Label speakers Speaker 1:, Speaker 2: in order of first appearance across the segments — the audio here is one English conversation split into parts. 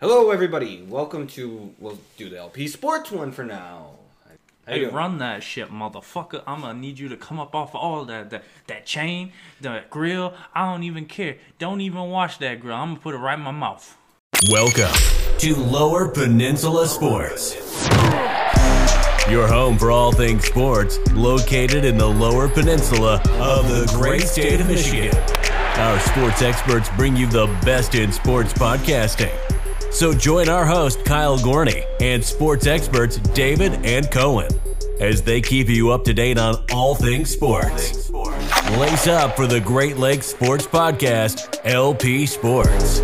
Speaker 1: Hello, everybody. Welcome to. We'll do the LP Sports one for now. How you
Speaker 2: Hey,
Speaker 1: doing?
Speaker 2: run that shit, motherfucker. I'm gonna need you to come up off all that, that that chain, the grill. I don't even care. Don't even wash that grill. I'm gonna put it right in my mouth.
Speaker 3: Welcome to Lower Peninsula Sports. Your home for all things sports, located in the Lower Peninsula of the great state of Michigan. Our sports experts bring you the best in sports podcasting. So join our host, Kyle Gorney, and sports experts David and Cohen as they keep you up to date on all things sports. Lace up for the Great Lakes Sports Podcast, LP Sports.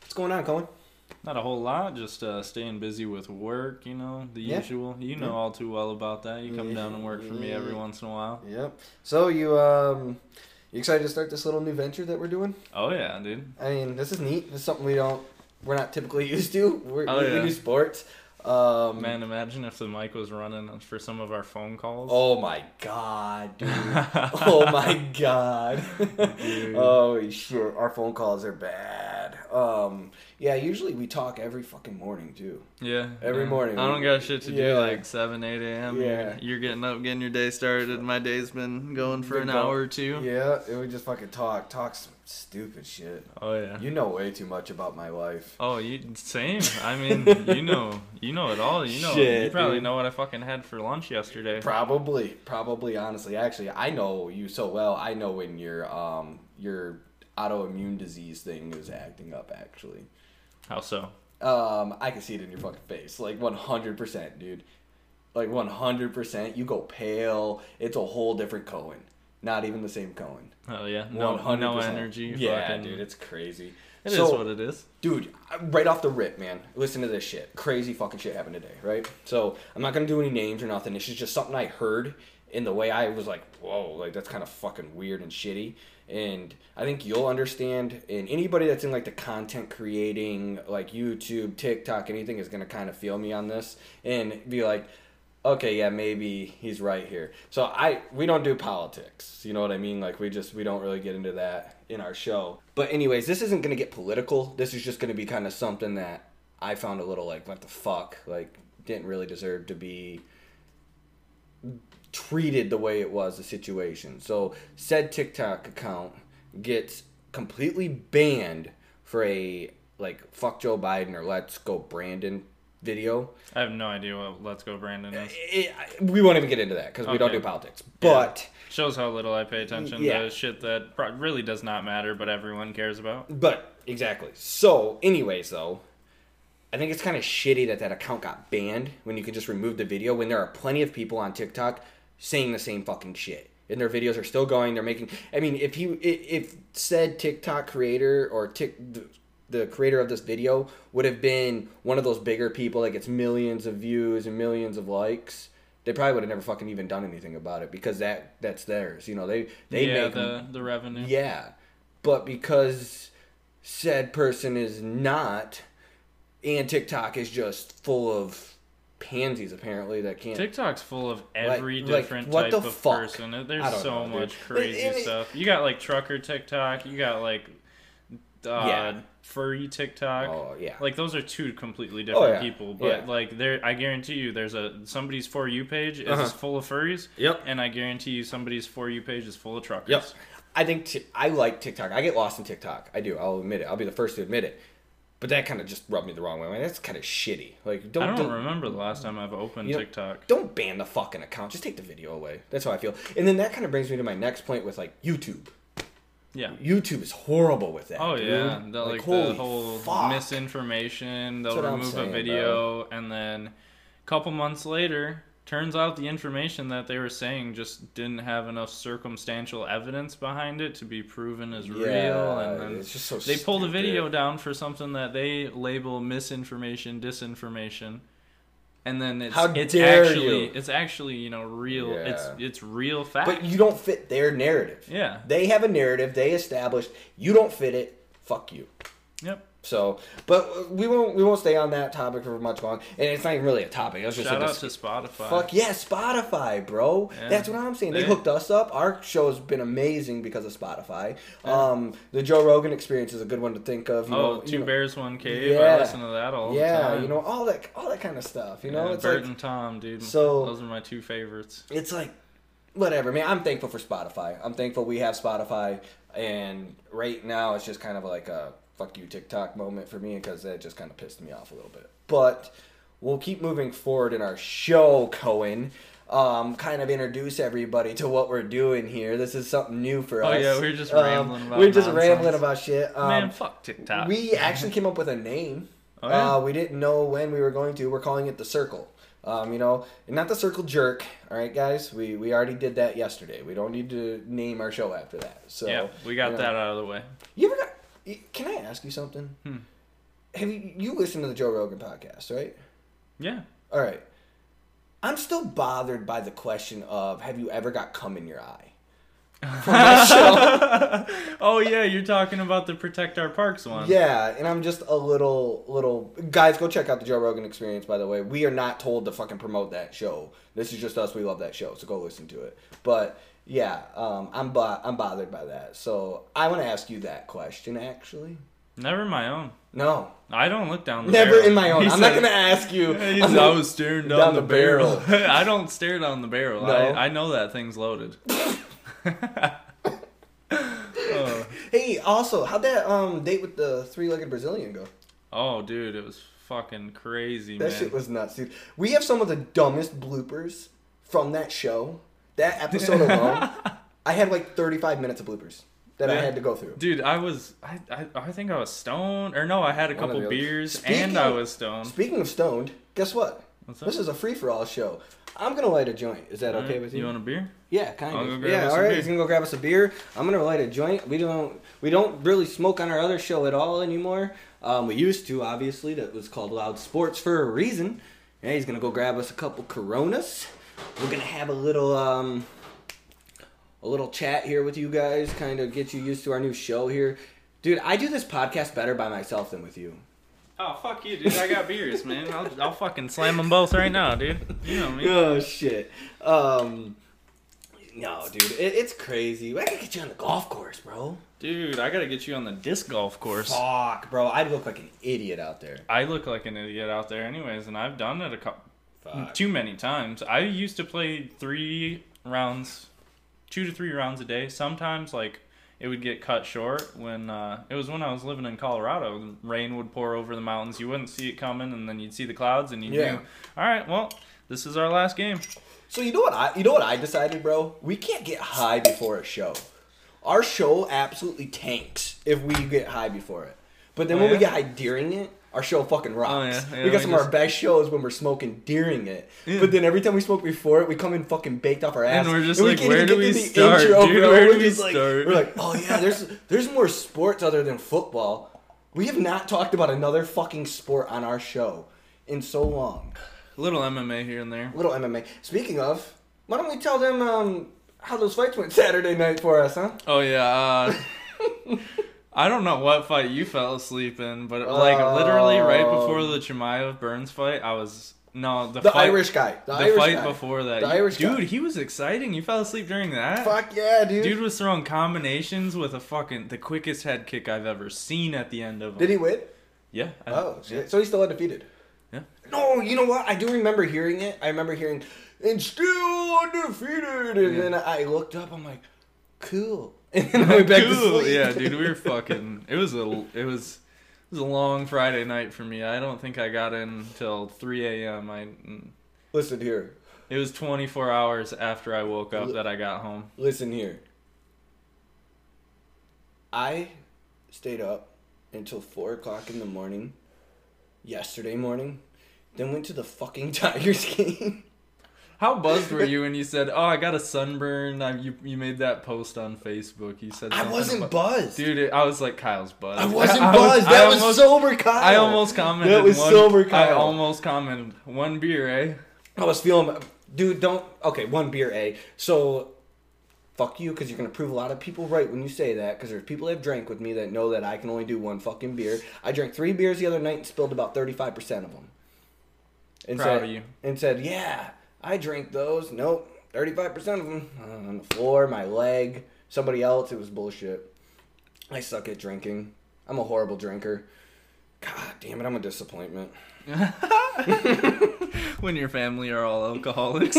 Speaker 1: What's going on, Colin?
Speaker 4: Not a whole lot, just uh, staying busy with work, you know, the
Speaker 1: Yeah.
Speaker 4: usual. You know all too well about that. You come down and work for me every once in a while.
Speaker 1: Yep. So you um, you excited to start this little new venture that we're doing?
Speaker 4: Oh, yeah, dude.
Speaker 1: I mean, this is neat. This is something we don't. We're not typically used to. We're,
Speaker 4: Oh,
Speaker 1: we, we
Speaker 4: yeah.
Speaker 1: do sports. Um,
Speaker 4: Man, imagine if the mic was running for some of our phone calls.
Speaker 1: Oh my god, dude. oh my god. oh shit, our phone calls are bad. Um, yeah, usually we talk every fucking morning too.
Speaker 4: yeah.
Speaker 1: every
Speaker 4: yeah.
Speaker 1: morning
Speaker 4: I
Speaker 1: we-
Speaker 4: don't got shit to
Speaker 1: yeah.
Speaker 4: do like 7, 8 a.m.
Speaker 1: Yeah.
Speaker 4: You're, you're getting up, getting your day started. My day's been going for an
Speaker 1: Been
Speaker 4: hour
Speaker 1: go-
Speaker 4: or two.
Speaker 1: Yeah, and we just fucking talk, talk some stupid shit.
Speaker 4: Oh, yeah.
Speaker 1: You know way too much about my life.
Speaker 4: Oh, you same. I mean, you know, you know it all. You know, you
Speaker 1: Shit,
Speaker 4: probably
Speaker 1: dude.
Speaker 4: know what I fucking had for lunch yesterday.
Speaker 1: Probably, probably, honestly, actually, I know you so well. I know when your um your autoimmune disease thing is acting up. Actually,
Speaker 4: How so?
Speaker 1: Um, I can see it in your fucking face, like one hundred percent, dude. Like one hundred percent, you go pale. It's a whole different Cohen. Not even the same Cohen.
Speaker 4: Oh yeah, no,
Speaker 1: 100%.
Speaker 4: no energy.
Speaker 1: Yeah,
Speaker 4: fucking,
Speaker 1: dude, it's crazy.
Speaker 4: It is what it is.
Speaker 1: Dude, I- right off the rip, man. Listen to this shit. Crazy fucking shit happened today, right? So I'm not gonna do any names or nothing. This is just something I heard in the way I was like, whoa, like that's kind of fucking weird and shitty. And I think you'll understand. And anybody that's in like the content creating, like YouTube, TikTok, anything, is gonna kind of feel me on this and be like, okay yeah maybe he's right here so i we don't do politics you know what i mean like we just we don't really get into that in our show but anyways this isn't gonna get political this is just gonna be kind of something that i found a little like what the fuck like didn't really deserve to be treated the way it was the situation so said tiktok account gets completely banned for a like fuck joe biden or let's go brandon video
Speaker 4: I have no idea what Let's Go Brandon is.
Speaker 1: it, I- we won't even get into that because we don't
Speaker 4: Okay.
Speaker 1: do politics. But
Speaker 4: Shows how little I pay attention
Speaker 1: Yeah.
Speaker 4: to shit that pro- really does not matter, but everyone cares about.
Speaker 1: but exactly. So, anyways, though, I think it's kind of shitty that that account got banned when you can just remove the video when there are plenty of people on TikTok saying the same fucking shit. And their videos are still going. They're making. I mean, if you i- if said TikTok creator or tick the- the creator of this video would have been one of those bigger people that gets millions of views and millions of likes, they probably would have never fucking even done anything about it because that that's theirs. You know, they they
Speaker 4: yeah,
Speaker 1: make
Speaker 4: the the revenue.
Speaker 1: yeah. But because said person is not, and TikTok is just full of pansies apparently that can't.
Speaker 4: TikTok's full of every
Speaker 1: like,
Speaker 4: different
Speaker 1: what
Speaker 4: type
Speaker 1: the
Speaker 4: of
Speaker 1: fuck?
Speaker 4: person.
Speaker 1: I
Speaker 4: There's
Speaker 1: don't
Speaker 4: so
Speaker 1: know, dude.
Speaker 4: much
Speaker 1: But
Speaker 4: crazy
Speaker 1: it- it-
Speaker 4: stuff. You got like trucker TikTok. You got like uh,
Speaker 1: Yeah.
Speaker 4: furry TikTok.
Speaker 1: Oh, yeah. Oh,
Speaker 4: Like those are two completely different
Speaker 1: yeah.
Speaker 4: people. But
Speaker 1: Yeah.
Speaker 4: like there, I guarantee you, there's a somebody's for you page is full of furries.
Speaker 1: Uh-huh. Yep.
Speaker 4: And I guarantee you, somebody's for you page is full of truckers.
Speaker 1: Yep. I think t- I like TikTok. I get lost in TikTok. I do. I'll admit it. I'll be the first to admit it. But that kind of just rubbed me the wrong way. Man, that's kind of shitty. Like, don't,
Speaker 4: I don't
Speaker 1: don't-
Speaker 4: remember the last time I've opened
Speaker 1: You know,
Speaker 4: TikTok.
Speaker 1: Don't ban the fucking account. Just take the video away. That's how I feel. And then that kind of brings me to my next point with like YouTube.
Speaker 4: Yeah.
Speaker 1: YouTube is horrible with that.
Speaker 4: Oh
Speaker 1: dude.
Speaker 4: yeah, the, like, the
Speaker 1: holy
Speaker 4: whole
Speaker 1: fuck.
Speaker 4: misinformation. They'll
Speaker 1: That's what I'm
Speaker 4: remove
Speaker 1: saying,
Speaker 4: a video, and then a couple months later, turns out the information that they were saying just didn't have enough circumstantial evidence behind it to be proven as real.
Speaker 1: Yeah,
Speaker 4: And then
Speaker 1: it's just so
Speaker 4: they pull the
Speaker 1: stupid.
Speaker 4: video down for something that they label misinformation, disinformation. And then it's,
Speaker 1: How
Speaker 4: it's
Speaker 1: dare
Speaker 4: actually
Speaker 1: you.
Speaker 4: it's actually you know real it's
Speaker 1: Yeah.
Speaker 4: it's real fact.
Speaker 1: But you don't fit their narrative.
Speaker 4: Yeah.
Speaker 1: They have a narrative they established. You don't fit it. Fuck you.
Speaker 4: yep.
Speaker 1: So, but we won't we won't stay on that topic for much long, and it's not even really a topic. It was just
Speaker 4: Shout
Speaker 1: like a
Speaker 4: out to Spotify.
Speaker 1: Fuck yeah, Spotify, bro.
Speaker 4: Yeah.
Speaker 1: That's what I'm saying. They
Speaker 4: They-
Speaker 1: hooked us up. Our show has been amazing because of Spotify. Um, the Joe Rogan experience is a good one to think of. You
Speaker 4: Oh,
Speaker 1: know,
Speaker 4: Two
Speaker 1: you know-
Speaker 4: Bears, One Cave.
Speaker 1: Yeah.
Speaker 4: I listen to that all the
Speaker 1: Yeah,
Speaker 4: time.
Speaker 1: you know all that, all that kind of stuff. You know,
Speaker 4: Yeah,
Speaker 1: it's
Speaker 4: Bert
Speaker 1: like
Speaker 4: and Tom, dude.
Speaker 1: So-
Speaker 4: those are my two favorites.
Speaker 1: it's like whatever man i'm thankful for spotify i'm thankful we have spotify and right now it's just kind of like a fuck you tiktok moment for me because that just kind of pissed me off a little bit but we'll keep moving forward in our show cohen um, kind of introduce everybody to what we're doing here this is something new for
Speaker 4: Oh,
Speaker 1: us
Speaker 4: yeah, we're just
Speaker 1: Um,
Speaker 4: rambling about
Speaker 1: we're just
Speaker 4: nonsense.
Speaker 1: rambling about shit um,
Speaker 4: Man, fuck TikTok.
Speaker 1: we actually came up with a name.
Speaker 4: Oh, yeah?
Speaker 1: uh, we didn't know when we were going to. We're calling it the Circle. Um, you know, and not the Circle Jerk. All right, guys, we we already did that yesterday. We don't need to name our show after that. So
Speaker 4: yeah, we got
Speaker 1: you know.
Speaker 4: that out of the way.
Speaker 1: You ever got? y- Can I ask you something?
Speaker 4: Hmm.
Speaker 1: Have you you listened to the Joe Rogan podcast, right?
Speaker 4: Yeah.
Speaker 1: All right. I'm still bothered by the question of have you ever got cum in your eye?
Speaker 4: Oh yeah, you're talking about the protect our parks one.
Speaker 1: Yeah, and I'm just a little little guys. Go check out the Joe Rogan Experience. By the way, we are not told to fucking promote that show. This is just us. We love that show, so go listen to it. But yeah, um, I'm bo- I'm bothered by that. So I want to ask you that question actually.
Speaker 4: Never my own.
Speaker 1: No,
Speaker 4: I don't look down the
Speaker 1: never
Speaker 4: barrel.
Speaker 1: in my own.
Speaker 4: He
Speaker 1: I'm not
Speaker 4: said-
Speaker 1: gonna ask you.
Speaker 4: He
Speaker 1: I'm
Speaker 4: said,
Speaker 1: not-
Speaker 4: I was staring down,
Speaker 1: down
Speaker 4: the,
Speaker 1: the
Speaker 4: barrel. I don't stare down the barrel.
Speaker 1: No.
Speaker 4: I, I know that thing's loaded. oh.
Speaker 1: Hey, also, how'd that um date with the three-legged Brazilian go?
Speaker 4: Oh, dude, it was fucking crazy,
Speaker 1: That
Speaker 4: man.
Speaker 1: shit was nuts, dude. We have some of the dumbest bloopers from that show. That episode alone, I had like 35 minutes of bloopers that I
Speaker 4: Yeah.
Speaker 1: had to go through.
Speaker 4: Dude, I was I, I I think I was stoned or no, I had a
Speaker 1: One or the
Speaker 4: couple
Speaker 1: other.
Speaker 4: beers
Speaker 1: Speaking
Speaker 4: and I
Speaker 1: of-
Speaker 4: was stoned.
Speaker 1: Speaking of stoned, guess what?
Speaker 4: What's up? Mm-hmm.
Speaker 1: This is a free for all show. I'm gonna light a joint. Is that okay with you?
Speaker 4: You want a beer?
Speaker 1: yeah, kind
Speaker 4: I'll
Speaker 1: of.
Speaker 4: go grab
Speaker 1: yeah,
Speaker 4: us a
Speaker 1: all right.
Speaker 4: beer.
Speaker 1: He's gonna go grab us a beer. I'm gonna light a joint. We don't we don't really smoke on our other show at all anymore. Um, we used to, obviously. That was called Loud Sports for a reason. Yeah, he's gonna go grab us a couple Coronas. We're gonna have a little um, a little chat here with you guys, kind of get you used to our new show here. Dude, I do this podcast better by myself than with you.
Speaker 4: Oh fuck you, dude! I got beers, man. I'll, I'll fucking slam them both right now, dude. You know me.
Speaker 1: oh shit. Um, no, dude, it, it's crazy. I could get you on the golf course, bro.
Speaker 4: Dude, I gotta get you on the disc golf course.
Speaker 1: Fuck, bro. I'd look like an idiot out there.
Speaker 4: I look like an idiot out there, anyways, and I've done it a couple,
Speaker 1: Fuck.
Speaker 4: too many times. I used to play three rounds, two to three rounds a day. Sometimes like it would get cut short when uh, it was when I was living in Colorado. The rain would pour over the mountains. You wouldn't see it coming, and then you'd see the clouds, and you
Speaker 1: Yeah.
Speaker 4: knew, all right, well, this is our last game.
Speaker 1: So you know what I you know what I decided, bro? We can't get high before a show. Our show absolutely tanks if we get high before it. But then
Speaker 4: Oh,
Speaker 1: when we
Speaker 4: yeah? Oh,
Speaker 1: get high during it, our show fucking rocks.
Speaker 4: yeah, yeah,
Speaker 1: we got
Speaker 4: we
Speaker 1: some of our
Speaker 4: just-
Speaker 1: best shows when we're smoking during it. But then every time we smoke before it, we come in fucking baked off our ass.
Speaker 4: we're just
Speaker 1: we
Speaker 4: like,
Speaker 1: can't
Speaker 4: where
Speaker 1: even
Speaker 4: do
Speaker 1: get
Speaker 4: we
Speaker 1: through the
Speaker 4: start,
Speaker 1: intro,
Speaker 4: dude?
Speaker 1: bro.
Speaker 4: Where
Speaker 1: We're
Speaker 4: do we
Speaker 1: just like-
Speaker 4: start?
Speaker 1: We're like, oh yeah, there's there's more sports other than football. We have not talked about another fucking sport on our show in so long
Speaker 4: Little MMA here and there.
Speaker 1: little MMA. Speaking of, why don't we tell them um, how those fights went Saturday night for us, huh?
Speaker 4: Oh yeah. Uh, I don't know what fight you fell asleep in, but like literally right before the Chimaev Burns fight, I was no the,
Speaker 1: Um, The
Speaker 4: fight,
Speaker 1: Irish guy. The,
Speaker 4: the
Speaker 1: Irish
Speaker 4: fight
Speaker 1: guy.
Speaker 4: before that.
Speaker 1: The Irish
Speaker 4: dude,
Speaker 1: guy.
Speaker 4: he was exciting. You fell asleep during that.
Speaker 1: Fuck yeah, dude.
Speaker 4: Dude was throwing combinations with a fucking the quickest head kick I've ever seen at the end of him.
Speaker 1: Did he win?
Speaker 4: Yeah. I-
Speaker 1: Oh shit! So he's still undefeated.
Speaker 4: Yeah.
Speaker 1: No, you know what? I do remember hearing it. I remember hearing, and still undefeated. And then I looked up. I'm like, cool. And then I went back to
Speaker 4: Cool.
Speaker 1: sleep.
Speaker 4: Yeah, dude, we were fucking. It was a it was it was a long Friday night for me. I don't think I got in till 3 a.m. I
Speaker 1: Listen here.
Speaker 4: it was 24 hours after I woke up that I got home.
Speaker 1: Listen here. I stayed up until four o'clock in the morning yesterday morning, then went to the fucking Tigers game.
Speaker 4: How buzzed were you when you said, "Oh, I got a sunburn"? I, you you made that post on Facebook. You said
Speaker 1: I
Speaker 4: something
Speaker 1: wasn't
Speaker 4: about-
Speaker 1: buzzed.
Speaker 4: dude. It, I was like Kyle's buzzed.
Speaker 1: I wasn't
Speaker 4: I
Speaker 1: buzzed.
Speaker 4: I
Speaker 1: that was
Speaker 4: almost-
Speaker 1: sober Kyle.
Speaker 4: I almost commented.
Speaker 1: That was
Speaker 4: one,
Speaker 1: sober
Speaker 4: I
Speaker 1: Kyle.
Speaker 4: almost commented one beer, eh?
Speaker 1: I was feeling, dude. Don't okay. One beer, a. So fuck you because you're going to prove a lot of people right when you say that because there's people that have drank with me that know that I can only do one fucking beer. I drank three beers the other night and spilled about 35% of them. And
Speaker 4: Proud
Speaker 1: said,
Speaker 4: of you.
Speaker 1: And said, yeah, I drank those. Nope, 35% of them on the floor, my leg, somebody else. It was bullshit. I suck at drinking. I'm a horrible drinker. God damn it, I'm a disappointment.
Speaker 4: When your family are all alcoholics.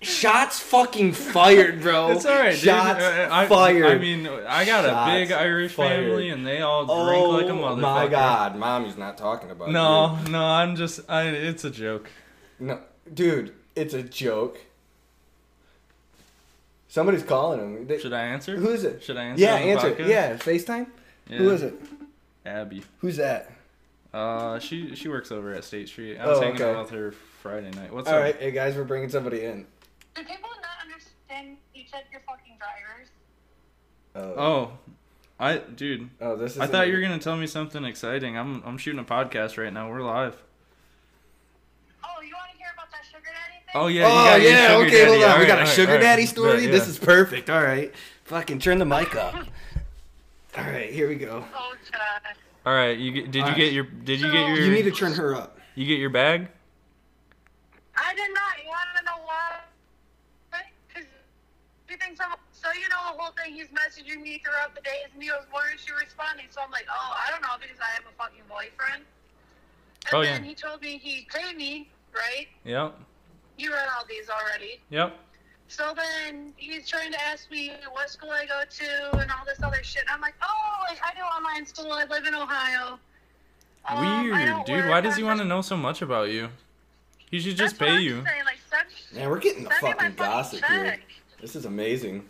Speaker 1: Shots fucking fired, bro.
Speaker 4: It's all right. dude.
Speaker 1: Oh, Shots
Speaker 4: Uh, I,
Speaker 1: fired.
Speaker 4: I mean, I got
Speaker 1: Shots
Speaker 4: a big Irish
Speaker 1: fired.
Speaker 4: family, and they all drink
Speaker 1: oh
Speaker 4: like a motherfucker.
Speaker 1: my god, mommy's not talking about
Speaker 4: No, no, I'm just. I, it's a joke.
Speaker 1: you. no, dude, it's a joke. Somebody's calling him. They-
Speaker 4: Should I answer?
Speaker 1: Who is it?
Speaker 4: Should I answer?
Speaker 1: yeah,
Speaker 4: on the
Speaker 1: answer.
Speaker 4: podcast?
Speaker 1: Yeah, FaceTime. Who
Speaker 4: Yeah.
Speaker 1: is it?
Speaker 4: Abby.
Speaker 1: Who's that?
Speaker 4: Uh, she she works over at State Street. I
Speaker 1: Oh,
Speaker 4: was hanging
Speaker 1: okay.
Speaker 4: out with her Friday night. What's
Speaker 1: All
Speaker 4: up?
Speaker 1: right, hey guys, we're bringing somebody in.
Speaker 5: Do people not understand you said you're fucking drivers?
Speaker 1: Oh,
Speaker 4: Oh, I dude.
Speaker 1: oh, this is.
Speaker 4: I thought you were
Speaker 1: gonna.
Speaker 4: gonna tell me something exciting. I'm I'm shooting a podcast right now. We're live.
Speaker 5: Oh, you want to hear about that sugar daddy thing?
Speaker 4: Oh yeah. you
Speaker 1: Oh
Speaker 4: got your
Speaker 1: yeah,
Speaker 4: sugar
Speaker 1: okay, hold
Speaker 4: daddy.
Speaker 1: on.
Speaker 4: All
Speaker 1: we
Speaker 4: right,
Speaker 1: got
Speaker 4: all
Speaker 1: a
Speaker 4: right,
Speaker 1: sugar
Speaker 4: all right.
Speaker 1: daddy story.
Speaker 4: Bet,
Speaker 1: This
Speaker 4: yeah.
Speaker 1: is perfect. All right, fucking turn the mic up. All right, here we go.
Speaker 5: Oh, God.
Speaker 4: All right. You get, did you
Speaker 1: All
Speaker 4: get
Speaker 1: right.
Speaker 4: your did you get
Speaker 5: So-
Speaker 4: your
Speaker 1: You need to turn her up.
Speaker 4: you get your bag?
Speaker 5: I did not. You want to know why? Because he thinks I'm. So, you know, the whole thing, he's messaging me throughout the days, and he goes, why aren't you responding? So I'm like, oh, I don't know, because I have a fucking boyfriend. And
Speaker 4: Oh, yeah.
Speaker 5: then he told me he'd pay me, right?
Speaker 4: Yep.
Speaker 5: You read all these already.
Speaker 4: Yep.
Speaker 5: So then he's trying to ask me what school I go to and all this other shit. And I'm like, oh, like, I do online school. I live in Ohio. Um, I
Speaker 4: Weird,
Speaker 5: don't
Speaker 4: dude.
Speaker 5: work.
Speaker 4: Why does he
Speaker 5: I'm
Speaker 4: want to know so much about you? He should
Speaker 5: That's
Speaker 4: just
Speaker 5: what
Speaker 4: pay
Speaker 5: I'm
Speaker 4: you.
Speaker 5: saying, like, send-
Speaker 1: Man, we're getting the
Speaker 5: send me my
Speaker 1: fucking gossip here.
Speaker 5: check.
Speaker 1: This is amazing.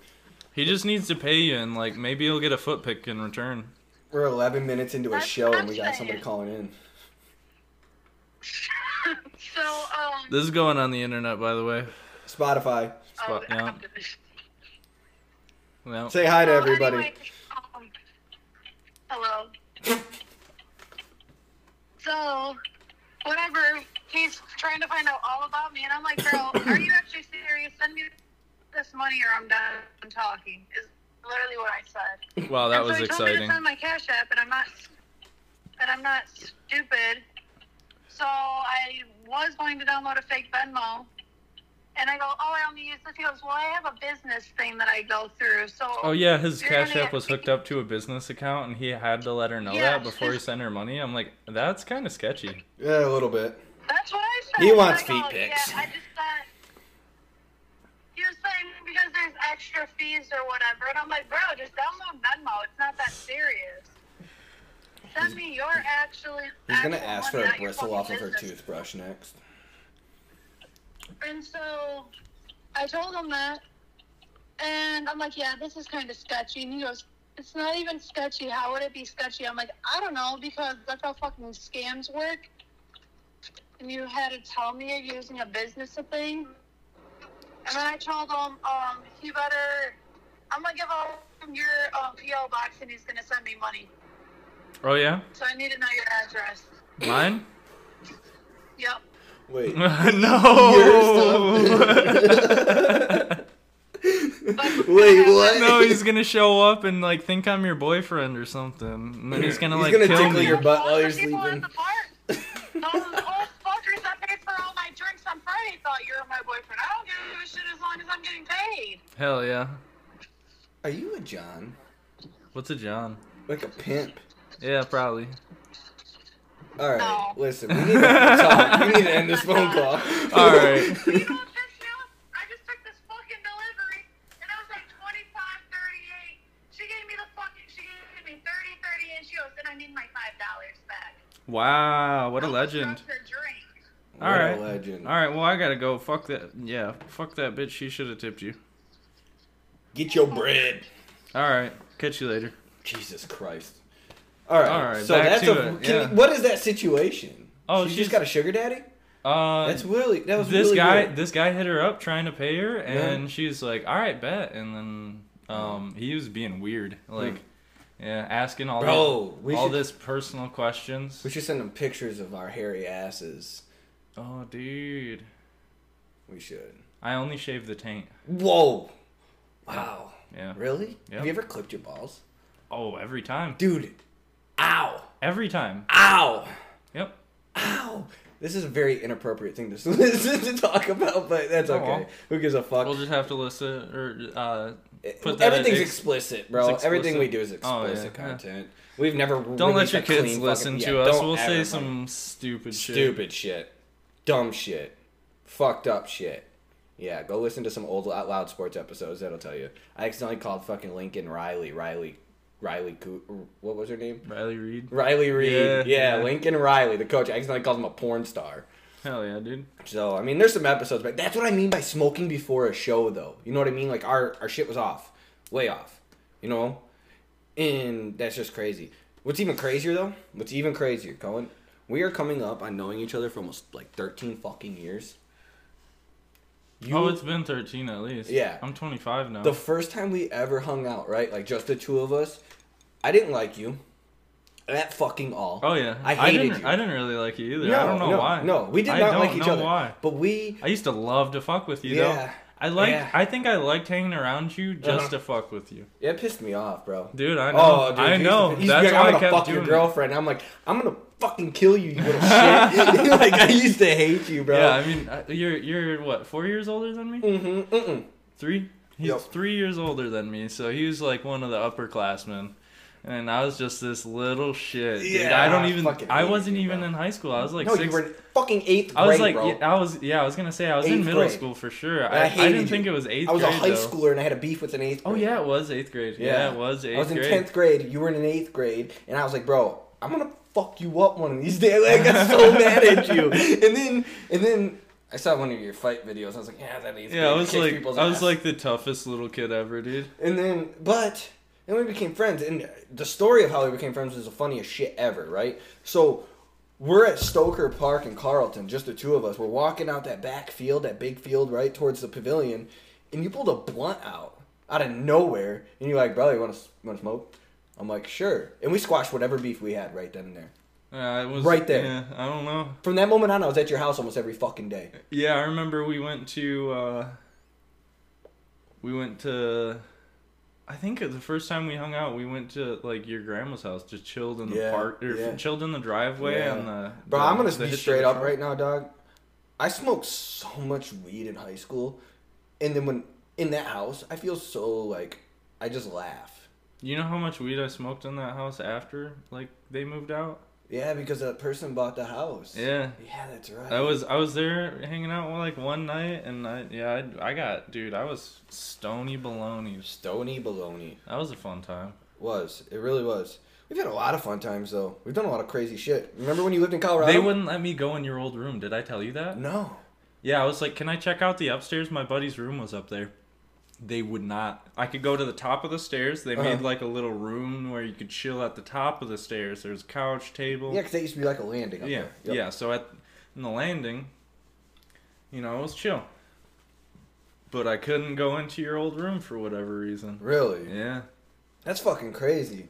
Speaker 4: He just needs to pay you, and like maybe he'll get a foot pick in return.
Speaker 1: We're 11 minutes into a
Speaker 5: That's
Speaker 1: show
Speaker 5: what
Speaker 1: and we
Speaker 5: I'm
Speaker 1: got somebody
Speaker 5: saying.
Speaker 1: calling in.
Speaker 5: So um,
Speaker 4: This is going on the internet, by the way.
Speaker 1: Spotify.
Speaker 5: oh,
Speaker 4: spot, yeah.
Speaker 5: I'm gonna-
Speaker 4: No.
Speaker 1: Say hi to
Speaker 5: So
Speaker 1: everybody.
Speaker 5: anyway, um, hello. so, whatever. He's trying to find out all about me, and I'm like, "Girl, are you actually serious? Send me this money, or I'm done talking." Is literally what I said.
Speaker 4: Wow, that
Speaker 5: And
Speaker 4: was
Speaker 5: so he Told me
Speaker 4: exciting.
Speaker 5: to send my cash app, and I'm not, and I'm not stupid. So I was going to download a fake Venmo, and I go, "Oh, I only use this." He goes, "Well, I have a business thing that I go through." So
Speaker 4: Oh yeah, his
Speaker 5: You're
Speaker 4: Cash
Speaker 5: gonna
Speaker 4: App was
Speaker 5: get-
Speaker 4: hooked up to a business account, and he had to let her know
Speaker 5: Yeah.
Speaker 4: that before he sent her money. I'm like, that's kind of sketchy.
Speaker 1: Yeah, a little bit.
Speaker 5: That's what I said.
Speaker 1: He wants
Speaker 5: I go,
Speaker 1: feet pics.
Speaker 5: Yeah, I just thought he was saying because there's extra fees or whatever, and I'm like, bro, just download Venmo. It's not that serious. Send me your actually.
Speaker 1: He's gonna
Speaker 5: actual
Speaker 1: ask for
Speaker 5: money,
Speaker 1: a
Speaker 5: not your
Speaker 1: bristle
Speaker 5: fucking
Speaker 1: off of her
Speaker 5: business.
Speaker 1: toothbrush next.
Speaker 5: And so I told him that, and I'm like, yeah, this is kind of sketchy. And he goes, it's not even sketchy. How would it be sketchy? I'm like, I don't know, because that's how fucking scams work. And you had to tell me you're using a business thing. And then I told him, um, he better, I'm going to give him your uh, P.O. box and he's going to send me money.
Speaker 4: Oh yeah,
Speaker 5: So I need to know your address.
Speaker 4: mine?
Speaker 5: Yep.
Speaker 1: Wait.
Speaker 4: no.
Speaker 5: But-
Speaker 1: Wait, what?
Speaker 4: no, he's gonna show up and like think I'm your boyfriend or something, and then he's gonna
Speaker 1: He's
Speaker 4: like
Speaker 1: gonna
Speaker 4: kill
Speaker 1: tickle
Speaker 4: me.
Speaker 1: your butt while
Speaker 5: All
Speaker 1: you're
Speaker 5: the people at
Speaker 1: sleeping.
Speaker 5: the bar- Those old fuckers that paid for all my drinks on Friday thought you were my boyfriend. I don't give a shit as long as I'm getting paid.
Speaker 4: Hell yeah.
Speaker 1: Are you a John?
Speaker 4: What's a John?
Speaker 1: Like a pimp?
Speaker 4: Yeah, probably.
Speaker 1: Alright,
Speaker 5: No.
Speaker 1: listen, we need to talk. We need to end this phone call.
Speaker 4: All right.
Speaker 5: You know what this is? I just took this fucking delivery and I was like 25, 38. She gave me the fucking, she gave me 30, 30 and she goes, then I need my $5 back.
Speaker 4: Wow, what a
Speaker 5: I
Speaker 4: legend.
Speaker 5: dropped her drink.
Speaker 1: What
Speaker 4: All right.
Speaker 1: a legend.
Speaker 4: All right, well I gotta go. Fuck that. Yeah, fuck that bitch. She should have tipped you.
Speaker 1: Get your bread.
Speaker 4: All right, catch you later.
Speaker 1: Jesus Christ. All right.
Speaker 4: All right,
Speaker 1: so
Speaker 4: back
Speaker 1: that's
Speaker 4: to
Speaker 1: a.
Speaker 4: it,
Speaker 1: Can,
Speaker 4: yeah.
Speaker 1: What is that situation?
Speaker 4: Oh,
Speaker 1: she
Speaker 4: she's-
Speaker 1: just got a sugar daddy.
Speaker 4: Uh,
Speaker 1: That's really that was
Speaker 4: this
Speaker 1: really
Speaker 4: guy.
Speaker 1: weird.
Speaker 4: This guy hit her up trying to pay her, and
Speaker 1: Yeah.
Speaker 4: she's like, "All right, bet." And then um, he was being weird, like,
Speaker 1: Mm.
Speaker 4: yeah, asking all
Speaker 1: Bro,
Speaker 4: the,
Speaker 1: we
Speaker 4: all
Speaker 1: should-
Speaker 4: this personal questions.
Speaker 1: We should send him pictures of our hairy asses.
Speaker 4: Oh, dude.
Speaker 1: We should.
Speaker 4: I only shave the taint.
Speaker 1: Whoa.
Speaker 4: Yeah.
Speaker 1: Really?
Speaker 4: Yeah.
Speaker 1: Have you ever clipped your balls?
Speaker 4: Oh, every time.
Speaker 1: Dude, ow,
Speaker 4: Every time.
Speaker 1: ow,
Speaker 4: Yep.
Speaker 1: ow. This is a very inappropriate thing to, to talk about, but that's
Speaker 4: Oh,
Speaker 1: okay.
Speaker 4: well.
Speaker 1: Who gives a fuck?
Speaker 4: We'll just have to listen or uh, put that.
Speaker 1: Everything's
Speaker 4: ex-
Speaker 1: explicit, bro.
Speaker 4: it's
Speaker 1: Everything we do is
Speaker 4: explicit. Oh, yeah,
Speaker 1: explicit
Speaker 4: yeah.
Speaker 1: content. We've never
Speaker 4: don't
Speaker 1: released
Speaker 4: let your
Speaker 1: a
Speaker 4: kids
Speaker 1: clean
Speaker 4: listen
Speaker 1: fucking-
Speaker 4: to
Speaker 1: yeah,
Speaker 4: us.
Speaker 1: don't
Speaker 4: We'll
Speaker 1: ever,
Speaker 4: say
Speaker 1: like,
Speaker 4: some stupid shit.
Speaker 1: stupid shit, dumb shit, fucked up shit. Yeah, go listen to some old Out Loud Sports episodes. That'll tell you. I accidentally called fucking Lincoln Riley, Riley, Riley. Coo- What was her name?
Speaker 4: Riley Reed.
Speaker 1: Riley Reed. Yeah,
Speaker 4: Yeah, yeah.
Speaker 1: Lincoln Riley, the coach. I accidentally called him a porn star.
Speaker 4: Hell yeah, dude.
Speaker 1: So I mean, there's some episodes, but that's what I mean by smoking before a show, though. You know what I mean? Like our our shit was off, way off. You know, and that's just crazy. What's even crazier though? What's even crazier, Cohen? We are coming up on knowing each other for almost like 13 fucking years. You,
Speaker 4: oh, it's been 13 at least.
Speaker 1: Yeah.
Speaker 4: I'm 25 now.
Speaker 1: the first time we ever hung out, right? Like just the two of us. I didn't like you. At fucking all.
Speaker 4: oh yeah.
Speaker 1: I hated
Speaker 4: didn't,
Speaker 1: you.
Speaker 4: I didn't really like you either. I don't know
Speaker 1: no,
Speaker 4: why.
Speaker 1: No, we did
Speaker 4: I
Speaker 1: not
Speaker 4: don't
Speaker 1: like each
Speaker 4: know
Speaker 1: other.
Speaker 4: Why?
Speaker 1: But we
Speaker 4: I used to love to fuck with you
Speaker 1: Yeah.
Speaker 4: though. I like.
Speaker 1: Yeah.
Speaker 4: I think I liked hanging around you just
Speaker 1: Uh-huh.
Speaker 4: to fuck with you,
Speaker 1: it pissed me off, bro.
Speaker 4: dude. I know.
Speaker 1: Oh, dude,
Speaker 4: I
Speaker 1: he used to- he
Speaker 4: know.
Speaker 1: used to be
Speaker 4: That's
Speaker 1: like,
Speaker 4: why
Speaker 1: I'm
Speaker 4: I
Speaker 1: gonna
Speaker 4: kept
Speaker 1: fuck
Speaker 4: doing
Speaker 1: your
Speaker 4: it.
Speaker 1: girlfriend. I'm like, I'm gonna fucking kill you, you little shit. like I used to hate you, bro.
Speaker 4: Yeah, I mean, I- you're you're what four years older than me?
Speaker 1: mm-hmm, mm-mm.
Speaker 4: Three? He's
Speaker 1: Yep.
Speaker 4: three years older than me, so he was like one of the upperclassmen, and I was just this little shit. dude.
Speaker 1: Yeah,
Speaker 4: I don't
Speaker 1: I
Speaker 4: even.
Speaker 1: fucking
Speaker 4: I
Speaker 1: hated
Speaker 4: wasn't
Speaker 1: you,
Speaker 4: even
Speaker 1: bro.
Speaker 4: in high school. I was like
Speaker 1: no,
Speaker 4: six.
Speaker 1: you were in fucking eighth grade,
Speaker 4: I was like,
Speaker 1: bro.
Speaker 4: yeah, I was yeah, I was gonna say I was in
Speaker 1: Eighth
Speaker 4: middle
Speaker 1: grade.
Speaker 4: school for sure.
Speaker 1: I
Speaker 4: I, I,
Speaker 1: hated
Speaker 4: didn't
Speaker 1: you.
Speaker 4: think it was eighth.
Speaker 1: I was
Speaker 4: grade,
Speaker 1: a high
Speaker 4: though.
Speaker 1: schooler and I had a beef with an eighth.
Speaker 4: Oh
Speaker 1: grader.
Speaker 4: yeah, it was eighth grade. Yeah, it was eighth
Speaker 1: I was in
Speaker 4: grade.
Speaker 1: tenth grade. You were in eighth grade, and I was like, bro, I'm gonna fuck you up one of these days. Like, I got so mad at you, and then and then I saw one of your fight videos. and I was like, yeah, that eighth grade
Speaker 4: Yeah, I was
Speaker 1: kicks
Speaker 4: like
Speaker 1: people's
Speaker 4: I was
Speaker 1: ass."
Speaker 4: like the toughest little kid ever, dude.
Speaker 1: And then, but then we became friends, and the story of how we became friends is the funniest shit ever, right? So we're at Stoker Park in Carlton, just the two of us. We're walking out that back field, that big field, right towards the pavilion, and you pulled a blunt out out of nowhere, and you're like, "Brother, you want to want to smoke?" I'm like, "Sure," and we squashed whatever beef we had right then and there.
Speaker 4: Yeah, it Uh, was
Speaker 1: Right there.
Speaker 4: Yeah, I don't know.
Speaker 1: From that moment on, I was at your house almost every fucking day.
Speaker 4: Yeah, I remember we went to uh we went to I think the first time we hung out, we went to like your grandma's house, just chilled in the
Speaker 1: Yeah,
Speaker 4: park or
Speaker 1: yeah.
Speaker 4: chilled in the driveway
Speaker 1: Yeah.
Speaker 4: and the
Speaker 1: Bro,
Speaker 4: the-
Speaker 1: I'm gonna
Speaker 4: the
Speaker 1: be
Speaker 4: hitch
Speaker 1: straight
Speaker 4: of
Speaker 1: up
Speaker 4: the
Speaker 1: right now, dog. I smoked so much weed in high school, and then when in that house, I feel so like I just laugh.
Speaker 4: You know how much weed I smoked in that house after like they moved out?
Speaker 1: Yeah, because that person bought the house.
Speaker 4: Yeah.
Speaker 1: Yeah, that's right.
Speaker 4: I was I was there hanging out like one night and I yeah, I, I got dude, I was stony baloney.
Speaker 1: Stony baloney.
Speaker 4: That was a fun time.
Speaker 1: Was it really was? We've had a lot of fun times though. We've done a lot of crazy shit. Remember when you lived in Colorado?
Speaker 4: They wouldn't let me go in your old room. Did I tell you that?
Speaker 1: No.
Speaker 4: Yeah, I was like, can I check out the upstairs? My buddy's room was up there. They would not. I could go to the top of the stairs. They
Speaker 1: Uh-huh.
Speaker 4: made like a little room where you could chill at the top of the stairs. There was a couch, table.
Speaker 1: Yeah, because that used to be like a landing. Up
Speaker 4: yeah,
Speaker 1: there. Yep.
Speaker 4: yeah. So at in the landing, you know, it was chill. But I couldn't go into your old room for whatever reason.
Speaker 1: Really?
Speaker 4: Yeah,
Speaker 1: That's fucking crazy.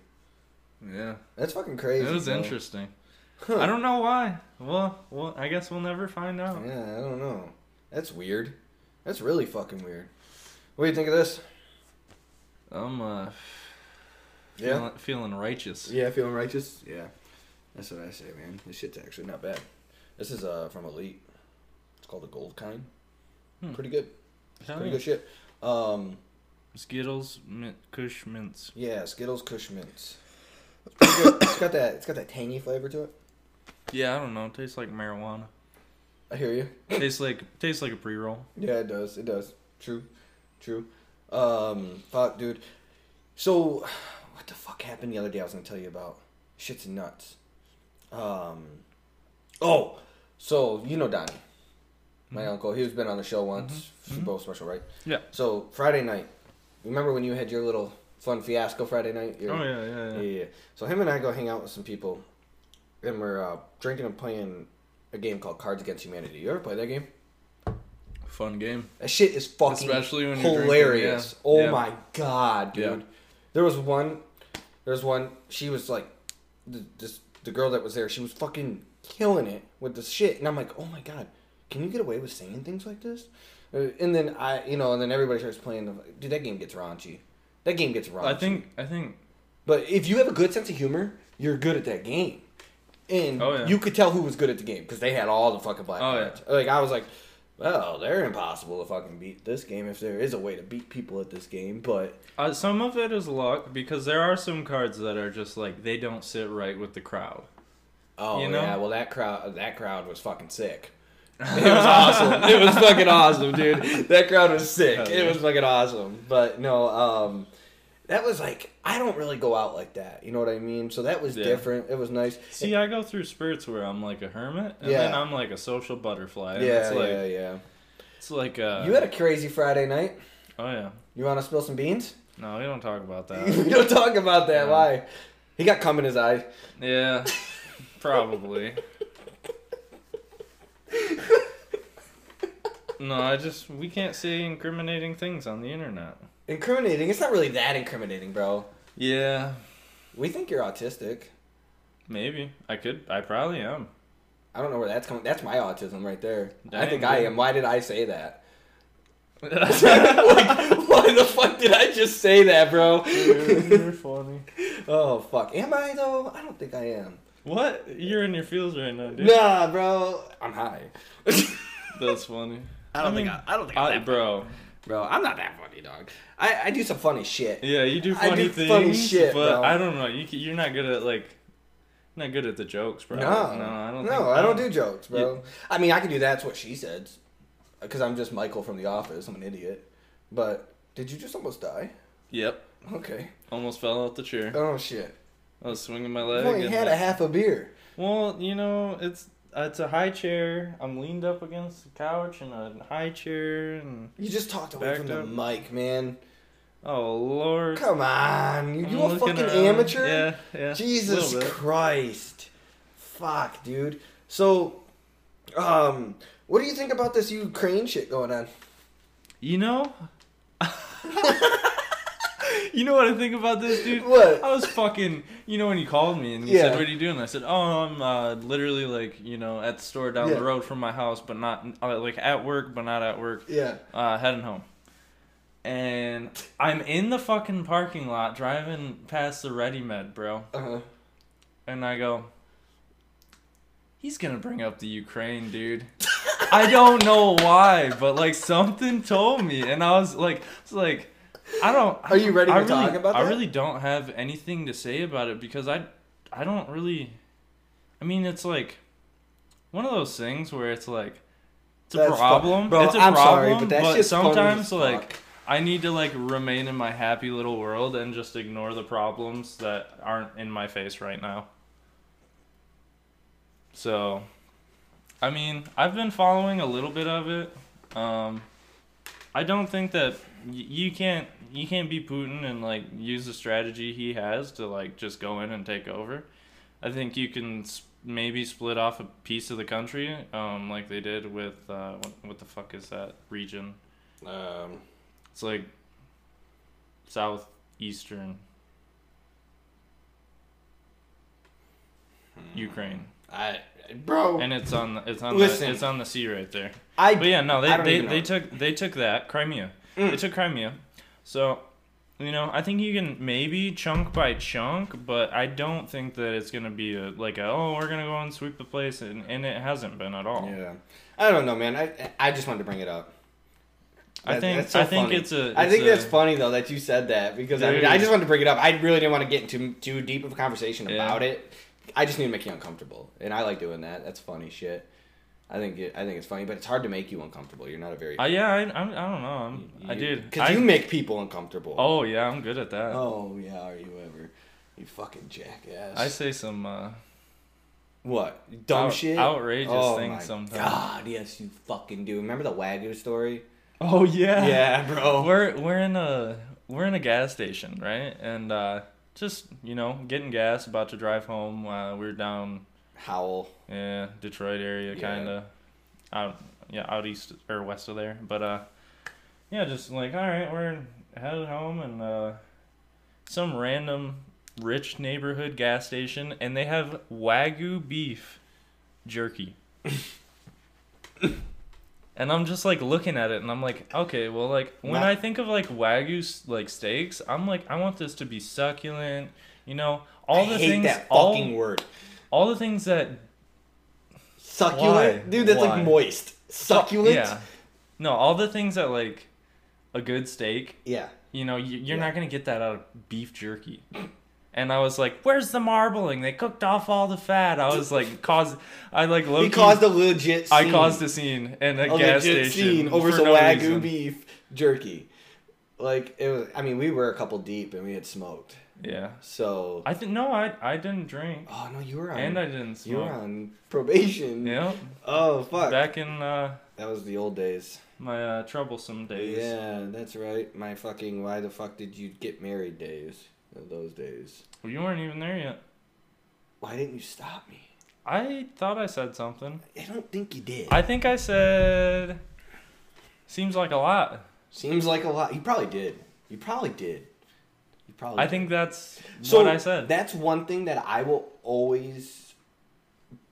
Speaker 4: yeah.
Speaker 1: That's fucking crazy.
Speaker 4: It was
Speaker 1: bro.
Speaker 4: interesting.
Speaker 1: Huh.
Speaker 4: I don't know why. Well, well, I guess we'll never find out.
Speaker 1: Yeah, I don't know. That's weird. That's really fucking weird. What do you think of this?
Speaker 4: I'm uh,
Speaker 1: Yeah.
Speaker 4: feeling, feeling righteous.
Speaker 1: Yeah, feeling righteous. Yeah, that's what I say, man. This shit's actually not bad. This is uh from Elite. It's called the Gold Kind. Pretty good. Pretty
Speaker 4: Hell Hmm. Oh, yeah.
Speaker 1: good shit. Um,
Speaker 4: Skittles, mint, Kush mints.
Speaker 1: yeah, Skittles Kush Mints. Pretty good. it's got that. It's got that tangy flavor to it.
Speaker 4: Yeah, I don't know. Tastes like marijuana.
Speaker 1: I hear you.
Speaker 4: tastes like tastes like a pre roll.
Speaker 1: Yeah, it does. It does. True. True. Um, fuck, dude. So, what the fuck happened the other day? I was gonna tell you about. Shit's nuts. Um. Oh, so you know Donnie, my
Speaker 4: Mm-hmm.
Speaker 1: uncle. He's been on the show once. mm special, right?
Speaker 4: Yeah.
Speaker 1: So Friday night, remember when you had your little fun fiasco Friday night? Your-
Speaker 4: Oh yeah, yeah,
Speaker 1: yeah,
Speaker 4: yeah.
Speaker 1: yeah. yeah. So him and I go hang out with some people, and we're uh, drinking and playing a game called Cards Against Humanity. You ever play that game?
Speaker 4: Fun game.
Speaker 1: That shit is fucking
Speaker 4: Especially when you're drinking,
Speaker 1: hilarious.
Speaker 4: yeah.
Speaker 1: Oh
Speaker 4: Yeah.
Speaker 1: my god, dude.
Speaker 4: Yeah.
Speaker 1: There was one. There was one. She was like, the, this the girl that was there. She was fucking killing it with the shit, and I'm like, oh my god, can you get away with saying things like this? Uh, And then I, you know, and then everybody starts playing. The, dude, that game gets raunchy. That game gets wrong.
Speaker 4: I think I think
Speaker 1: But if you have a good sense of humor, you're good at that game. And
Speaker 4: Oh, yeah.
Speaker 1: you could tell who was good at the game because they had all the fucking black
Speaker 4: Oh, yeah.
Speaker 1: cards. Like I was like, well, they're impossible to fucking beat this game if there is a way to beat people at this game. But
Speaker 4: uh, some of it is luck because there are some cards that are just like they don't sit right with the crowd.
Speaker 1: oh
Speaker 4: You know?
Speaker 1: yeah, well that crowd that crowd was fucking sick. It was awesome. It was fucking awesome, dude. That crowd was sick. It was fucking awesome. But no, um, that was like I don't really go out like that. You know what I mean? So that was
Speaker 4: Yeah.
Speaker 1: different. It was nice.
Speaker 4: See, I go through spirits where I'm like a hermit, and
Speaker 1: Yeah.
Speaker 4: then I'm like a social butterfly. And
Speaker 1: yeah,
Speaker 4: it's like,
Speaker 1: yeah, yeah.
Speaker 4: It's like uh,
Speaker 1: You had a crazy Friday night.
Speaker 4: oh yeah.
Speaker 1: You want to spill some beans?
Speaker 4: No, we don't talk about that.
Speaker 1: we don't talk about that. Why? He got cum in his eye.
Speaker 4: yeah, probably. No, I just we can't say incriminating things on the internet.
Speaker 1: Incriminating. It's not really that incriminating, bro.
Speaker 4: Yeah,
Speaker 1: We think you're autistic.
Speaker 4: maybe I could. I probably am.
Speaker 1: I don't know where that's coming. That's my autism right there. I
Speaker 4: Dang,
Speaker 1: think I
Speaker 4: dude.
Speaker 1: am. Why did I say that?
Speaker 4: You're
Speaker 1: like, why the fuck did I just say that, bro?
Speaker 4: funny.
Speaker 1: oh fuck. Am I though? I don't think I am.
Speaker 4: What? You're in your feels right now, dude.
Speaker 1: Nah, bro. I'm high.
Speaker 4: That's funny.
Speaker 1: I don't
Speaker 4: mean,
Speaker 1: think I, I don't think I'm
Speaker 4: I,
Speaker 1: that,
Speaker 4: bro.
Speaker 1: bro. I'm not that funny, dog. I, I do some funny shit.
Speaker 4: Yeah, you do
Speaker 1: I
Speaker 4: funny
Speaker 1: do
Speaker 4: things,
Speaker 1: funny shit,
Speaker 4: but
Speaker 1: bro.
Speaker 4: I don't know. You c- you're not good at like, not good at the jokes, bro.
Speaker 1: No,
Speaker 4: no, I don't.
Speaker 1: No,
Speaker 4: think,
Speaker 1: I don't do jokes, bro. I mean, I can do that's what she said, because I'm just Michael from The Office. I'm an idiot. But did you just almost die?
Speaker 4: Yep,
Speaker 1: Okay.
Speaker 4: almost fell out the chair.
Speaker 1: Oh shit.
Speaker 4: I was swinging my
Speaker 1: You
Speaker 4: leg.
Speaker 1: only
Speaker 4: and,
Speaker 1: had a
Speaker 4: like-
Speaker 1: half a beer.
Speaker 4: well, you know, it's uh, it's a high chair. I'm leaned up against the couch in a high chair, and
Speaker 1: You just talked away
Speaker 4: Backed
Speaker 1: from the
Speaker 4: up.
Speaker 1: mic, man.
Speaker 4: oh lord,
Speaker 1: Come on, you,
Speaker 4: I'm
Speaker 1: you a
Speaker 4: looking
Speaker 1: fucking
Speaker 4: around.
Speaker 1: amateur.
Speaker 4: Yeah, yeah.
Speaker 1: Jesus
Speaker 4: little bit.
Speaker 1: Christ. Fuck, dude. So, um, what do you think about this Ukraine shit going on?
Speaker 4: You know. You know what I think about this, dude?
Speaker 1: What?
Speaker 4: I was fucking. You know when you called me and you
Speaker 1: Yeah.
Speaker 4: said, "What are you doing?" I said, "Oh, I'm uh, literally like you know at the store down
Speaker 1: Yeah.
Speaker 4: the road from my house, but not uh, like at work, but not at work.
Speaker 1: Yeah.
Speaker 4: Uh, heading home." And I'm in the fucking parking lot driving past the Ready Med, bro,
Speaker 1: Uh huh.
Speaker 4: and I go, "He's gonna bring up the Ukraine, dude." I don't know why, but like something told me, and I was like, it's like, I don't.
Speaker 1: Are you ready
Speaker 4: I
Speaker 1: to
Speaker 4: really,
Speaker 1: talk about
Speaker 4: I
Speaker 1: that?
Speaker 4: really don't have anything to say about it because I, I don't really. I mean, it's like one of those things where it's like, it's a
Speaker 1: That's fu-
Speaker 4: problem.
Speaker 1: Bro,
Speaker 4: it's a
Speaker 1: I'm sorry, but
Speaker 4: problem,
Speaker 1: that shit's funny as
Speaker 4: sometimes
Speaker 1: fuck.
Speaker 4: like. I need to like remain in my happy little world and just ignore the problems that aren't in my face right now. So, I mean, I've been following a little bit of it. Um, I don't think that y- you can't you can't be Putin and like use the strategy he has to like just go in and take over. I think you can s- maybe split off a piece of the country, um, like they did with uh, what, what the fuck is that region?
Speaker 1: Um,
Speaker 4: It's like southeastern Ukraine,
Speaker 1: I, bro.
Speaker 4: and it's on the, it's on
Speaker 1: Listen.
Speaker 4: the, it's on the sea right there.
Speaker 1: I,
Speaker 4: But yeah, no,
Speaker 1: I
Speaker 4: they
Speaker 1: don't
Speaker 4: they,
Speaker 1: even know. Mm.
Speaker 4: they took they took that Crimea. They took Crimea. So, you know, I think you can maybe chunk by chunk, but I don't think that it's gonna be a like a oh we're gonna go and sweep the place, and, and it hasn't been at all.
Speaker 1: Yeah, I don't know, man. I I just wanted to bring it up.
Speaker 4: I
Speaker 1: That-
Speaker 4: think
Speaker 1: that's so
Speaker 4: I think
Speaker 1: funny.
Speaker 4: it's a
Speaker 1: I
Speaker 4: it's
Speaker 1: think
Speaker 4: a-
Speaker 1: that's funny though that you said that because I mean
Speaker 4: Dude.
Speaker 1: I just wanted to bring it up. I really didn't want to get into too deep of a conversation
Speaker 4: Yeah.
Speaker 1: about it. I just need to make you uncomfortable, and I like doing that. That's funny shit. I think it, I think it's funny, but it's hard to make you uncomfortable. You're not a very
Speaker 4: Uh, yeah, I, I'm, I don't know. I'm, I did.
Speaker 1: because
Speaker 4: I-
Speaker 1: you make people uncomfortable.
Speaker 4: Oh yeah, I'm good at that.
Speaker 1: Oh, yeah, are you ever? You fucking jackass.
Speaker 4: I say some uh,
Speaker 1: What? Dumb
Speaker 4: Out-
Speaker 1: shit?
Speaker 4: outrageous
Speaker 1: oh,
Speaker 4: things
Speaker 1: my
Speaker 4: sometimes.
Speaker 1: God, yes, you fucking do. Remember the Wagyu story?
Speaker 4: Oh yeah.
Speaker 1: Yeah, bro.
Speaker 4: We're we're in a we're in a gas station, right? And uh, just you know, getting gas, about to drive home. Uh, we were down
Speaker 1: Howl.
Speaker 4: yeah, Detroit area,
Speaker 1: Yeah.
Speaker 4: kind of out yeah out east or west of there. But uh, yeah, just like all right, we're headed home, and uh, some random rich neighborhood gas station, and they have wagyu beef jerky. And I'm just like looking at it, and I'm like, okay, well, like when
Speaker 1: Not-
Speaker 4: I think of like wagyu s- like steaks, I'm like, I want this to be succulent, you know, all
Speaker 1: I
Speaker 4: the
Speaker 1: hate
Speaker 4: things,
Speaker 1: that fucking
Speaker 4: all,
Speaker 1: word.
Speaker 4: all the things that
Speaker 1: Succulent,
Speaker 4: Why?
Speaker 1: dude. That's
Speaker 4: Why?
Speaker 1: like moist. Succulent.
Speaker 4: Yeah. No, all the things that like a good steak,
Speaker 1: Yeah.
Speaker 4: you know, you, you're
Speaker 1: Yeah.
Speaker 4: not going to get that out of beef jerky. And I was like, "Where's the marbling? They cooked off all the fat." I was like, "Cause I like low
Speaker 1: He caused a legit. Scene.
Speaker 4: I caused a scene in a,
Speaker 1: a
Speaker 4: gas
Speaker 1: legit
Speaker 4: station
Speaker 1: scene over
Speaker 4: for
Speaker 1: some
Speaker 4: no
Speaker 1: wagyu
Speaker 4: reason.
Speaker 1: beef jerky. Like it was. I mean, we were a couple deep and we had smoked.
Speaker 4: Yeah,
Speaker 1: So.
Speaker 4: I think no, I I didn't drink
Speaker 1: oh no, you were on.
Speaker 4: and I didn't
Speaker 1: you were
Speaker 4: smoke.
Speaker 1: on probation.
Speaker 4: Yeah,
Speaker 1: Oh fuck.
Speaker 4: back in uh,
Speaker 1: that was the old days.
Speaker 4: my uh, troublesome days.
Speaker 1: Yeah, that's right. My fucking why the fuck did you get married days? Of Those days.
Speaker 4: Well, you weren't even there yet.
Speaker 1: Why didn't you stop me?
Speaker 4: I thought I said something.
Speaker 1: I don't think you did.
Speaker 4: I think I said. Seems like a lot.
Speaker 1: Seems like a lot. You probably did. You probably did. You probably.
Speaker 4: I
Speaker 1: did.
Speaker 4: think that's
Speaker 1: so
Speaker 4: what I said.
Speaker 1: That's one thing that I will always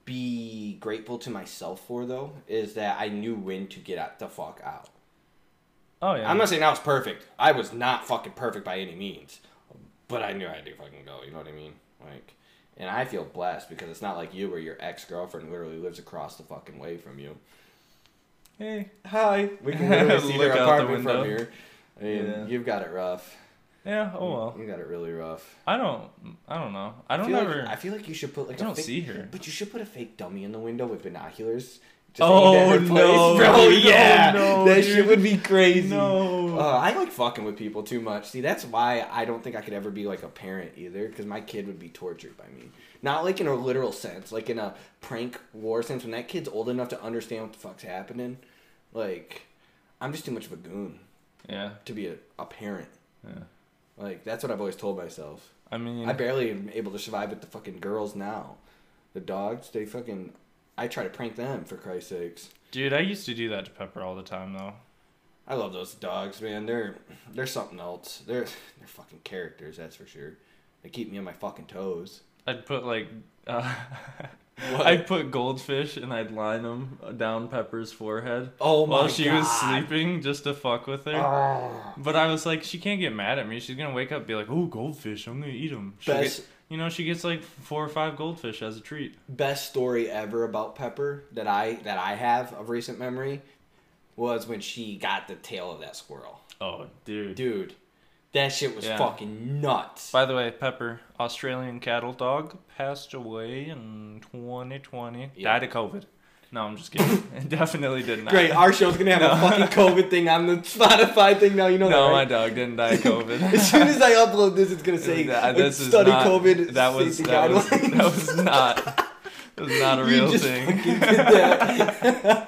Speaker 1: be grateful to myself for, though, is that I knew when to get out the fuck out.
Speaker 4: oh yeah.
Speaker 1: I'm not saying I was perfect. I was not fucking perfect by any means, but I knew I had to fucking go. You know what I mean? Like, and I feel blessed because it's not like you where your ex girlfriend literally lives across the fucking way from you.
Speaker 4: hey.
Speaker 1: Hi. We can literally see their
Speaker 4: Look out the
Speaker 1: apartment
Speaker 4: window.
Speaker 1: from here. I mean,
Speaker 4: Yeah.
Speaker 1: you've got it rough.
Speaker 4: Yeah. Oh well.
Speaker 1: You got it really rough.
Speaker 4: I don't. I don't know. I
Speaker 1: I
Speaker 4: don't
Speaker 1: feel,
Speaker 4: ever.
Speaker 1: like, I feel like you should put like
Speaker 4: I
Speaker 1: a
Speaker 4: don't
Speaker 1: fake,
Speaker 4: see her.
Speaker 1: But you should put a fake dummy in the window with binoculars. Just
Speaker 4: Oh,
Speaker 1: aimed at her
Speaker 4: no,
Speaker 1: place. Bro,
Speaker 4: dude.
Speaker 1: yeah,
Speaker 4: Oh, no,
Speaker 1: that
Speaker 4: dude.
Speaker 1: shit would be crazy.
Speaker 4: No.
Speaker 1: Uh, I like fucking with people too much. See, that's why I don't think I could ever be like a parent either, because my kid would be tortured by me. Not like in a literal sense, like in a prank war sense. When that kid's old enough to understand what the fuck's happening, like I'm just too much of a goon
Speaker 4: yeah.
Speaker 1: to be a, a parent.
Speaker 4: Yeah.
Speaker 1: Like that's what I've always told myself.
Speaker 4: I mean.
Speaker 1: I barely am able to survive with the fucking girls now. The dogs, they fucking. I try to prank them for Christ's sakes.
Speaker 4: Dude, I used to do that to Pepper all the time though.
Speaker 1: I love those dogs, man. They're they're something else. They're they're fucking characters, that's for sure. They keep me on my fucking toes.
Speaker 4: I'd put like, uh, I'd put goldfish and I'd line them down Pepper's forehead
Speaker 1: Oh
Speaker 4: while
Speaker 1: my
Speaker 4: she was
Speaker 1: God. Uh.
Speaker 4: sleeping just to fuck with her. But I was like, she can't get mad at me. She's gonna wake up and be like, "Oh, goldfish! I'm gonna eat them."
Speaker 1: Best-
Speaker 4: you know, she gets like four or five goldfish as a treat.
Speaker 1: Best story ever about Pepper that I that I have of recent memory was when she got the tail of that squirrel.
Speaker 4: Oh, dude.
Speaker 1: Dude, that shit was
Speaker 4: Yeah.
Speaker 1: fucking nuts.
Speaker 4: By the way, Pepper, Australian cattle dog, passed away in 2020.
Speaker 1: Yeah.
Speaker 4: Died of COVID. No, I'm just kidding. Definitely did not.
Speaker 1: Great, our show's gonna have a fucking COVID thing on the Spotify thing now. You know
Speaker 4: No,
Speaker 1: that,
Speaker 4: my
Speaker 1: right?
Speaker 4: dog didn't die of COVID.
Speaker 1: As soon as I upload this, it's gonna say
Speaker 4: That-
Speaker 1: like,
Speaker 4: this is
Speaker 1: study
Speaker 4: not-
Speaker 1: COVID.
Speaker 4: That was
Speaker 1: safety
Speaker 4: that was,
Speaker 1: guidelines."
Speaker 4: that was not that was not a
Speaker 1: You
Speaker 4: real
Speaker 1: just
Speaker 4: thing.
Speaker 1: fucking did that.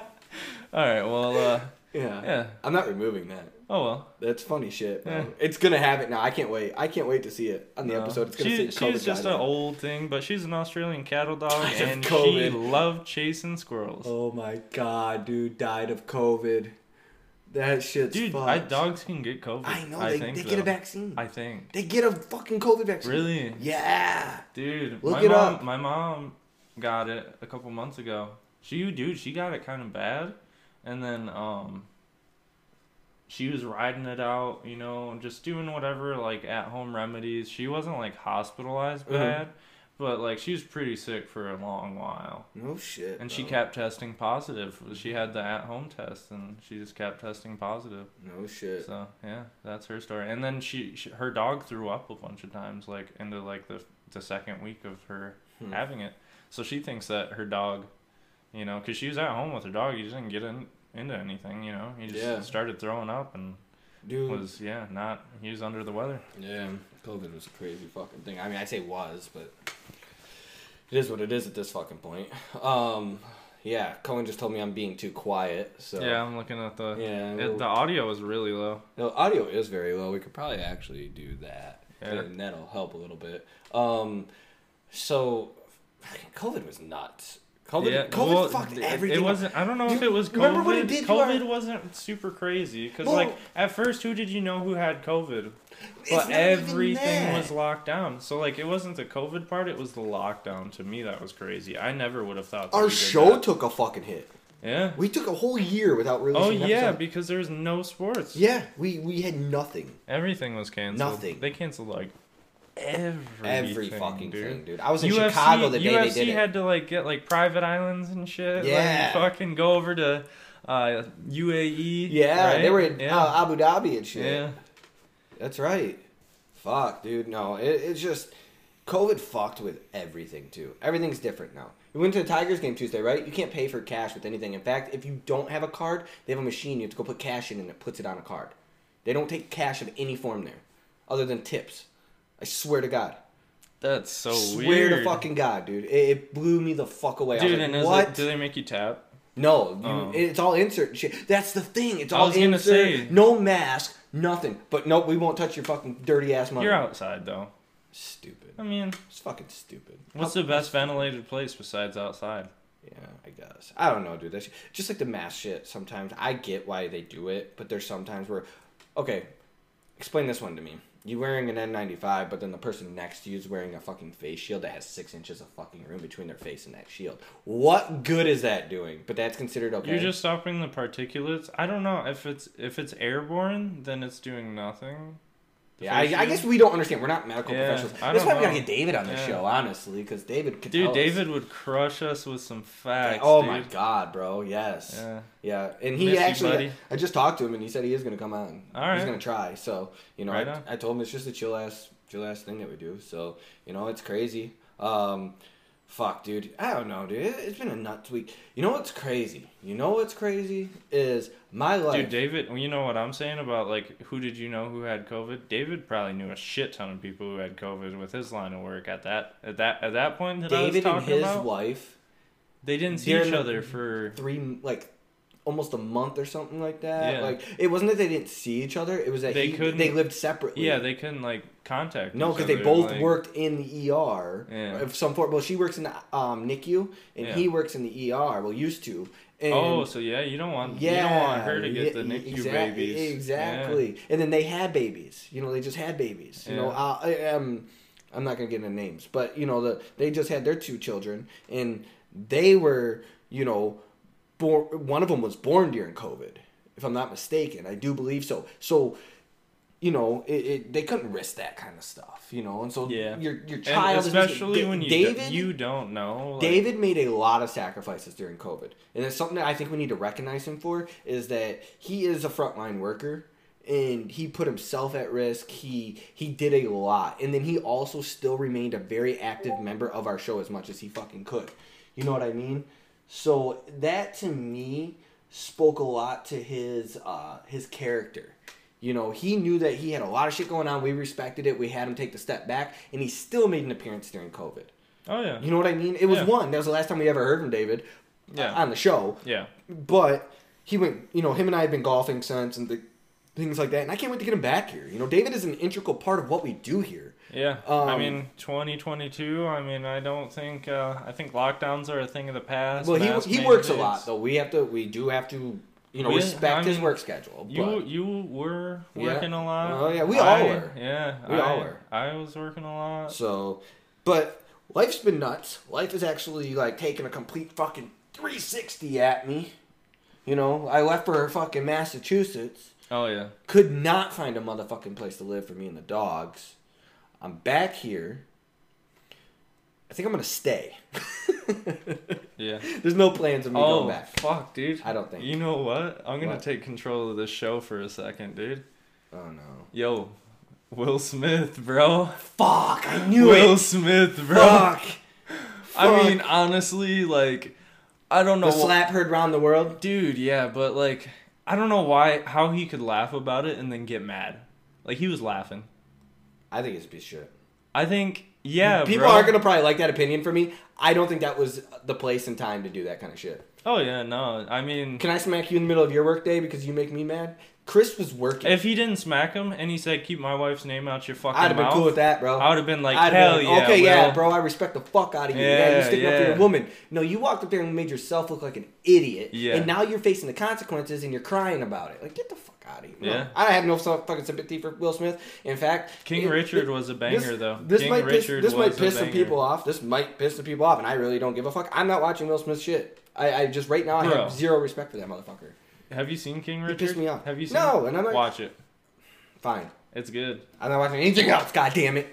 Speaker 4: All right, well, uh,
Speaker 1: yeah.
Speaker 4: yeah.
Speaker 1: I'm not removing that.
Speaker 4: Oh well.
Speaker 1: That's funny shit. bro.
Speaker 4: Yeah.
Speaker 1: It's gonna have it now. I can't wait. I can't wait to see it on the
Speaker 4: No.
Speaker 1: episode. It's gonna
Speaker 4: She,
Speaker 1: say COVID.
Speaker 4: she's just an
Speaker 1: guidelines.
Speaker 4: old thing, but she's an Australian cattle dog,
Speaker 1: Died of
Speaker 4: and she
Speaker 1: COVID.
Speaker 4: loved chasing squirrels.
Speaker 1: Oh my god, dude died of COVID. That shit's
Speaker 4: Dude,
Speaker 1: fucked.
Speaker 4: I, dogs can get COVID.
Speaker 1: I know they,
Speaker 4: think
Speaker 1: they get a
Speaker 4: though.
Speaker 1: vaccine.
Speaker 4: I think,
Speaker 1: they get a fucking COVID vaccine.
Speaker 4: Really?
Speaker 1: Yeah.
Speaker 4: dude.
Speaker 1: Look
Speaker 4: my
Speaker 1: it
Speaker 4: mom,
Speaker 1: up.
Speaker 4: my mom got it a couple months ago. She, dude, she got it kind of bad, and then um, she was riding it out, you know, just doing whatever like at home remedies. She wasn't like
Speaker 1: Mm-hmm.
Speaker 4: hospitalized bad, but like she was pretty sick for a long while.
Speaker 1: No shit.
Speaker 4: And she
Speaker 1: bro.
Speaker 4: kept testing positive. She had the at home test and she just kept testing positive.
Speaker 1: No shit.
Speaker 4: So, yeah, that's her story. And then she, she her dog threw up a bunch of times like into like the the second week of her
Speaker 1: Hmm.
Speaker 4: having it. So she thinks that her dog, you know, cuz she was at home with her dog, he just didn't get in, into anything, you know. He just
Speaker 1: Yeah.
Speaker 4: started throwing up and
Speaker 1: Dude.
Speaker 4: was yeah, not he was under the weather.
Speaker 1: Yeah, COVID was a crazy fucking thing. I mean, I say was, but it is what it is at this fucking point. Um, yeah, Cohen just told me I'm being too quiet, so
Speaker 4: Yeah, I'm looking at the
Speaker 1: Oh. Yeah,
Speaker 4: it-
Speaker 1: we'll-
Speaker 4: the audio was really low.
Speaker 1: No, audio is very low. We could probably actually do that,
Speaker 4: Yeah.
Speaker 1: and that'll help a little bit. Um, so fucking COVID was nuts. COVID, Oh, COVID
Speaker 4: well,
Speaker 1: fucked
Speaker 4: it-
Speaker 1: everything.
Speaker 4: It
Speaker 1: up.
Speaker 4: wasn't. I don't know if
Speaker 1: You-
Speaker 4: it was COVID.
Speaker 1: remember what it did to our-
Speaker 4: COVID wasn't super crazy because,
Speaker 1: Well-
Speaker 4: like, at first, who did you know who had COVID?
Speaker 1: not
Speaker 4: But
Speaker 1: even
Speaker 4: everything
Speaker 1: that.
Speaker 4: was locked down. So, like, it wasn't the COVID part; it was the lockdown. To me, that was crazy. I never would have thought. that
Speaker 1: Our
Speaker 4: we did
Speaker 1: show
Speaker 4: that.
Speaker 1: took a fucking hit.
Speaker 4: Yeah.
Speaker 1: We took a whole year without
Speaker 4: Oh
Speaker 1: releasing. an
Speaker 4: yeah,
Speaker 1: episode.
Speaker 4: because there's no sports.
Speaker 1: yeah. We we had nothing.
Speaker 4: Everything was canceled.
Speaker 1: Nothing.
Speaker 4: They canceled like everything.
Speaker 1: Every fucking
Speaker 4: dude.
Speaker 1: thing, dude. I was in
Speaker 4: UFC,
Speaker 1: Chicago the day
Speaker 4: UFC
Speaker 1: they did it.
Speaker 4: had to like get like private islands and shit. like,
Speaker 1: Yeah.
Speaker 4: fucking go over to uh, UAE.
Speaker 1: Yeah,
Speaker 4: right?
Speaker 1: they were in
Speaker 4: yeah.
Speaker 1: uh, Abu Dhabi and shit.
Speaker 4: yeah.
Speaker 1: That's right. Fuck, dude. No, it, it's just COVID fucked with everything too. Everything's different now. We went to the Tigers game Tuesday, right? You can't pay for cash with anything. In fact, if you don't have a card, they have a machine. You have to go put cash in, and it puts it on a card. They don't take cash of any form there, other than tips. I swear to God.
Speaker 4: That's so
Speaker 1: swear
Speaker 4: Oh, weird.
Speaker 1: to fucking God, dude. It, it blew me the fuck away. I was
Speaker 4: Dude,
Speaker 1: like,
Speaker 4: and is
Speaker 1: what?
Speaker 4: it, do they make you tap?
Speaker 1: No, you,
Speaker 4: Oh.
Speaker 1: it's all insert and shit. That's the thing. It's
Speaker 4: I
Speaker 1: all
Speaker 4: was gonna
Speaker 1: insert.
Speaker 4: say.
Speaker 1: No mask, nothing. But nope, we won't touch your fucking dirty ass money.
Speaker 4: You're Um, outside though.
Speaker 1: Stupid.
Speaker 4: I mean,
Speaker 1: It's fucking stupid.
Speaker 4: what's the best ventilated place besides outside?
Speaker 1: Yeah, I guess. I don't know, dude. That's just like the mask shit. Sometimes I get why they do it, but there's sometimes where, okay, explain this one to me. You wearing an N95, but then the person next to you is wearing a fucking face shield that has six inches of fucking room between their face and that shield. What good is that doing? But that's considered okay.
Speaker 4: You're just stopping the particulates. I don't know if it's if it's airborne, then it's doing nothing. The
Speaker 1: Yeah, I,
Speaker 4: face
Speaker 1: I
Speaker 4: shield?
Speaker 1: guess we don't understand. We're not medical
Speaker 4: Yeah,
Speaker 1: professionals.
Speaker 4: I
Speaker 1: That's
Speaker 4: don't
Speaker 1: why we gotta
Speaker 4: know.
Speaker 1: get David on the
Speaker 4: Yeah.
Speaker 1: show, honestly, because David could
Speaker 4: Dude,
Speaker 1: tell us.
Speaker 4: David would crush us with some facts.
Speaker 1: Oh
Speaker 4: dude.
Speaker 1: my god, bro! Yes, yeah,
Speaker 4: Yeah.
Speaker 1: and he
Speaker 4: Miss you,
Speaker 1: actually,
Speaker 4: buddy.
Speaker 1: I just talked to him, and he said he is gonna come on.
Speaker 4: All
Speaker 1: he's
Speaker 4: right.
Speaker 1: gonna try. So you know,
Speaker 4: Right
Speaker 1: I,
Speaker 4: on.
Speaker 1: I told him it's just a chill ass, chill ass thing that we do. So you know, it's crazy. Um, fuck, dude, I don't know, dude. It, has been a nuts week. You know what's crazy? You know what's crazy is my life.
Speaker 4: Dude, David, well, you know what I'm saying about like who did you know who had COVID? David probably knew a shit ton of people who had COVID with his line of work at that at that at that point that I was
Speaker 1: David and
Speaker 4: talking
Speaker 1: his
Speaker 4: about.
Speaker 1: wife
Speaker 4: they didn't see
Speaker 1: they're
Speaker 4: each
Speaker 1: the-
Speaker 4: other for
Speaker 1: three like almost a month or something like that.
Speaker 4: Yeah.
Speaker 1: Like it wasn't that they didn't see each other; it was that
Speaker 4: They
Speaker 1: he-
Speaker 4: couldn't-
Speaker 1: They lived separately.
Speaker 4: yeah they couldn't like contact.
Speaker 1: no,
Speaker 4: each
Speaker 1: because they
Speaker 4: other,
Speaker 1: both
Speaker 4: like-
Speaker 1: worked in the ER
Speaker 4: Yeah.
Speaker 1: of some form. Well, she works in the um, NICU, and
Speaker 4: Yeah.
Speaker 1: he works in the ER. Well, used to. And
Speaker 4: Oh, so yeah, you don't want
Speaker 1: yeah,
Speaker 4: you don't want her to get
Speaker 1: yeah,
Speaker 4: the NICU
Speaker 1: exac-
Speaker 4: babies. Yeah.
Speaker 1: Exactly. And then they had babies. You know, they just had babies. You know,
Speaker 4: Yeah.
Speaker 1: uh, I, um, I'm not gonna get into names, but you know, the they just had their two children, and they were, you know, born. One of them was born during COVID, if I'm not mistaken. I do believe so. So. You know, it, it, they couldn't risk that kind of stuff. You know, and so
Speaker 4: Yeah.
Speaker 1: your your
Speaker 4: And
Speaker 1: child, is-
Speaker 4: especially when you
Speaker 1: David,
Speaker 4: don't, you don't know. like-
Speaker 1: David made a lot of sacrifices during COVID, and it's something that I think we need to recognize him for. Is that he is a frontline worker, and he put himself at risk. He he did a lot, and then he also still remained a very active member of our show as much as he fucking could. You know what I mean? So that to me spoke a lot to his uh, his character. You know, he knew that he had a lot of shit going on. We respected it. We had him take the step back, and he still made an appearance during COVID.
Speaker 4: Oh yeah.
Speaker 1: You know what I mean? It was
Speaker 4: Yeah.
Speaker 1: one. That was the last time we ever heard from David uh,
Speaker 4: Yeah.
Speaker 1: on the show.
Speaker 4: yeah.
Speaker 1: But he went, you know, him and I have been golfing since and the, things like that. And I can't wait to get him back here. You know, David is an integral part of what we do here.
Speaker 4: Yeah, I
Speaker 1: Um,
Speaker 4: mean, 2022. I mean, I don't think. Uh, I think lockdowns are a thing of the past.
Speaker 1: Well,
Speaker 4: mask
Speaker 1: he, he works a lot,
Speaker 4: mandates.
Speaker 1: though. We have to, we do have to, you know,
Speaker 4: We-
Speaker 1: respect
Speaker 4: I
Speaker 1: his
Speaker 4: mean,
Speaker 1: work schedule.
Speaker 4: You
Speaker 1: but
Speaker 4: you were
Speaker 1: Yeah.
Speaker 4: working a lot.
Speaker 1: Oh, yeah, we all
Speaker 4: I-
Speaker 1: were.
Speaker 4: Yeah,
Speaker 1: We
Speaker 4: I,
Speaker 1: all were.
Speaker 4: I was working a lot.
Speaker 1: So, but life's been nuts. Life is actually like taking a complete fucking 360 at me. You know, I left for fucking Massachusetts.
Speaker 4: Oh yeah,
Speaker 1: could not find a motherfucking place to live for me and the dogs. I'm back here. I think I'm gonna stay.
Speaker 4: yeah.
Speaker 1: There's no plans of me
Speaker 4: Oh
Speaker 1: going back.
Speaker 4: fuck, dude.
Speaker 1: I don't think-
Speaker 4: You know what? I'm gonna
Speaker 1: What?
Speaker 4: take control of this show for a second, dude.
Speaker 1: Oh no.
Speaker 4: Yo, Will Smith, bro.
Speaker 1: Fuck! I knew
Speaker 4: Will
Speaker 1: it.
Speaker 4: Smith, bro.
Speaker 1: Fuck.
Speaker 4: I mean,
Speaker 1: Fuck.
Speaker 4: honestly, like, I don't know.
Speaker 1: The
Speaker 4: wh-
Speaker 1: slap heard round the world.
Speaker 4: Dude, yeah, but like, I don't know why how he could laugh about it and then get mad. Like he was laughing.
Speaker 1: I think it's a piece of shit.
Speaker 4: I think yeah,
Speaker 1: People
Speaker 4: bro.
Speaker 1: are gonna probably like that opinion for me. I don't think that was the place and time to do that kind of shit.
Speaker 4: Oh yeah, no. I mean,
Speaker 1: Can I smack you in the middle of your workday because you make me mad? Chris was working.
Speaker 4: if he didn't smack him and he said, "Keep my wife's name out your fucking
Speaker 1: I'd have been
Speaker 4: mouth,"
Speaker 1: cool with that, bro.
Speaker 4: I would have been like,
Speaker 1: I'd
Speaker 4: "Hell
Speaker 1: have been,
Speaker 4: yeah,
Speaker 1: okay, yeah,
Speaker 4: Will."
Speaker 1: bro. I respect the fuck out of you. Yeah,
Speaker 4: Yeah,
Speaker 1: you're sticking up for
Speaker 4: yeah.
Speaker 1: your woman. No, you walked up there and made yourself look like an idiot.
Speaker 4: Yeah.
Speaker 1: and now you're facing the consequences and you're crying about it. Like, get the fuck out of here.
Speaker 4: Yeah.
Speaker 1: No, I have no self- fucking sympathy for Will Smith. In fact,
Speaker 4: King
Speaker 1: it-
Speaker 4: Richard
Speaker 1: it-
Speaker 4: was a banger,
Speaker 1: this,
Speaker 4: though.
Speaker 1: This
Speaker 4: King
Speaker 1: might
Speaker 4: Richard
Speaker 1: piss, this might
Speaker 4: was a
Speaker 1: piss some
Speaker 4: banger.
Speaker 1: people off. This might piss some people off, and I really don't give a fuck. I'm not watching Will Smith shit. I, I just right now I
Speaker 4: Bro.
Speaker 1: have zero respect for that motherfucker.
Speaker 4: Have you seen King Richard?
Speaker 1: pissed me off.
Speaker 4: Have you seen?
Speaker 1: No,
Speaker 4: it?
Speaker 1: and I'm not-
Speaker 4: watch it.
Speaker 1: Fine,
Speaker 4: It's good.
Speaker 1: I'm not watching anything else. God damn it.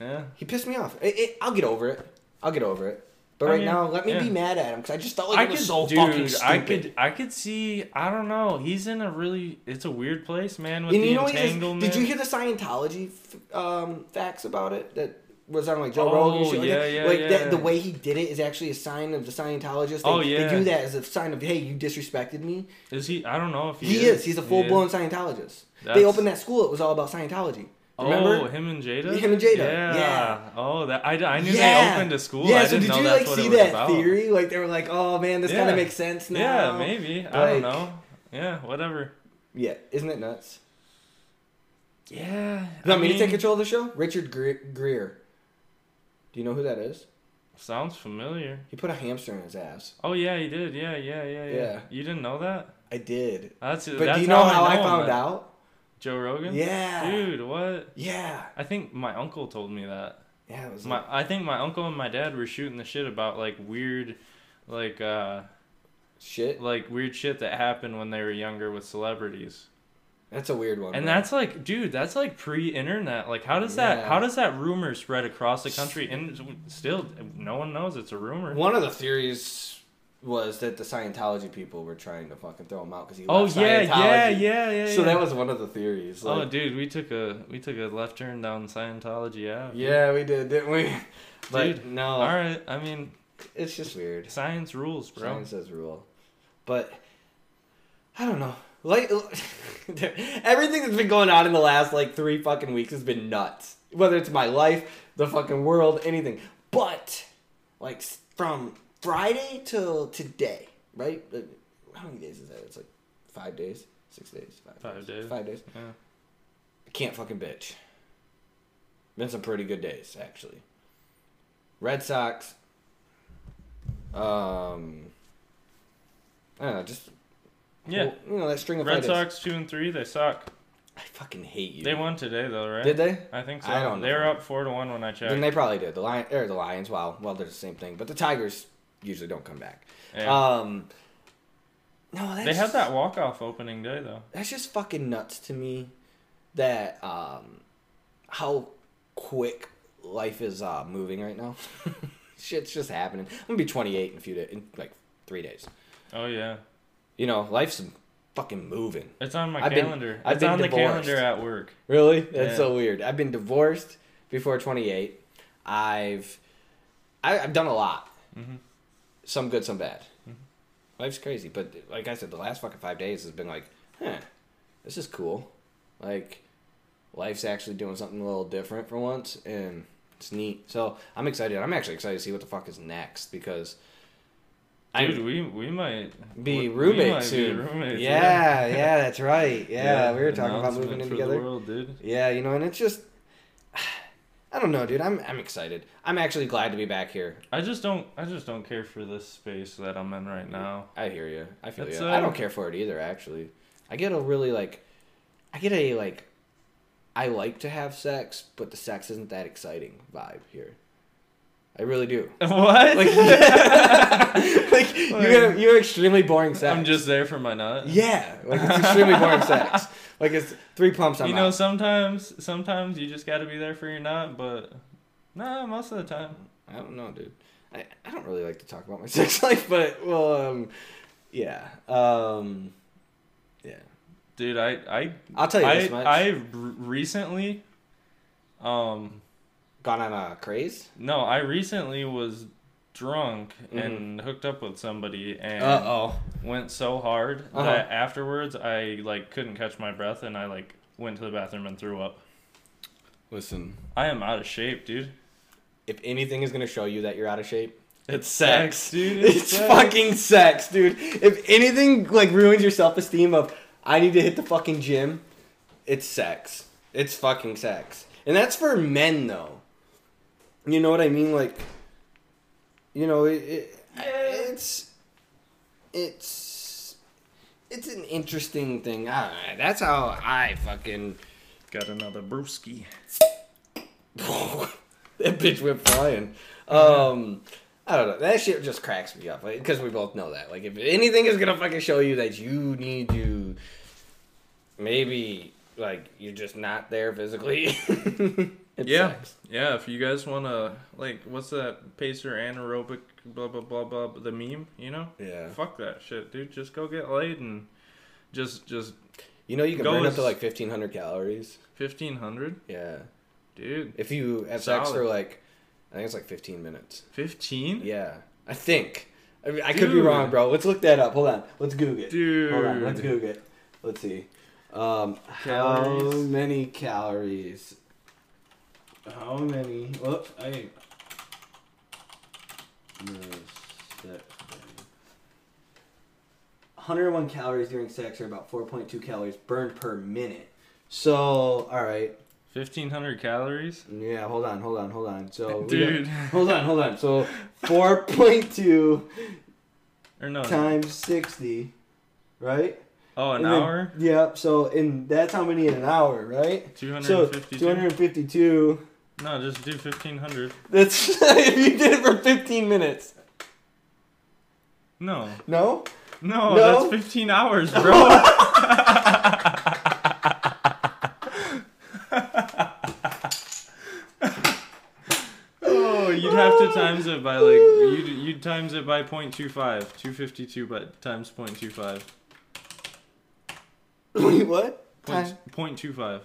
Speaker 4: Yeah.
Speaker 1: He pissed me off. It, it, I'll get over it. I'll get over it. But
Speaker 4: I
Speaker 1: right
Speaker 4: mean,
Speaker 1: now, let me
Speaker 4: yeah.
Speaker 1: be mad at him because I just felt like it was so
Speaker 4: dude,
Speaker 1: fucking stupid.
Speaker 4: I could, I could see. I don't know. He's in a really, it's a weird place, man. With
Speaker 1: and
Speaker 4: the
Speaker 1: you know what? he says?
Speaker 4: entanglement.
Speaker 1: Did you hear the Scientology f- um, facts about it? That was on like Joe
Speaker 4: Oh,
Speaker 1: Rogan. and shit like
Speaker 4: yeah,
Speaker 1: that?
Speaker 4: yeah,
Speaker 1: Like
Speaker 4: yeah.
Speaker 1: that, the way he did it is actually a sign of the Scientologists. They,
Speaker 4: Oh,
Speaker 1: They
Speaker 4: yeah.
Speaker 1: do that as a sign of hey, you disrespected me.
Speaker 4: Is he? I don't know if he,
Speaker 1: He
Speaker 4: is.
Speaker 1: is. He's a full blown Scientologist.
Speaker 4: That's-
Speaker 1: They opened that school. It was all about Scientology. Remember?
Speaker 4: Oh, him and Jada.
Speaker 1: Him and Jada,
Speaker 4: Yeah.
Speaker 1: yeah.
Speaker 4: Oh, that I, I knew they opened a school.
Speaker 1: Yeah,
Speaker 4: I
Speaker 1: so
Speaker 4: didn't
Speaker 1: did
Speaker 4: know
Speaker 1: you
Speaker 4: that's
Speaker 1: like
Speaker 4: what
Speaker 1: see
Speaker 4: it was
Speaker 1: that
Speaker 4: about.
Speaker 1: theory? Like they were like, oh man, this kind
Speaker 4: Yeah.
Speaker 1: of makes sense now.
Speaker 4: Yeah, maybe. I don't
Speaker 1: Like-
Speaker 4: know. Yeah, whatever.
Speaker 1: Yeah, isn't it nuts?
Speaker 4: Yeah.
Speaker 1: You want me to take control of the show? Richard Gre- Greer. Do you know who that is?
Speaker 4: Sounds familiar.
Speaker 1: He put a hamster in his ass.
Speaker 4: Oh yeah, he did. Yeah, yeah, yeah, yeah.
Speaker 1: Yeah.
Speaker 4: You didn't know that?
Speaker 1: I did.
Speaker 4: That's
Speaker 1: But
Speaker 4: that's
Speaker 1: do you know how I,
Speaker 4: know him,
Speaker 1: found
Speaker 4: then.
Speaker 1: out?
Speaker 4: Joe Rogan.
Speaker 1: Yeah.
Speaker 4: Dude, what?
Speaker 1: Yeah.
Speaker 4: I think my uncle told me that.
Speaker 1: Yeah, it was
Speaker 4: My
Speaker 1: like,
Speaker 4: I think my uncle and my dad were shooting the shit about like weird, like uh
Speaker 1: shit.
Speaker 4: like weird shit that happened when they were younger with celebrities.
Speaker 1: That's a weird one.
Speaker 4: And
Speaker 1: bro.
Speaker 4: that's like, dude, that's like pre-internet. Like, how does that?
Speaker 1: Yeah.
Speaker 4: How does that rumor spread across the country? And still, no one knows it's a rumor.
Speaker 1: one of the theories was that the Scientology people were trying to fucking throw him out because he
Speaker 4: Oh
Speaker 1: left
Speaker 4: yeah, yeah,
Speaker 1: Scientology.
Speaker 4: yeah, yeah.
Speaker 1: So
Speaker 4: yeah.
Speaker 1: that was one of the theories.
Speaker 4: Oh,
Speaker 1: Like,
Speaker 4: dude, we took a we took a left turn down Scientology Ave.
Speaker 1: yeah, we did, didn't we? But
Speaker 4: Dude,
Speaker 1: no,
Speaker 4: All right, I mean,
Speaker 1: it's just weird.
Speaker 4: science rules, bro.
Speaker 1: Science says rule. But I don't know. Like everything that's been going on in the last like three fucking weeks has been nuts. Whether it's my life, the fucking world, anything. But like s- from Friday till today, right? Like, How many days is that? It's like five days, six days, five,
Speaker 4: Five days.
Speaker 1: five days.
Speaker 4: Yeah.
Speaker 1: I can't fucking bitch. Been some pretty good days actually. Red Sox. Um, I don't know, just
Speaker 4: Yeah.
Speaker 1: well, you know that string of
Speaker 4: Red
Speaker 1: fights.
Speaker 4: Sox two and three, they suck.
Speaker 1: I fucking hate you.
Speaker 4: They won today though, right?
Speaker 1: Did they?
Speaker 4: I think so.
Speaker 1: I don't
Speaker 4: They were
Speaker 1: know.
Speaker 4: up four to one when I checked.
Speaker 1: Then they probably did. The lion or the Lions. Wow. Well, they're the same thing, but the Tigers usually don't come back.
Speaker 4: Yeah.
Speaker 1: Um, no, that's
Speaker 4: they had that walk off opening day though.
Speaker 1: that's just fucking nuts to me that um how quick life is uh moving right now shit's just happening i'm gonna be 28 in a few days in like three days
Speaker 4: Oh yeah.
Speaker 1: you know life's fucking moving
Speaker 4: It's on my
Speaker 1: I've been-
Speaker 4: calendar.
Speaker 1: I've
Speaker 4: it's
Speaker 1: been
Speaker 4: on
Speaker 1: divorced.
Speaker 4: the calendar at work.
Speaker 1: really that's
Speaker 4: Yeah.
Speaker 1: so weird i've been divorced before 28 i've I, i've done a lot
Speaker 4: Mm-hmm.
Speaker 1: some good some bad life's crazy but like i said the last fucking five days has been like huh this is cool like life's actually doing something a little different for once and it's neat so i'm excited i'm actually excited to see what the fuck is next because
Speaker 4: Dude,
Speaker 1: i
Speaker 4: we we might
Speaker 1: be
Speaker 4: we- we might
Speaker 1: roommates
Speaker 4: be
Speaker 1: soon.
Speaker 4: roommates,
Speaker 1: yeah, yeah, that's right. Yeah, we were talking about
Speaker 4: announcement
Speaker 1: moving in
Speaker 4: for
Speaker 1: together.
Speaker 4: The world, dude.
Speaker 1: Yeah, you know, and it's just I don't know, dude. I'm I'm excited. I'm actually glad to be back here.
Speaker 4: I just don't I just don't care for this space that I'm in right now.
Speaker 1: I hear you. I feel
Speaker 4: It's,
Speaker 1: you. I
Speaker 4: uh,
Speaker 1: don't care for it either. Actually, I get a really like, I get a like, I like to have sex, but the sex isn't that exciting vibe here. I really do.
Speaker 4: what?
Speaker 1: Like, like you have you have extremely boring sex.
Speaker 4: I'm just there for my nut.
Speaker 1: yeah, like it's extremely boring sex. Like it's three pumps. I'm
Speaker 4: you know,
Speaker 1: out.
Speaker 4: sometimes sometimes you just got to be there for your nut, but nah, most of the time.
Speaker 1: I don't know, dude. I, I don't really like to talk about my sex life, but well, um, yeah, um, yeah.
Speaker 4: Dude, I I
Speaker 1: I'll tell you
Speaker 4: I
Speaker 1: this much.
Speaker 4: I r- recently um
Speaker 1: Gone on a craze.
Speaker 4: no, I recently was drunk
Speaker 1: Mm-hmm.
Speaker 4: and hooked up with somebody and went so hard
Speaker 1: Uh-huh.
Speaker 4: that afterwards I like couldn't catch my breath and I like went to the bathroom and threw up.
Speaker 1: Listen,
Speaker 4: I am out of shape, dude.
Speaker 1: if anything is gonna show you that you're out of shape,
Speaker 4: It's sex, dude.
Speaker 1: It's
Speaker 4: sex.
Speaker 1: fucking sex, dude. If anything like ruins your self esteem of I need to hit the fucking gym, it's sex. It's fucking sex. And that's for men though. You know what I mean? Like you know, it, it it's it's it's an interesting thing. I don't know. That's how I fucking.
Speaker 4: Got another brewski.
Speaker 1: that bitch went flying. Um, I don't know. That shit just cracks me up because we both know that. Like, if anything is gonna fucking show you that you need to, maybe like you're just not there physically. it
Speaker 4: Yeah,
Speaker 1: sucks.
Speaker 4: yeah. If you guys wanna like, what's that pacer anaerobic blah blah blah blah the meme? You know?
Speaker 1: Yeah.
Speaker 4: Fuck that shit, dude. Just go get laid and just just
Speaker 1: You know, you can
Speaker 4: Go
Speaker 1: burn up
Speaker 4: with-
Speaker 1: to like 1,500 calories.
Speaker 4: fifteen hundred,
Speaker 1: Yeah.
Speaker 4: dude.
Speaker 1: If you have sex
Speaker 4: Solid.
Speaker 1: for like, I think it's like 15 minutes.
Speaker 4: Fifteen,
Speaker 1: Yeah. I think. I, mean, I could be
Speaker 4: Dude.
Speaker 1: wrong, bro. Let's look that up. Hold on. Let's Google it.
Speaker 4: dude.
Speaker 1: Hold on, let's Google it. Let's see. Um, How
Speaker 4: Calories.
Speaker 1: many calories? How many? Whoop, I. No, sex thing. 101 calories during sex are about 4.2 calories burned per minute. So, all right.
Speaker 4: Fifteen hundred calories,
Speaker 1: Yeah, hold on, hold on, hold on. So, we got-
Speaker 4: dude.
Speaker 1: hold on, hold on. So, 4.2
Speaker 4: or no?
Speaker 1: times 60, right?
Speaker 4: Oh, an
Speaker 1: And then-
Speaker 4: hour.
Speaker 1: Yep. So and that's how many in an hour, right?
Speaker 4: Two
Speaker 1: So
Speaker 4: hundred fifty.
Speaker 1: 252.
Speaker 4: No, just do fifteen hundred.
Speaker 1: That's if you did it for 15 minutes.
Speaker 4: No,
Speaker 1: No. No?
Speaker 4: no, that's fifteen hours, bro. oh, you'd have to times it by like you'd you'd times it by 0.25, 252 by times 0.25.
Speaker 1: Wait, what?
Speaker 4: Point,
Speaker 1: Time.
Speaker 4: 0.25.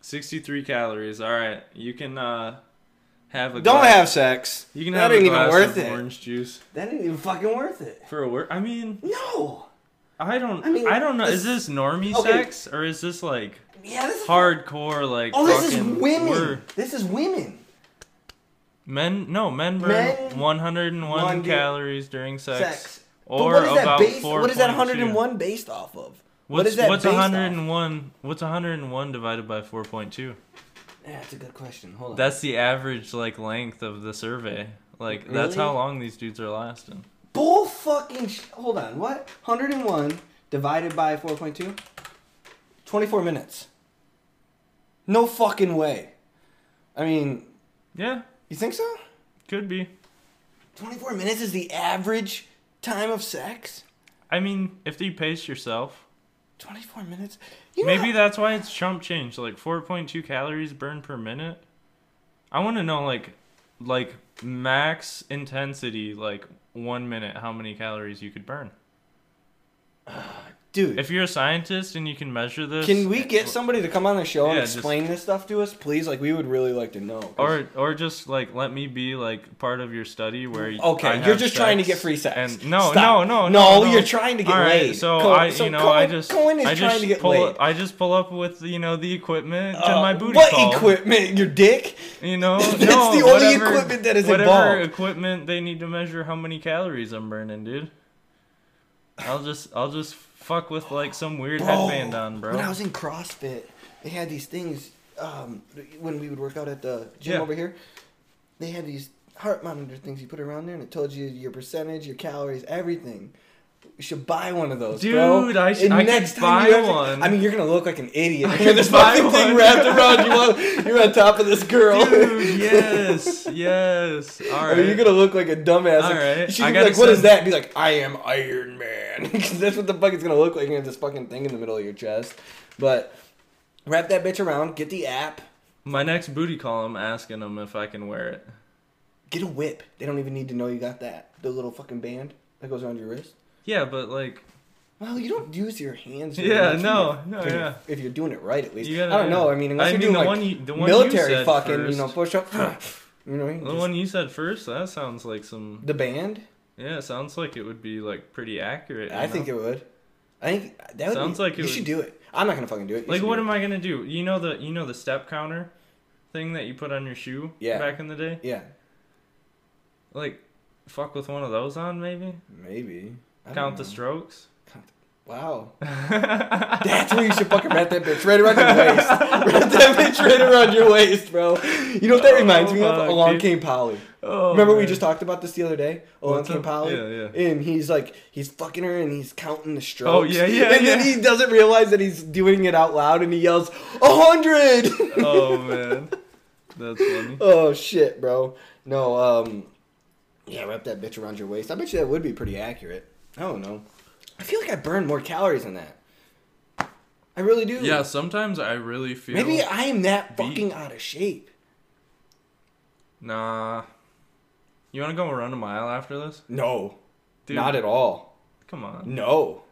Speaker 4: 63 calories. All right, you can uh have a
Speaker 1: Don't
Speaker 4: glass-
Speaker 1: have sex.
Speaker 4: You can
Speaker 1: that
Speaker 4: have
Speaker 1: ain't
Speaker 4: a
Speaker 1: even
Speaker 4: glass
Speaker 1: worth
Speaker 4: of
Speaker 1: it.
Speaker 4: orange juice
Speaker 1: That ain't even fucking worth it.
Speaker 4: for a work. I mean,
Speaker 1: No.
Speaker 4: I don't.
Speaker 1: I
Speaker 4: I,
Speaker 1: mean,
Speaker 4: don't know. Is this normie
Speaker 1: okay.
Speaker 4: sex or is this like
Speaker 1: Yeah. This is
Speaker 4: hardcore? Like
Speaker 1: Oh, this is
Speaker 4: fucking-
Speaker 1: women.
Speaker 4: we're-
Speaker 1: This is women.
Speaker 4: Men no men burn
Speaker 1: Men-
Speaker 4: 101
Speaker 1: One du-
Speaker 4: calories during sex.
Speaker 1: Sex. But
Speaker 4: Or
Speaker 1: what is that
Speaker 4: about
Speaker 1: based? What is that
Speaker 4: 4.2.
Speaker 1: 101 based off of?
Speaker 4: What's,
Speaker 1: what is that
Speaker 4: What's
Speaker 1: based
Speaker 4: 101? What's 101 divided by 4.2?
Speaker 1: off? Yeah, that's a good question. Hold on.
Speaker 4: That's the average like length of the survey. Like that's
Speaker 1: Really?
Speaker 4: how long these dudes are lasting.
Speaker 1: bull fucking sh- hold on what 101 divided by 4.2 24 minutes no fucking way i mean
Speaker 4: Yeah,
Speaker 1: you think so
Speaker 4: could be.
Speaker 1: 24 minutes is the average time of sex
Speaker 4: I mean, if you pace yourself,
Speaker 1: 24 minutes you know
Speaker 4: maybe
Speaker 1: how-
Speaker 4: that's why it's chump change. Like 4.2 calories burned per minute. I want to know like like max intensity like 1 minute how many calories you could burn.
Speaker 1: dude
Speaker 4: If you're a scientist and you can measure this, eh,
Speaker 1: can we get somebody to come on the show and
Speaker 4: Yeah, just-
Speaker 1: explain this stuff to us please like we would really like to know 'cause-
Speaker 4: or or just like let me be like part of your study where you-
Speaker 1: Okay,
Speaker 4: I
Speaker 1: you're
Speaker 4: have
Speaker 1: just trying to
Speaker 4: sex
Speaker 1: get free sex.
Speaker 4: And no,
Speaker 1: Stop.
Speaker 4: no, no,
Speaker 1: No,
Speaker 4: no,
Speaker 1: you're trying to get
Speaker 4: Alright,
Speaker 1: laid.
Speaker 4: So
Speaker 1: Co-
Speaker 4: I,
Speaker 1: so
Speaker 4: you know,
Speaker 1: Cohen-
Speaker 4: I just
Speaker 1: Cohen is
Speaker 4: I just
Speaker 1: trying to get
Speaker 4: pull,
Speaker 1: laid.
Speaker 4: I just pull up with you know the equipment to
Speaker 1: Uh,
Speaker 4: my booty
Speaker 1: what
Speaker 4: call.
Speaker 1: equipment your dick
Speaker 4: You know,
Speaker 1: That's
Speaker 4: no,
Speaker 1: the only
Speaker 4: whatever,
Speaker 1: equipment that is
Speaker 4: whatever
Speaker 1: involved.
Speaker 4: equipment they need to measure how many calories I'm burning, dude. I'll just I'll just fuck with like some weird headband on, bro.
Speaker 1: When I was in CrossFit, they had these things um, when we would work out at the gym
Speaker 4: Yeah.
Speaker 1: over here. They had these heart monitor things you put around there, and it told you your percentage, your calories, everything. You should buy one of those, bro.
Speaker 4: Dude, I should-
Speaker 1: And
Speaker 4: I could
Speaker 1: time
Speaker 4: buy
Speaker 1: you have to-
Speaker 4: one.
Speaker 1: I mean, you're gonna look like an idiot.
Speaker 4: I
Speaker 1: You're
Speaker 4: could
Speaker 1: this
Speaker 4: buy
Speaker 1: fucking thing
Speaker 4: one.
Speaker 1: wrapped around you. While you're on top of this girl.
Speaker 4: Dude, yes, yes. All
Speaker 1: I
Speaker 4: right.
Speaker 1: mean, you're gonna look like a dumbass.
Speaker 4: All
Speaker 1: Like,
Speaker 4: right.
Speaker 1: She's
Speaker 4: I
Speaker 1: gonna be
Speaker 4: gotta
Speaker 1: like, "What is
Speaker 4: send-
Speaker 1: that?" And be like, "I am Iron Man," 'Cause that's what the fuck it's gonna look like. You have this fucking thing in the middle of your chest. But wrap that bitch around. Get the app.
Speaker 4: My next booty call, I'm asking them if I can wear it.
Speaker 1: Get a whip. They don't even need to know you got that. The little fucking band that goes around your wrist.
Speaker 4: Yeah, but like,
Speaker 1: Well, you don't use your hands. very much
Speaker 4: Yeah,
Speaker 1: when
Speaker 4: no,
Speaker 1: you're-
Speaker 4: no,
Speaker 1: when you're-
Speaker 4: yeah.
Speaker 1: If you're doing it right, at least.
Speaker 4: You gotta-
Speaker 1: I don't
Speaker 4: yeah.
Speaker 1: know. I mean, unless
Speaker 4: I
Speaker 1: you're
Speaker 4: mean,
Speaker 1: doing
Speaker 4: the
Speaker 1: like
Speaker 4: one you- the one you
Speaker 1: military
Speaker 4: said
Speaker 1: fucking, you know,
Speaker 4: first.
Speaker 1: push up. you know, you
Speaker 4: the
Speaker 1: just-
Speaker 4: one you said first, that sounds like some.
Speaker 1: the band.
Speaker 4: Yeah, sounds like it would be like pretty accurate.
Speaker 1: I think it would. I think that would
Speaker 4: Sounds
Speaker 1: be,
Speaker 4: like it
Speaker 1: you
Speaker 4: would-
Speaker 1: should do it. I'm not gonna fucking do it. You
Speaker 4: Like,
Speaker 1: should
Speaker 4: what
Speaker 1: do it.
Speaker 4: am I gonna do? You know the you know the step counter thing that you put on your shoe
Speaker 1: Yeah.
Speaker 4: back in the day.
Speaker 1: Yeah,
Speaker 4: Like, fuck with one of those on maybe.
Speaker 1: maybe. I don't
Speaker 4: Count the
Speaker 1: know.
Speaker 4: strokes.
Speaker 1: Count the- Wow. That's where you should fucking wrap that bitch right around your waist. wrap that bitch right around your waist, bro. You know what that reminds me
Speaker 4: fuck,
Speaker 1: of? Along
Speaker 4: dude.
Speaker 1: Came Polly.
Speaker 4: Oh,
Speaker 1: Remember we
Speaker 4: man.
Speaker 1: just talked about this the other day? Along
Speaker 4: What's
Speaker 1: Came
Speaker 4: up?
Speaker 1: Polly?
Speaker 4: Yeah, yeah.
Speaker 1: And he's like, he's fucking her and he's counting the strokes.
Speaker 4: Oh, yeah, yeah,
Speaker 1: And then
Speaker 4: yeah.
Speaker 1: he doesn't realize that he's doing it out loud and he yells, A hundred!
Speaker 4: Oh man, that's funny.
Speaker 1: oh, shit, bro. No, um, yeah, wrap that bitch around your waist. I bet you that would be pretty accurate. I don't know. I feel like I burned more calories than that. I really do.
Speaker 4: Yeah, sometimes I really feel.
Speaker 1: Maybe I am that
Speaker 4: beat.
Speaker 1: fucking out of shape.
Speaker 4: Nah. You want to go run a mile after this?
Speaker 1: No,
Speaker 4: Dude,
Speaker 1: not at all.
Speaker 4: Come on.
Speaker 1: No,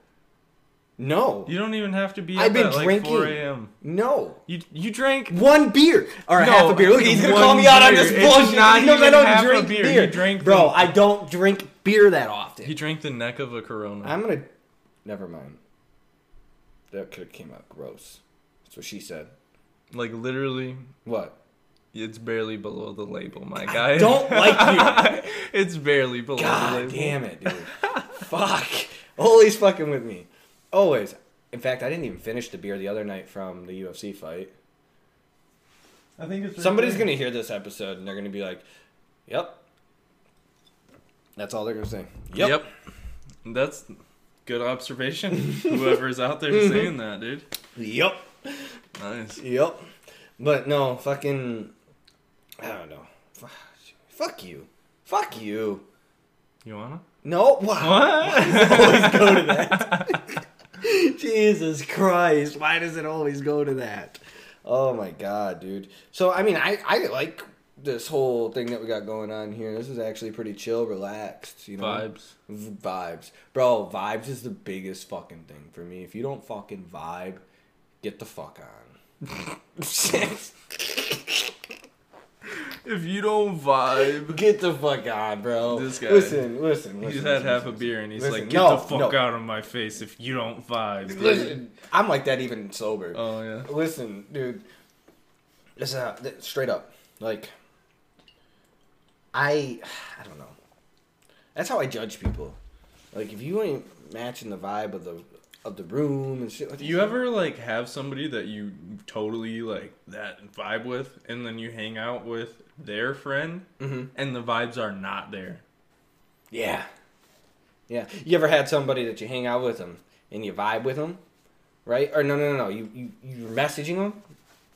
Speaker 1: no,
Speaker 4: You don't even have to be.
Speaker 1: I've
Speaker 4: up
Speaker 1: been
Speaker 4: at, like,
Speaker 1: drinking.
Speaker 4: 4 a.m.
Speaker 1: no.
Speaker 4: You you drank.
Speaker 1: One beer or
Speaker 4: No,
Speaker 1: half a beer. Look, he's gonna call
Speaker 4: one
Speaker 1: me out on this
Speaker 4: beer. It's
Speaker 1: bullshit.
Speaker 4: not
Speaker 1: He knows I
Speaker 4: even
Speaker 1: don't
Speaker 4: half a
Speaker 1: drink
Speaker 4: beer.
Speaker 1: beer.
Speaker 4: You drank
Speaker 1: bro.
Speaker 4: the-
Speaker 1: I don't drink beer that often.
Speaker 4: You drank the neck of a Corona.
Speaker 1: I'm gonna. Never mind. That could have came out gross. That's what she said.
Speaker 4: like literally,
Speaker 1: What?
Speaker 4: it's barely below the label, my guy.
Speaker 1: Don't like you.
Speaker 4: it's barely below the
Speaker 1: God
Speaker 4: label.
Speaker 1: damn it, dude. Fuck. Always fucking with me. Always. In fact, I didn't even finish the beer the other night from the UFC fight.
Speaker 4: I think it's
Speaker 1: Somebody's gonna hear this episode and they're gonna be like, "Yep." That's all they're gonna say. Yep.
Speaker 4: Yep. That's good observation. Whoever's out there
Speaker 1: Mm-hmm.
Speaker 4: saying that, dude.
Speaker 1: Yep.
Speaker 4: Nice.
Speaker 1: Yep. But no, fucking. I don't know. Fuck- Fuck you. Fuck you.
Speaker 4: You wanna?
Speaker 1: No. Why? Why does it always go to that? Jesus Christ! Why does it always go to that? Oh my God, dude. So I mean, I I like this whole thing that we got going on here. This is actually pretty chill, relaxed. You know,
Speaker 4: Vibes.
Speaker 1: V- vibes, bro. Vibes is the biggest fucking thing for me. If you don't fucking vibe, get the fuck on.
Speaker 4: If you don't vibe,
Speaker 1: Get the fuck on, bro.
Speaker 4: This guy.
Speaker 1: Listen, listen, listen.
Speaker 4: he's
Speaker 1: listen,
Speaker 4: had half a
Speaker 1: listen.
Speaker 4: beer and he's
Speaker 1: Listen,
Speaker 4: like, "Get
Speaker 1: no,
Speaker 4: the fuck
Speaker 1: no.
Speaker 4: out of my face if you don't vibe." dude."
Speaker 1: Listen, I'm like that even sober.
Speaker 4: Oh yeah.
Speaker 1: Listen, dude. Listen, uh, th- straight up, like, I, I don't know. That's how I judge people. Like, if you ain't matching the vibe of the of the room and shit, like
Speaker 4: Do you ever like have somebody that you totally like that vibe with, and then you hang out with their friend,
Speaker 1: Mm-hmm.
Speaker 4: and the vibes are not there?
Speaker 1: Yeah. Yeah. You ever had somebody that you hang out with them and you vibe with them, right? Or no, no, no, no. You you you're messaging them.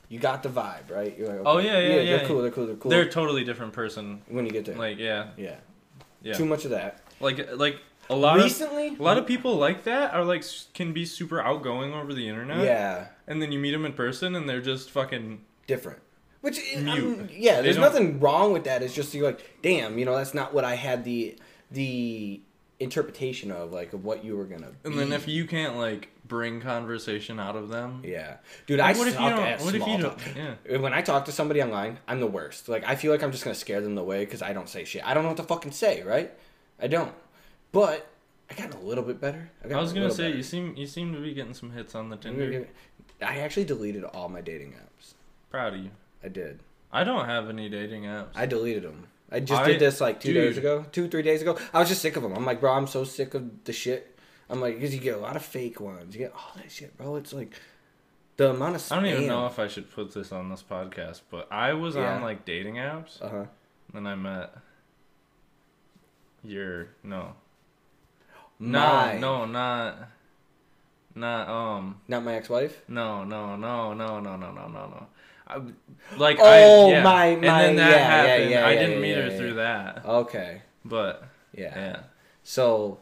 Speaker 1: You got the vibe, right? You're like,
Speaker 4: Oh, yeah, yeah,
Speaker 1: They're
Speaker 4: yeah.
Speaker 1: cool. They're cool. They're cool.
Speaker 4: They're a totally different person.
Speaker 1: when you get there,
Speaker 4: Like yeah,
Speaker 1: yeah.
Speaker 4: yeah.
Speaker 1: Too much of that.
Speaker 4: Like like a lot
Speaker 1: Recently?
Speaker 4: of a lot of people like that are like s- can be super outgoing over the internet.
Speaker 1: yeah.
Speaker 4: And then you meet them in person, and they're just fucking
Speaker 1: Different. Which i
Speaker 4: Mute.
Speaker 1: I'm- yeah,
Speaker 4: They
Speaker 1: there's
Speaker 4: don't-
Speaker 1: nothing wrong with that. It's just you're like, damn, you know, that's not what I had the the interpretation of like of what you were gonna.
Speaker 4: And then if you can't like bring conversation out of them,
Speaker 1: Yeah, dude, I
Speaker 4: Like,
Speaker 1: what
Speaker 4: what if
Speaker 1: suck
Speaker 4: you
Speaker 1: if
Speaker 4: don't-
Speaker 1: at
Speaker 4: what if
Speaker 1: small
Speaker 4: you
Speaker 1: talk.
Speaker 4: don't- yeah.
Speaker 1: When I talk to somebody online, I'm the worst. Like I feel like I'm just gonna scare them away because I don't say shit. I don't know what to fucking say, right? I don't. But I got a little bit better. got
Speaker 4: I was
Speaker 1: a
Speaker 4: gonna
Speaker 1: little
Speaker 4: say
Speaker 1: better.
Speaker 4: you seem you seem to be getting some hits on the
Speaker 1: I'm
Speaker 4: Tinder.
Speaker 1: gonna give it- I actually deleted all my dating apps.
Speaker 4: Proud of you.
Speaker 1: I did.
Speaker 4: I don't have any dating apps.
Speaker 1: I deleted them. I just
Speaker 4: I-
Speaker 1: did this like two days
Speaker 4: dude.
Speaker 1: ago, two three days ago. I was just sick of them. I'm like, bro, I'm so sick of the shit. I'm like, because you get a lot of fake ones. You get all that shit, bro. It's like the amount of. Spam.
Speaker 4: I don't even know if I should put this on this podcast, but I was
Speaker 1: Yeah.
Speaker 4: on like dating apps,
Speaker 1: Uh huh.
Speaker 4: and I met your no, no,
Speaker 1: My,
Speaker 4: no, not, not um,
Speaker 1: Not my ex-wife.
Speaker 4: no, no, no, no, no, no, no, no, no. I, like
Speaker 1: Oh,
Speaker 4: I, yeah.
Speaker 1: my-
Speaker 4: and
Speaker 1: my-
Speaker 4: then that
Speaker 1: yeah, yeah,
Speaker 4: happened.
Speaker 1: yeah,
Speaker 4: I
Speaker 1: yeah,
Speaker 4: didn't
Speaker 1: yeah,
Speaker 4: meet
Speaker 1: yeah,
Speaker 4: her
Speaker 1: yeah.
Speaker 4: through that,
Speaker 1: Okay.
Speaker 4: but
Speaker 1: Yeah.
Speaker 4: yeah.
Speaker 1: So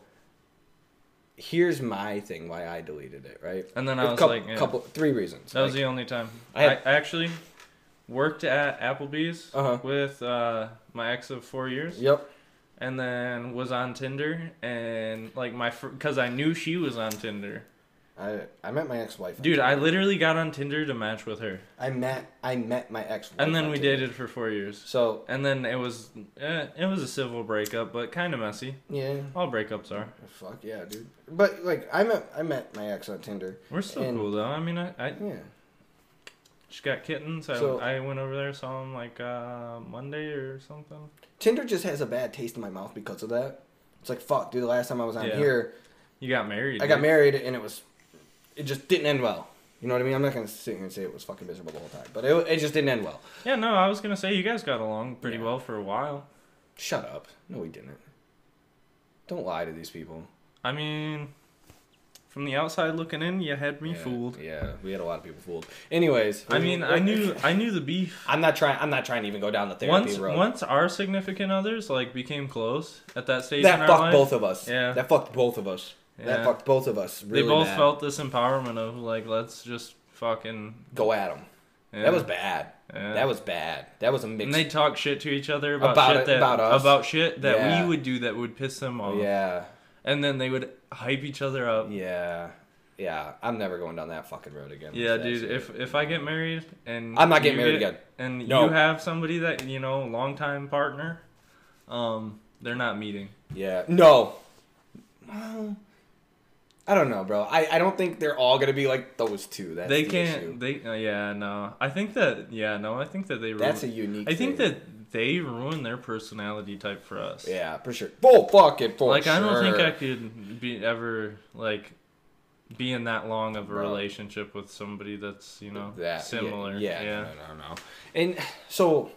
Speaker 1: here's my thing why I deleted it, right?
Speaker 4: And then I
Speaker 1: A
Speaker 4: was
Speaker 1: coup-
Speaker 4: like, yeah.
Speaker 1: couple three reasons.
Speaker 4: That was
Speaker 1: Like,
Speaker 4: the only time.
Speaker 1: I
Speaker 4: I,
Speaker 1: had-
Speaker 4: I actually worked at Applebee's
Speaker 1: Uh-huh.
Speaker 4: with uh, my ex of four years,
Speaker 1: Yep.
Speaker 4: and then was on Tinder and like my because I knew she was on Tinder.
Speaker 1: I I met my ex-wife. on
Speaker 4: Dude, I
Speaker 1: Tinder.
Speaker 4: literally got on Tinder to match with her,
Speaker 1: I met I met my ex-wife.
Speaker 4: and then
Speaker 1: on
Speaker 4: we
Speaker 1: Tinder.
Speaker 4: dated for four years.
Speaker 1: So
Speaker 4: And then it was eh, it was a civil breakup, but kind of messy.
Speaker 1: yeah,
Speaker 4: All breakups are.
Speaker 1: fuck yeah, dude. But like I met I met my ex on Tinder.
Speaker 4: We're still
Speaker 1: And-
Speaker 4: cool though. I mean, I, I
Speaker 1: Yeah.
Speaker 4: just got kittens. I,
Speaker 1: So-
Speaker 4: I went over there saw them like uh, Monday or something.
Speaker 1: Tinder just has a bad taste in my mouth because of that. It's like fuck, dude. The last time I was on
Speaker 4: Yeah.
Speaker 1: here,
Speaker 4: You got married.
Speaker 1: I got
Speaker 4: dude.
Speaker 1: married and it was, it just didn't end well. You know what I mean? I'm not gonna sit here and say it was fucking miserable the whole time, but it, it just didn't end well.
Speaker 4: Yeah, no, I was gonna say you guys got along pretty well for a while.
Speaker 1: Shut up. No, we didn't. Don't lie to these people.
Speaker 4: I mean, from the outside looking in, you had me
Speaker 1: Yeah,
Speaker 4: fooled.
Speaker 1: Yeah, we had a lot of people fooled. Anyways,
Speaker 4: I mean, I knew, I knew the beef.
Speaker 1: I'm not trying. I'm not trying to even go down the therapy
Speaker 4: Once,
Speaker 1: road.
Speaker 4: once our significant others like became close at that stage in
Speaker 1: that
Speaker 4: our
Speaker 1: fucked
Speaker 4: life,
Speaker 1: both of us.
Speaker 4: Yeah.
Speaker 1: That fucked both of us. That
Speaker 4: Yeah.
Speaker 1: fucked both of us. Really
Speaker 4: they both
Speaker 1: bad.
Speaker 4: felt this empowerment of like, let's just fucking.
Speaker 1: go at them.
Speaker 4: yeah.
Speaker 1: That was bad.
Speaker 4: Yeah.
Speaker 1: That was bad. That was a mix.
Speaker 4: And they talk shit to each other about,
Speaker 1: About
Speaker 4: shit
Speaker 1: it-
Speaker 4: that
Speaker 1: about us.
Speaker 4: shit that
Speaker 1: Yeah.
Speaker 4: we would do that would piss them off.
Speaker 1: yeah,
Speaker 4: And then they would hype each other up.
Speaker 1: yeah, yeah. I'm never going down that fucking road again.
Speaker 4: Yeah,
Speaker 1: That's
Speaker 4: dude.
Speaker 1: it.
Speaker 4: If if I get married and
Speaker 1: I'm not getting
Speaker 4: you
Speaker 1: married
Speaker 4: get-
Speaker 1: again.
Speaker 4: and
Speaker 1: No.
Speaker 4: you have somebody that you know, longtime partner, um, they're not meeting.
Speaker 1: Yeah. No. Well, I don't know, bro. I, I don't think they're all gonna be like those two. That's
Speaker 4: they
Speaker 1: the
Speaker 4: can't.
Speaker 1: issue.
Speaker 4: They uh, yeah no. I think that yeah no. I think that they. Ruin,
Speaker 1: That's a unique
Speaker 4: I think
Speaker 1: thing.
Speaker 4: that they ruin their personality type for us.
Speaker 1: Yeah, for sure. Full fucking for
Speaker 4: Like
Speaker 1: sure.
Speaker 4: I don't think I could be ever like be in that long of a
Speaker 1: Bro.
Speaker 4: relationship with somebody that's you know
Speaker 1: that yeah,
Speaker 4: similar.
Speaker 1: Yeah,
Speaker 4: yeah.
Speaker 1: No, no, no. And so,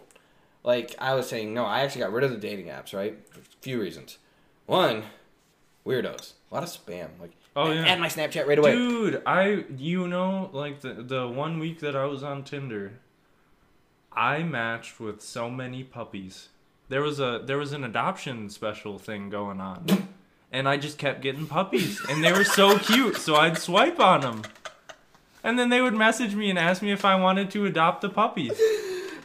Speaker 1: like I was saying, no, I actually got rid of the dating apps, right? For a few reasons. One, weirdos. A lot of spam. Like,
Speaker 4: Oh, yeah.
Speaker 1: add my Snapchat right away.
Speaker 4: Dude, I you know like the the one week that I was on Tinder, I matched with so many puppies. There was a there was an adoption special thing going on. And I just kept getting puppies and they were so cute, so I'd swipe on them. And then they would message me and ask me if I wanted to adopt the puppies.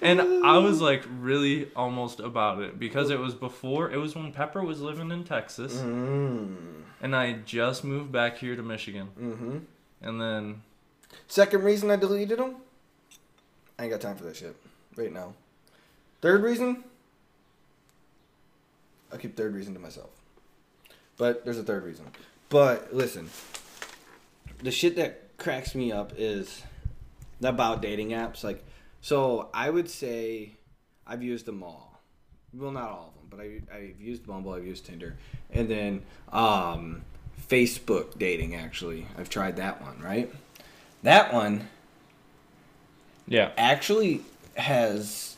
Speaker 4: And I was like really almost about it because it was before it was when Pepper was living in Texas and I just moved back here to Michigan. Mm-hmm. And then
Speaker 1: Second reason I deleted them. I ain't got time for that shit right now. Third reason. I'll keep third reason to myself. But there's a third reason. But listen, the shit that cracks me up is about dating apps. Like, so I would say I've used them all. Well, not all of them, but I, I've used Bumble, I've used Tinder, and then um, Facebook dating. Actually, I've tried that one. Right, that one
Speaker 4: yeah,
Speaker 1: actually has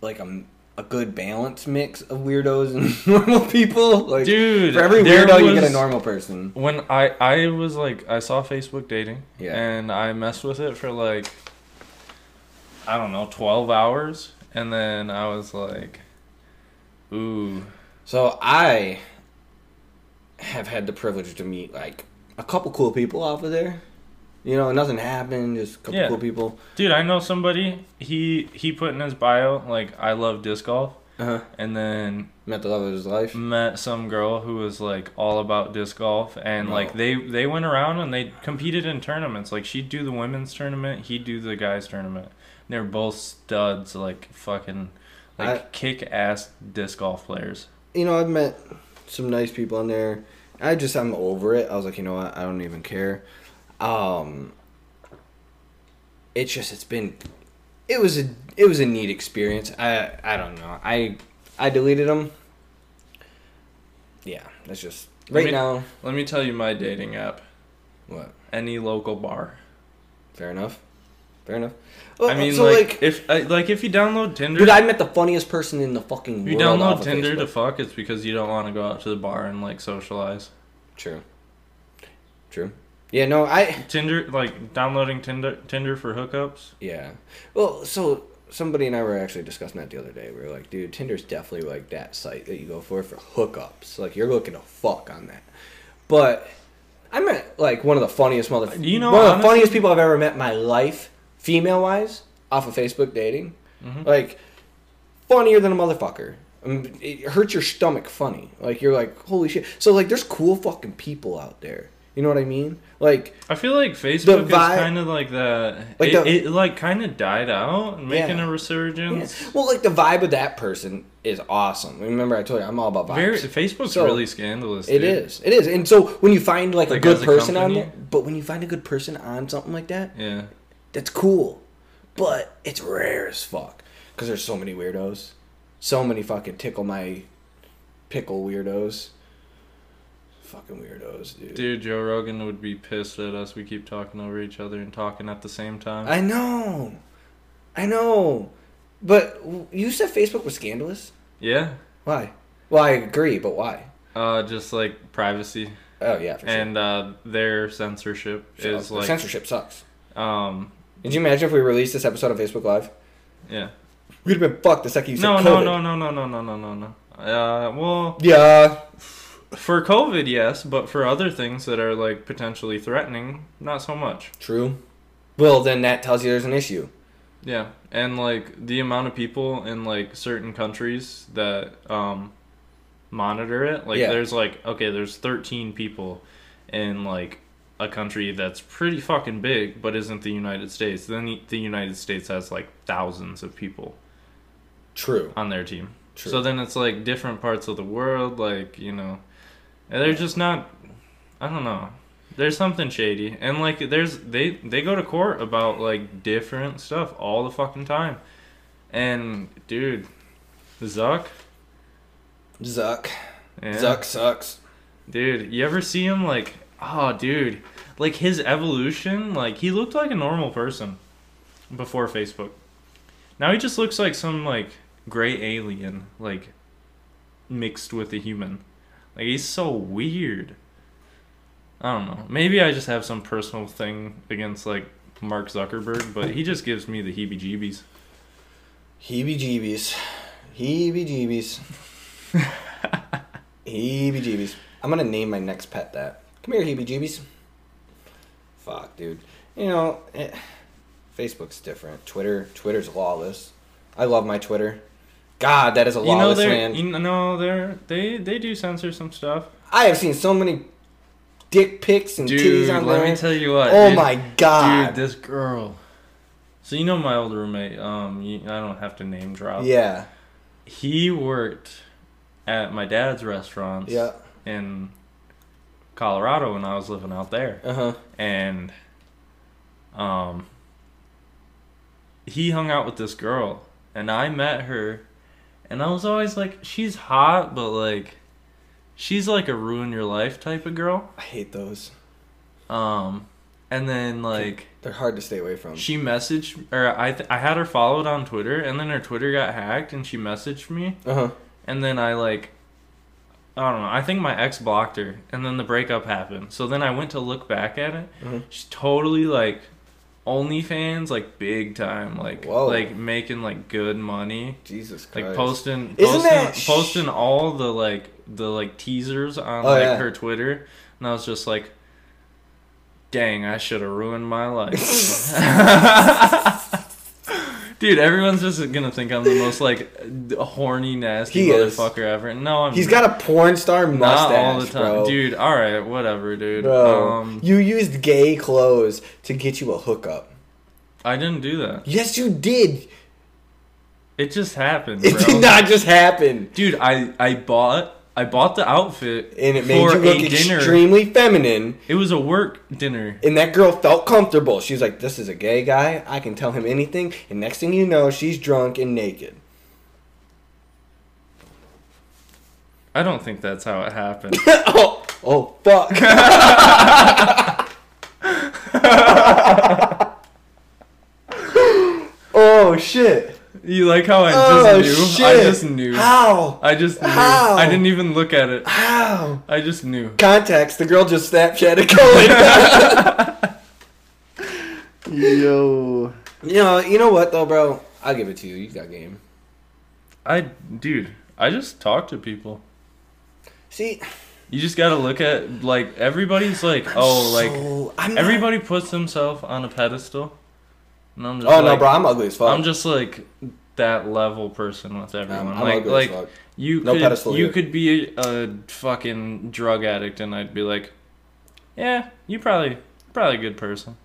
Speaker 1: like a, a good balance mix of weirdos and normal people. Like,
Speaker 4: Dude,
Speaker 1: for every
Speaker 4: there
Speaker 1: weirdo, you get a
Speaker 4: was-
Speaker 1: normal person.
Speaker 4: when I I was like I saw Facebook dating,
Speaker 1: Yeah.
Speaker 4: and I messed with it for like I don't know twelve hours, and then I was like, ooh,
Speaker 1: So I have had the privilege to meet like a couple cool people off of there. You know, nothing happened. Just a couple
Speaker 4: Yeah.
Speaker 1: cool people.
Speaker 4: dude, I know somebody. He he put in his bio like I love disc golf,
Speaker 1: Uh-huh.
Speaker 4: and then
Speaker 1: Met the love of his life.
Speaker 4: met some girl who was like all about disc golf and like
Speaker 1: No.
Speaker 4: they they went around and they competed in tournaments like she'd do the women's tournament he'd do the guys tournament And they were both studs like fucking like
Speaker 1: I-
Speaker 4: kick ass disc golf players
Speaker 1: you know, I've met some nice people on there. I just I'm over it. I was like, you know what? I don't even care. Um It's just it's been it was a it was a neat experience. I I don't know. I I deleted them. Yeah, that's just right
Speaker 4: me-
Speaker 1: now.
Speaker 4: let me tell you my dating app
Speaker 1: What?
Speaker 4: any local bar
Speaker 1: Fair enough. Fair enough.
Speaker 4: i mean
Speaker 1: so
Speaker 4: like,
Speaker 1: like,
Speaker 4: if I, like if you download tinder
Speaker 1: dude, I met the funniest person in the fucking
Speaker 4: if
Speaker 1: world.
Speaker 4: you download
Speaker 1: off of
Speaker 4: tinder to
Speaker 1: Facebook.
Speaker 4: fuck it's because you don't want to go out to the bar and like socialize
Speaker 1: True. True. Yeah, no, I
Speaker 4: tinder like downloading tinder tinder for hookups
Speaker 1: Yeah. Well, so somebody and I were actually discussing that the other day. We were like, dude, Tinder's definitely like that site that you go for for hookups. Like you're looking to fuck on that. But I met like one of the funniest mother.
Speaker 4: You know,
Speaker 1: one of the
Speaker 4: honestly-
Speaker 1: funniest people I've ever met in my life, female wise, off of Facebook dating.
Speaker 4: Mm-hmm.
Speaker 1: Like funnier than a motherfucker. I mean, It hurts your stomach funny. Like you're like, holy shit. So like, there's cool fucking people out there. You know what I mean? Like,
Speaker 4: I feel like Facebook
Speaker 1: vi-
Speaker 4: is kind of like the
Speaker 1: Like
Speaker 4: it,
Speaker 1: the-
Speaker 4: it like kind of died out, and making
Speaker 1: Yeah.
Speaker 4: a resurgence.
Speaker 1: Yeah. Well, like the vibe of that person is awesome. Remember, I told you I'm all about vibes.
Speaker 4: Very, Facebook's
Speaker 1: So,
Speaker 4: really scandalous.
Speaker 1: It
Speaker 4: dude.
Speaker 1: is. It is. And so when you find like, a
Speaker 4: Like,
Speaker 1: good
Speaker 4: as a
Speaker 1: person on
Speaker 4: company?
Speaker 1: it, but when you find a good person on something like that,
Speaker 4: Yeah,
Speaker 1: that's cool. But it's rare as fuck because there's so many weirdos, so many fucking tickle my pickle weirdos. Fucking weirdos, dude.
Speaker 4: Dude, Joe Rogan would be pissed at us. We keep talking over each other and talking at the same time.
Speaker 1: I know, I know, but w- you said Facebook was scandalous.
Speaker 4: yeah.
Speaker 1: Why? Well, I agree, but why?
Speaker 4: Uh, just like privacy
Speaker 1: Oh yeah, for sure.
Speaker 4: and uh, their censorship
Speaker 1: Shut
Speaker 4: is
Speaker 1: up.
Speaker 4: like
Speaker 1: censorship sucks.
Speaker 4: um
Speaker 1: Did you imagine if we released this episode on Facebook Live?
Speaker 4: yeah.
Speaker 1: We'd have been fucked the second you said
Speaker 4: No,
Speaker 1: COVID.
Speaker 4: no, no, no, no, no, no, no, no, no. Uh, well,
Speaker 1: Yeah,
Speaker 4: for COVID, yes, but for other things that are like potentially threatening, not so much.
Speaker 1: true. Well, then that tells you there's an issue.
Speaker 4: Yeah, and like the amount of people in like certain countries that um, monitor it, like
Speaker 1: Yeah.
Speaker 4: there's like okay, there's 13 people in like a country that's pretty fucking big, but isn't the United States. Then the- the United States has like thousands of people
Speaker 1: True.
Speaker 4: on their team.
Speaker 1: True.
Speaker 4: So then it's like different parts of the world, like you know, and they're just not. I don't know. There's something shady, and like there's they they go to court about like different stuff all the fucking time, and dude, Zuck,
Speaker 1: Zuck.
Speaker 4: yeah.
Speaker 1: Zuck sucks.
Speaker 4: dude, you ever see him like? Oh, dude, like his evolution, like he looked like a normal person before Facebook. Now he just looks like some like gray alien, like mixed with a human. Like he's so weird. I don't know. Maybe I just have some personal thing against like Mark Zuckerberg, but he just gives me the heebie-jeebies.
Speaker 1: Heebie jeebies. Heebie jeebies. Heebie jeebies. I'm gonna name my next pet that. Come here, heebie jeebies. Fuck, dude. You know, eh, Facebook's different. Twitter, Twitter's lawless. I love my Twitter. God, that is a
Speaker 4: You know
Speaker 1: lawless
Speaker 4: they
Speaker 1: land.
Speaker 4: you know they're they they do censor some stuff.
Speaker 1: I have seen so many dick pics and
Speaker 4: Dude,
Speaker 1: titties on
Speaker 4: let
Speaker 1: there.
Speaker 4: me tell you what.
Speaker 1: oh
Speaker 4: dude.
Speaker 1: my god.
Speaker 4: Dude, this girl. So you know my old roommate. Um, you, I don't have to name drop.
Speaker 1: yeah.
Speaker 4: He worked at my dad's restaurants.
Speaker 1: Yeah.
Speaker 4: In Colorado when I was living out there,
Speaker 1: Uh huh.
Speaker 4: and um, he hung out with this girl, and I met her, and I was always like, she's hot, but like, she's like a ruin your life type of girl.
Speaker 1: I hate those.
Speaker 4: Um, and then like.
Speaker 1: They're hard to stay away from.
Speaker 4: She messaged, or I, th- I had her followed on Twitter, and then her Twitter got hacked, and she messaged me,
Speaker 1: Uh huh.
Speaker 4: and then I like, I don't know. I think my ex blocked her, and then the breakup happened. So then I went to look back at it.
Speaker 1: Mhm.
Speaker 4: She's totally like, OnlyFans, like big time, like
Speaker 1: Whoa.
Speaker 4: like making like good money,
Speaker 1: Jesus Christ.
Speaker 4: like posting,
Speaker 1: Isn't
Speaker 4: posting,
Speaker 1: that-
Speaker 4: posting all the like the like teasers on
Speaker 1: Oh,
Speaker 4: like
Speaker 1: yeah.
Speaker 4: her Twitter, and I was just like. Dang, I should have ruined my life. Dude, everyone's just gonna think I'm the most like d- horny, nasty
Speaker 1: He is.
Speaker 4: motherfucker ever. No, I'm.
Speaker 1: He's got a porn star
Speaker 4: not
Speaker 1: mustache,
Speaker 4: all the time,
Speaker 1: bro.
Speaker 4: dude. All right, whatever, dude.
Speaker 1: Bro,
Speaker 4: Um,
Speaker 1: you used gay clothes to get you a hookup.
Speaker 4: I didn't do that.
Speaker 1: Yes, you did.
Speaker 4: It just happened, bro.
Speaker 1: It did not just happen,
Speaker 4: Dude, I I bought I bought the outfit
Speaker 1: and it made you look
Speaker 4: dinner.
Speaker 1: extremely feminine.
Speaker 4: It was a work dinner.
Speaker 1: And that girl felt comfortable. She was like, "This is a gay guy. I can tell him anything." And next thing you know, she's drunk and naked.
Speaker 4: I don't think that's how it happened.
Speaker 1: oh, oh, fuck. oh shit.
Speaker 4: you like how I just
Speaker 1: Oh
Speaker 4: knew?
Speaker 1: shit.
Speaker 4: I just knew.
Speaker 1: How?
Speaker 4: I just knew.
Speaker 1: How?
Speaker 4: I didn't even look at it.
Speaker 1: How?
Speaker 4: I just knew.
Speaker 1: Contacts. The girl just Snapchatted Cohen.
Speaker 4: Yo.
Speaker 1: you know, you know what though, bro? I'll give it to you. You got game.
Speaker 4: I dude, I just talk to people.
Speaker 1: See,
Speaker 4: You just gotta look at like everybody's like oh like
Speaker 1: so I'm not-
Speaker 4: everybody puts themselves on a pedestal. And I'm just
Speaker 1: Oh no,
Speaker 4: like-
Speaker 1: bro! I'm ugly as fuck.
Speaker 4: I'm just like that level person with everyone.
Speaker 1: I'm
Speaker 4: like
Speaker 1: ugly as
Speaker 4: like
Speaker 1: fuck.
Speaker 4: you
Speaker 1: No
Speaker 4: could
Speaker 1: pedestal
Speaker 4: you
Speaker 1: here.
Speaker 4: could be a, fucking drug addict and I'd be like, yeah, you probably probably a good person.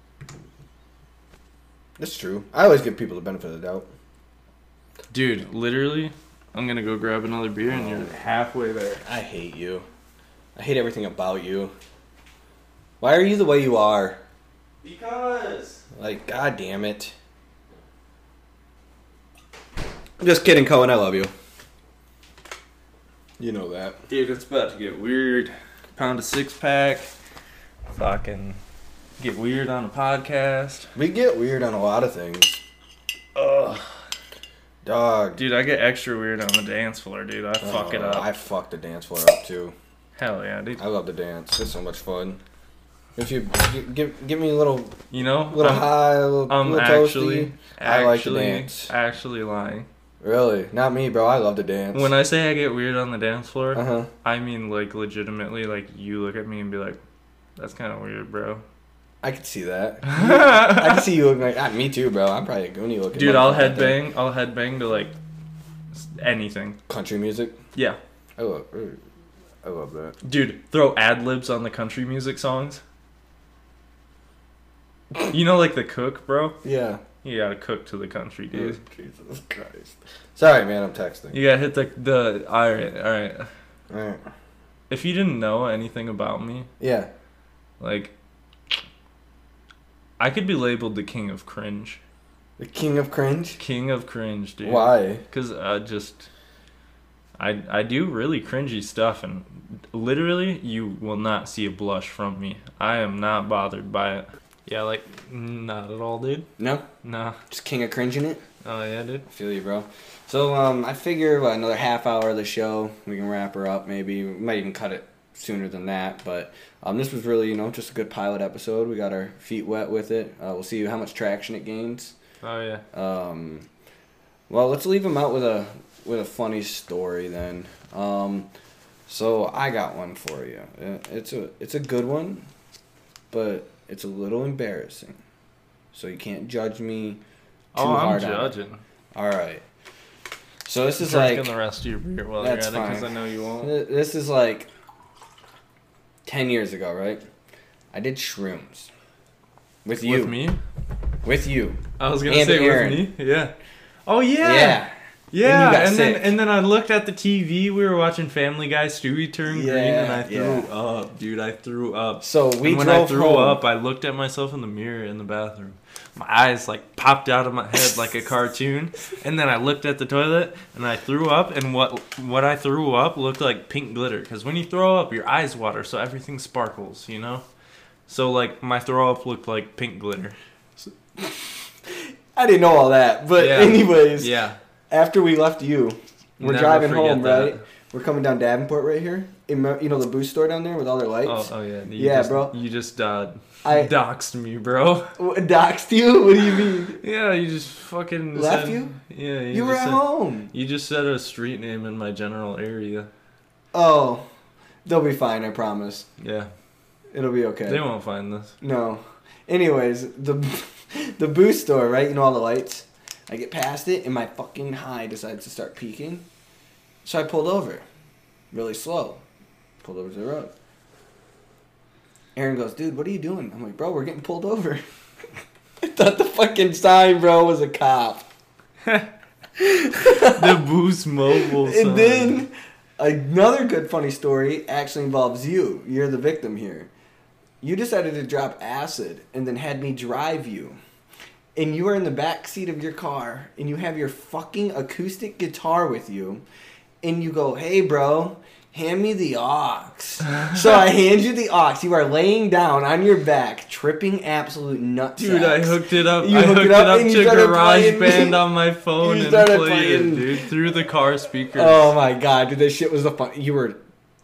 Speaker 1: That's true. I always give people the benefit of the doubt.
Speaker 4: Dude, literally, I'm gonna go grab another beer and you're halfway there.
Speaker 1: I hate you. I hate everything about you. Why are you the way you are?
Speaker 4: Because
Speaker 1: Like, god damn it. Just kidding, Cohen. I love you. You know that.
Speaker 4: dude, it's about to get weird. pound a six pack, fucking get weird on a podcast.
Speaker 1: We get weird on a lot of things.
Speaker 4: Ugh.
Speaker 1: Dog.
Speaker 4: Dude, I get extra weird on the dance floor, dude. I fuck it
Speaker 1: uh,
Speaker 4: up.
Speaker 1: I fucked the dance floor up too.
Speaker 4: Hell yeah, dude.
Speaker 1: I love to dance. It's so much fun. If you gi- give give me a little
Speaker 4: You know,
Speaker 1: little
Speaker 4: I'm,
Speaker 1: high, a little,
Speaker 4: I'm
Speaker 1: little
Speaker 4: Um, actually,
Speaker 1: toasty. I like to
Speaker 4: actually-
Speaker 1: dance.
Speaker 4: actually lying.
Speaker 1: Really, not me, bro. I love to dance.
Speaker 4: When I say I get weird on the dance floor,
Speaker 1: uh huh.
Speaker 4: I mean like legitimately, like you look at me and be like, "That's kind of weird, bro."
Speaker 1: I could see that. I can see you looking like ah, me too, bro. I'm probably a goonie looking.
Speaker 4: Dude, I'll
Speaker 1: motherfucker, I think.
Speaker 4: headbang. I'll headbang to like s- anything.
Speaker 1: Country music.
Speaker 4: Yeah,
Speaker 1: I love. ooh, I love that.
Speaker 4: dude, throw ad libs on the country music songs. You know, like the cook, bro.
Speaker 1: Yeah.
Speaker 4: You gotta cook to the country, dude.
Speaker 1: Jesus Christ. Sorry, man. I'm texting.
Speaker 4: You gotta hit the the. All right, all right.
Speaker 1: All right.
Speaker 4: If you didn't know anything about me,
Speaker 1: Yeah.
Speaker 4: Like, I could be labeled the king of cringe.
Speaker 1: The king of cringe.
Speaker 4: King of cringe, dude.
Speaker 1: Why?
Speaker 4: Because I just, I I do really cringy stuff, and literally, you will not see a blush from me. I am not bothered by it. Yeah, like not at all, dude.
Speaker 1: No.
Speaker 4: Nah.
Speaker 1: Just king of cringing it.
Speaker 4: Oh yeah, dude.
Speaker 1: Feel you, bro. So um, I figure what, another half hour of the show, we can wrap her up. Maybe we might even cut it sooner than that. But um, this was really, you know, just a good pilot episode. We got our feet wet with it. Uh, we'll see how much traction it gains.
Speaker 4: Oh yeah.
Speaker 1: Um, well, let's leave him out with a with a funny story then. Um, so I got one for you. Uh, It's a it's a good one, but it's a little embarrassing. So you can't judge me too
Speaker 4: oh, I'm
Speaker 1: hard on it.
Speaker 4: judging.
Speaker 1: All right. So this is
Speaker 4: Drinking
Speaker 1: like
Speaker 4: the rest of your beer while
Speaker 1: That's
Speaker 4: you're at it, because
Speaker 1: fine.
Speaker 4: I know you won't.
Speaker 1: th- this is like ten years ago, right? I did shrooms with you,
Speaker 4: With me?
Speaker 1: with you.
Speaker 4: I was gonna
Speaker 1: And
Speaker 4: say
Speaker 1: Aaron.
Speaker 4: with me. Yeah. Oh
Speaker 1: Yeah,
Speaker 4: Yeah,
Speaker 1: And you got
Speaker 4: and then
Speaker 1: sick.
Speaker 4: and then I looked at the TV. We were watching Family Guy. Stewie turned green, and I
Speaker 1: Yeah,
Speaker 4: threw up, dude. I threw up.
Speaker 1: So we
Speaker 4: and when
Speaker 1: drove
Speaker 4: I threw
Speaker 1: home.
Speaker 4: up, I looked at myself in the mirror in the bathroom. My eyes like popped out of my head like a cartoon, and then I looked at the toilet and I threw up. And what what I threw up looked like pink glitter because when you throw up, your eyes water, so everything sparkles, you know. So like my throw up looked like pink glitter.
Speaker 1: I didn't know all that, but
Speaker 4: Yeah.
Speaker 1: anyways,
Speaker 4: Yeah.
Speaker 1: after we left you, we're
Speaker 4: Never
Speaker 1: driving
Speaker 4: forget
Speaker 1: home,
Speaker 4: that.
Speaker 1: right? We're coming down Davenport right here. In, Mo- you know the boost store down there with all their
Speaker 4: Oh,
Speaker 1: lights.
Speaker 4: oh yeah. You
Speaker 1: Yeah,
Speaker 4: just,
Speaker 1: bro.
Speaker 4: You just uh,
Speaker 1: I-
Speaker 4: doxed me, bro.
Speaker 1: What, Doxed you? What do you mean?
Speaker 4: Yeah, you just fucking
Speaker 1: Left
Speaker 4: said-
Speaker 1: you?
Speaker 4: Yeah,
Speaker 1: You were
Speaker 4: just
Speaker 1: at
Speaker 4: said,
Speaker 1: home.
Speaker 4: You just said a street name in my general area.
Speaker 1: Oh, they'll be fine. I promise.
Speaker 4: Yeah,
Speaker 1: It'll be okay.
Speaker 4: they won't find this.
Speaker 1: No. Anyways, the the boost store, right? You know all the lights. I get past it, and my fucking high decides to start peaking. So I pulled over, really slow. Pulled over to the road. Aaron goes, "Dude, what are you doing?" I'm like, "Bro, we're getting pulled over." I thought the fucking sign, bro, was a cop.
Speaker 4: the Boost Mobile. sign.
Speaker 1: And then another good funny story actually involves you. You're the victim here. You decided to drop acid and then had me drive you. And you are in the back seat of your car and you have your fucking acoustic guitar with you and you go, "Hey bro, hand me the aux." so I hand you the aux. You are laying down on your back, tripping absolute nuts.
Speaker 4: dude, I hooked it up.
Speaker 1: You
Speaker 4: I
Speaker 1: hooked
Speaker 4: hooked
Speaker 1: it
Speaker 4: it
Speaker 1: up
Speaker 4: up,
Speaker 1: and you
Speaker 4: to
Speaker 1: started
Speaker 4: Garage
Speaker 1: playing-
Speaker 4: Band on my phone
Speaker 1: You
Speaker 4: and played
Speaker 1: started
Speaker 4: it,
Speaker 1: playing-
Speaker 4: dude, through the car speakers.
Speaker 1: Oh my god, dude, this shit was the fun. You were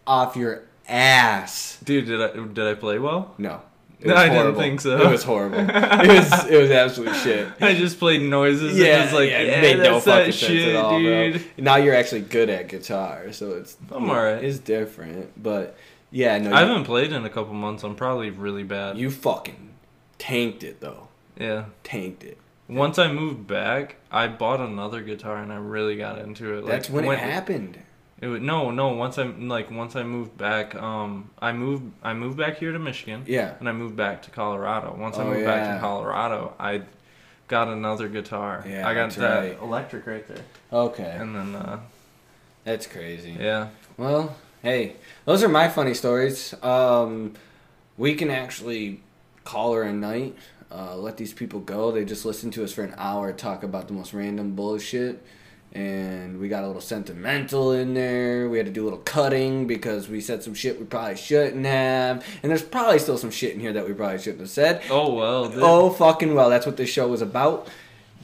Speaker 1: off your ass.
Speaker 4: Dude, did I did I play well?
Speaker 1: No. It
Speaker 4: No,
Speaker 1: was
Speaker 4: I didn't think so.
Speaker 1: It was horrible. it was it was absolute shit.
Speaker 4: I just played noises. and was like, yeah, that's that shit, dude.
Speaker 1: bro. Now you're actually good at guitar, so it's
Speaker 4: I'm alright.
Speaker 1: It's different, but yeah, no,
Speaker 4: I
Speaker 1: you,
Speaker 4: haven't played in a couple months. I'm probably really bad.
Speaker 1: you fucking tanked it though.
Speaker 4: yeah.
Speaker 1: Tanked it.
Speaker 4: Once I moved back, I bought another guitar and I really got into it. Like,
Speaker 1: That's when, it happened.
Speaker 4: It wa- no, no. Once I like once I moved back, um, I moved I moved back here to Michigan.
Speaker 1: Yeah.
Speaker 4: And I moved back to Colorado. Once I
Speaker 1: Oh,
Speaker 4: moved back
Speaker 1: yeah.
Speaker 4: to Colorado, I got another guitar.
Speaker 1: Yeah,
Speaker 4: I got
Speaker 1: that's
Speaker 4: that
Speaker 1: right.
Speaker 4: electric right there.
Speaker 1: Okay,
Speaker 4: And then uh,
Speaker 1: that's crazy.
Speaker 4: yeah,
Speaker 1: Well, hey, those are my funny stories. Um, we can actually call her a night. Uh, let these people go. They just listened to us for an hour talk about the most random bullshit,
Speaker 6: and we got a little sentimental in there. We had to do a little cutting because we said some shit we probably shouldn't have, and there's probably still some shit in here that we probably shouldn't have said.
Speaker 4: Oh well. th-
Speaker 6: Oh fucking well, that's what this show was about.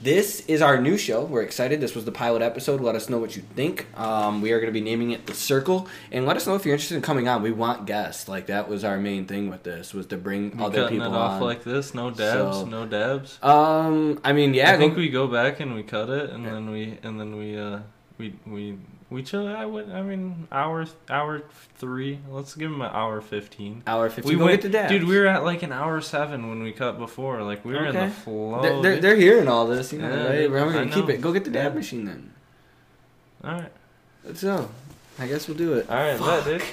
Speaker 6: This is our new show. We're excited. This was the pilot episode. Let us know what you think. Um, we are going to be naming it The Circle, and let us know if you're interested in coming on. We want guests. Like that was our main thing with this was to bring
Speaker 4: I'm
Speaker 6: other
Speaker 4: cutting
Speaker 6: people
Speaker 4: it off
Speaker 6: on.
Speaker 4: like this. No dabs.
Speaker 6: So-
Speaker 4: No dabs.
Speaker 6: um, I mean, yeah,
Speaker 4: I think
Speaker 6: go-
Speaker 4: we go back and we cut it, and then we and then we uh we we we chill. I would. I mean, hour hour three. Let's give him an hour fifteen.
Speaker 6: hour fifteen. go get the dabs.
Speaker 4: dude. We were at like an hour seven when we cut before. Like we were in
Speaker 6: Okay.
Speaker 4: the flow.
Speaker 6: They're, they're,
Speaker 4: dude.
Speaker 6: they're hearing all this, you know,
Speaker 4: Yeah,
Speaker 6: right?
Speaker 4: dude,
Speaker 6: We're
Speaker 4: I
Speaker 6: going to keep
Speaker 4: know.
Speaker 6: it. Go get the dab
Speaker 4: Yeah.
Speaker 6: machine then.
Speaker 4: All right,
Speaker 6: Let's go. I guess we'll do it.
Speaker 4: all right, let dude.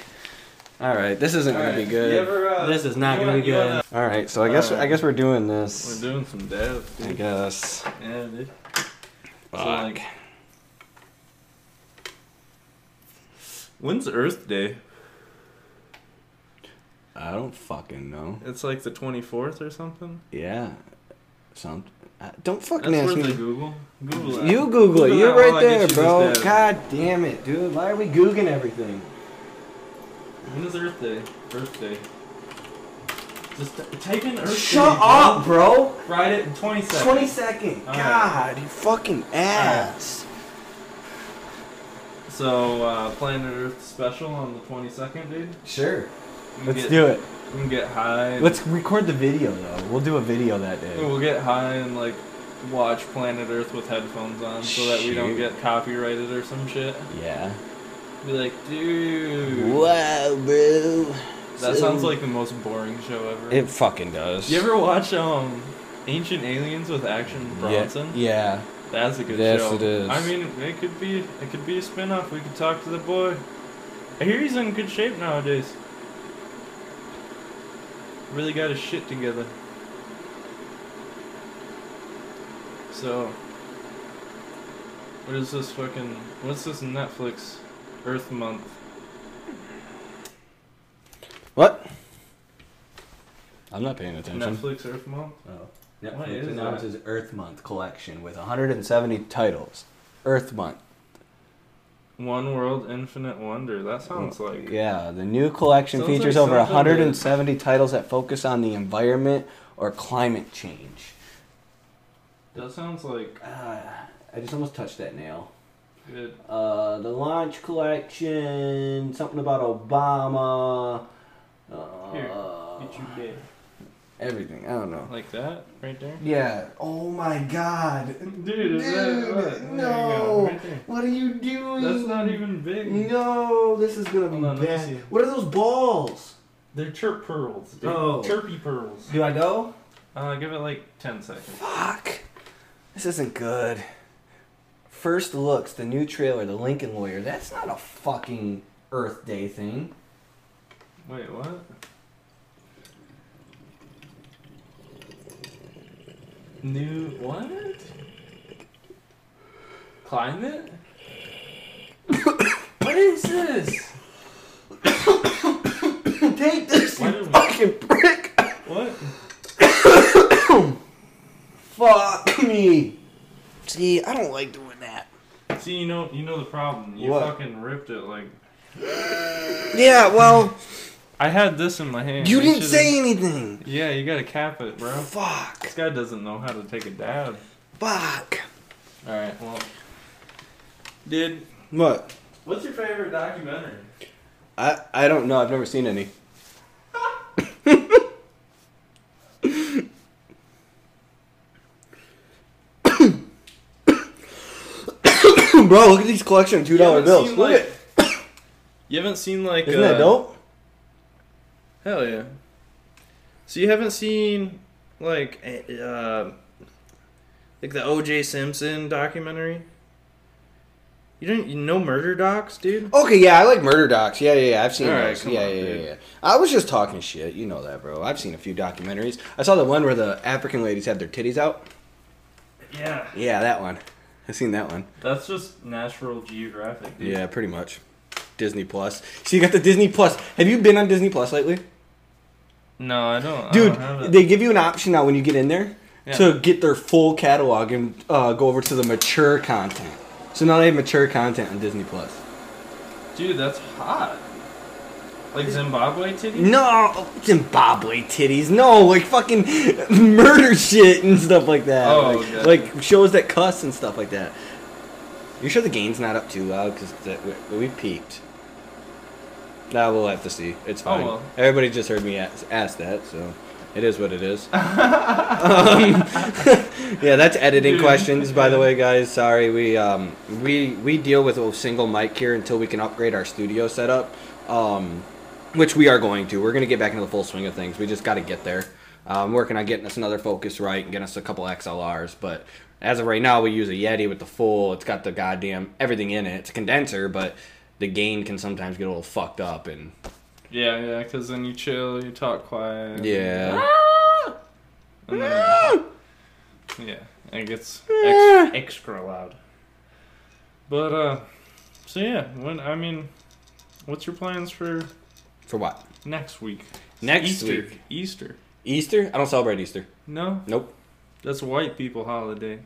Speaker 6: All right, this isn't going to be good. this is not
Speaker 4: you
Speaker 6: going to
Speaker 4: wanna-
Speaker 6: be
Speaker 4: you
Speaker 6: good.
Speaker 4: wanna-
Speaker 6: All right, so I guess
Speaker 4: All right.
Speaker 6: I guess we're doing this.
Speaker 4: We're doing some dabs.
Speaker 6: I
Speaker 4: Dude.
Speaker 6: guess.
Speaker 4: Yeah, dude. So,
Speaker 6: Fuck.
Speaker 4: like, when's Earth Day?
Speaker 1: I don't fucking know.
Speaker 4: It's like the twenty fourth or something.
Speaker 1: Yeah. Some uh, don't fucking
Speaker 4: That's
Speaker 1: ask
Speaker 4: worth
Speaker 1: me.
Speaker 4: the Google. Google. that.
Speaker 6: You Google it.
Speaker 4: Google
Speaker 6: You're
Speaker 4: that while
Speaker 6: right
Speaker 4: I get
Speaker 6: there,
Speaker 4: you this
Speaker 6: bro.
Speaker 4: dab.
Speaker 6: God damn it, dude. Why are we googling everything?
Speaker 4: When is Earth Day? Earth Day. Just t- type in Earth
Speaker 6: Shut
Speaker 4: Day.
Speaker 6: up, bro.
Speaker 4: Friday, 20 seconds.
Speaker 6: 20 second.
Speaker 4: All right.
Speaker 6: God, you fucking ass.
Speaker 4: So, uh, Planet Earth special on the 22nd, dude.
Speaker 6: Sure.
Speaker 4: We
Speaker 1: Let's
Speaker 4: get,
Speaker 1: do it.
Speaker 4: We can get high. and-
Speaker 1: Let's record the video though. We'll do a video that day.
Speaker 4: We'll get high and, like, watch Planet Earth with headphones on so that we don't
Speaker 1: Shoot.
Speaker 4: get copyrighted or some shit.
Speaker 1: Yeah.
Speaker 4: Be like, dude.
Speaker 1: Wow, bro.
Speaker 4: That sounds like the most boring show ever.
Speaker 1: It fucking does.
Speaker 4: you ever watch, um, Ancient Aliens with Action Bronson?
Speaker 1: Yeah.
Speaker 4: That's a good
Speaker 1: Yes,
Speaker 4: show.
Speaker 1: it is.
Speaker 4: I mean, it could be it could be a spin-off. We could talk to the boy. I hear he's in good shape nowadays. Really got his shit together. So, what is this fucking? What's this Netflix Earth Month?
Speaker 1: What? I'm not paying attention.
Speaker 4: Netflix Earth Month.
Speaker 1: Oh. Netflix
Speaker 4: What is
Speaker 1: announces Earth Month collection with 170 titles. Earth Month.
Speaker 4: One World Infinite Wonder. That sounds like
Speaker 1: Yeah, the new collection
Speaker 4: Sounds like
Speaker 1: features over
Speaker 4: something
Speaker 1: 170 titles that focus on the environment or climate change.
Speaker 4: that sounds like
Speaker 1: Uh, I just almost touched that nail.
Speaker 4: good.
Speaker 1: Uh, the launch collection, something about Obama. Uh,
Speaker 4: Here, Get you big.
Speaker 1: everything. I don't know.
Speaker 4: Like that right there.
Speaker 1: Yeah. Oh my God.
Speaker 4: Dude, is that-
Speaker 1: Dude,
Speaker 4: look, there you go,
Speaker 1: no.
Speaker 4: right there.
Speaker 1: What are you doing?
Speaker 4: That's not even big.
Speaker 1: No, this is gonna
Speaker 4: Hold
Speaker 1: be
Speaker 4: on, let me
Speaker 1: bad.
Speaker 4: see.
Speaker 1: What are those balls?
Speaker 4: They're chirp pearls. Dude.
Speaker 1: Oh.
Speaker 4: Chirpy pearls.
Speaker 1: Do I go?
Speaker 4: Uh, give it like 10 seconds.
Speaker 1: Fuck. This isn't good. First looks, the new trailer, the Lincoln lawyer. That's not a fucking Earth Day thing.
Speaker 4: Wait, what? New. What? Climate? what is this?
Speaker 1: Take this,
Speaker 4: Why
Speaker 1: you
Speaker 4: did we-
Speaker 1: fucking prick.
Speaker 4: What?
Speaker 1: Fuck me. See, I don't like doing that.
Speaker 4: See, you know, you know the problem. You
Speaker 1: What?
Speaker 4: fucking ripped it like.
Speaker 1: Yeah, well,
Speaker 4: I had this in my hand.
Speaker 1: you didn't
Speaker 4: should've-
Speaker 1: say anything.
Speaker 4: Yeah, you gotta cap it, bro.
Speaker 1: Fuck.
Speaker 4: This guy doesn't know how to take a dab.
Speaker 1: Fuck.
Speaker 4: All right, well, dude,
Speaker 1: What?
Speaker 4: what's your favorite documentary?
Speaker 1: I I don't know. I've never seen any. Bro, look at these collection of two dollar
Speaker 4: haven't
Speaker 1: bills.
Speaker 4: seen,
Speaker 1: Look
Speaker 4: like,
Speaker 1: at,
Speaker 4: You haven't seen like
Speaker 1: isn't
Speaker 4: uh,
Speaker 1: that dope?
Speaker 4: Hell yeah. So you haven't seen like eh, uh, like the O.J. Simpson documentary? You didn't you know Murder Docs, dude?
Speaker 1: Okay, yeah, I like murder docs. Yeah, yeah, yeah. I've seen
Speaker 4: All right,
Speaker 1: those.
Speaker 4: come
Speaker 1: yeah,
Speaker 4: on,
Speaker 1: yeah, yeah,
Speaker 4: dude.
Speaker 1: yeah. I was just talking shit. You know that, bro. I've seen a few documentaries. I saw the one where the African ladies had their titties out.
Speaker 4: Yeah.
Speaker 1: Yeah, that one. I've seen that one.
Speaker 4: That's just Natural Geographic. Dude.
Speaker 1: Yeah, pretty much. Disney Plus. So you got the Disney Plus. Have you been on Disney Plus lately?
Speaker 4: No, I don't. I
Speaker 1: Dude,
Speaker 4: don't have it.
Speaker 1: they give you an option now when you get in there
Speaker 4: Yeah.
Speaker 1: to get their full catalog and uh, go over to the mature content. So now they have mature content on Disney Plus.
Speaker 4: Dude, that's hot. Like Zimbabwe titties?
Speaker 1: No, Zimbabwe titties. No, like fucking murder shit and stuff like that.
Speaker 4: Oh,
Speaker 1: like,
Speaker 4: okay.
Speaker 1: like shows that cuss and stuff like that. You sure the gain's not up too loud? Cause that, we, we peaked. Nah, we'll have to see. It's fine.
Speaker 4: Oh, well.
Speaker 1: Everybody just heard me ask, ask that, so it is what it is. um, yeah, that's editing
Speaker 4: Dude.
Speaker 1: questions, by the way, guys. Sorry, we um we we deal with a single mic here until we can upgrade our studio setup. Um, which we are going to. We're going to get back into the full swing of things. We just got to get there. Uh, I'm working on getting us another focus right and getting us a couple XLRs, but as of right now, we use a Yeti with the full. It's got the goddamn everything in it. It's a condenser, but the gain can sometimes get a little fucked up and
Speaker 4: Yeah, yeah, because then you chill, you talk quiet.
Speaker 1: yeah.
Speaker 4: And then, yeah, it gets extra, extra loud. But, uh, so yeah, when, I mean, what's your plans for
Speaker 1: For what?
Speaker 4: next week?
Speaker 1: Next
Speaker 4: Easter.
Speaker 1: week.
Speaker 4: Easter.
Speaker 1: Easter? I don't celebrate Easter.
Speaker 4: No?
Speaker 1: Nope.
Speaker 4: That's a white people holiday.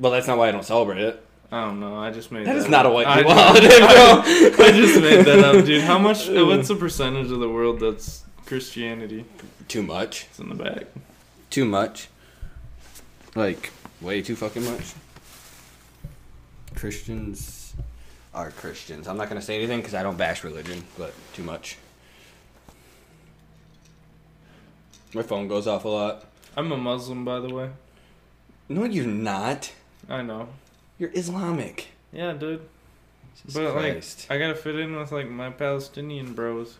Speaker 1: Well, that's not why I don't celebrate it.
Speaker 4: I don't know. I just made
Speaker 1: That
Speaker 4: that
Speaker 1: is not a
Speaker 4: up.
Speaker 1: white
Speaker 4: I
Speaker 1: people
Speaker 4: just-
Speaker 1: holiday,
Speaker 4: I-
Speaker 1: bro.
Speaker 4: I just made that up, dude. How much? What's the percentage of the world that's Christianity?
Speaker 1: Too much.
Speaker 4: It's in the back.
Speaker 1: Too much. Like way too fucking much. Christians are Christians. I'm not gonna say anything because I don't bash religion, but too much. My phone goes off a lot.
Speaker 4: I'm a Muslim, by the way.
Speaker 1: No, you're not.
Speaker 4: I know.
Speaker 1: You're Islamic.
Speaker 4: Yeah, dude.
Speaker 1: Jesus
Speaker 4: But
Speaker 1: Christ.
Speaker 4: like, I gotta fit in with like my Palestinian bros.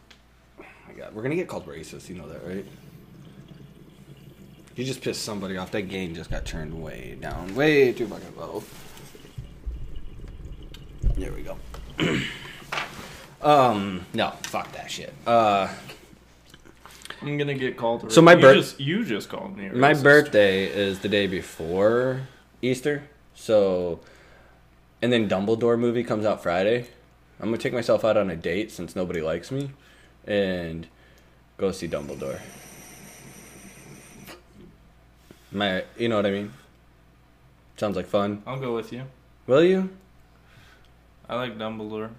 Speaker 1: oh my God, we're gonna get called racist. You know that, right? You just pissed somebody off. That game just got turned way down, way too fucking low. There we go. um, no, fuck that shit. Uh,
Speaker 4: I'm gonna get called.
Speaker 1: So my
Speaker 4: you
Speaker 1: birth-
Speaker 4: just, you just called me. a
Speaker 1: my
Speaker 4: racist.
Speaker 1: birthday is the day before Easter, so, and then Dumbledore movie comes out Friday. I'm gonna take myself out on a date since nobody likes me, and go see Dumbledore. My, you know what I mean. Sounds like fun.
Speaker 4: I'll go with you.
Speaker 1: Will you?
Speaker 4: I like Dumbledore.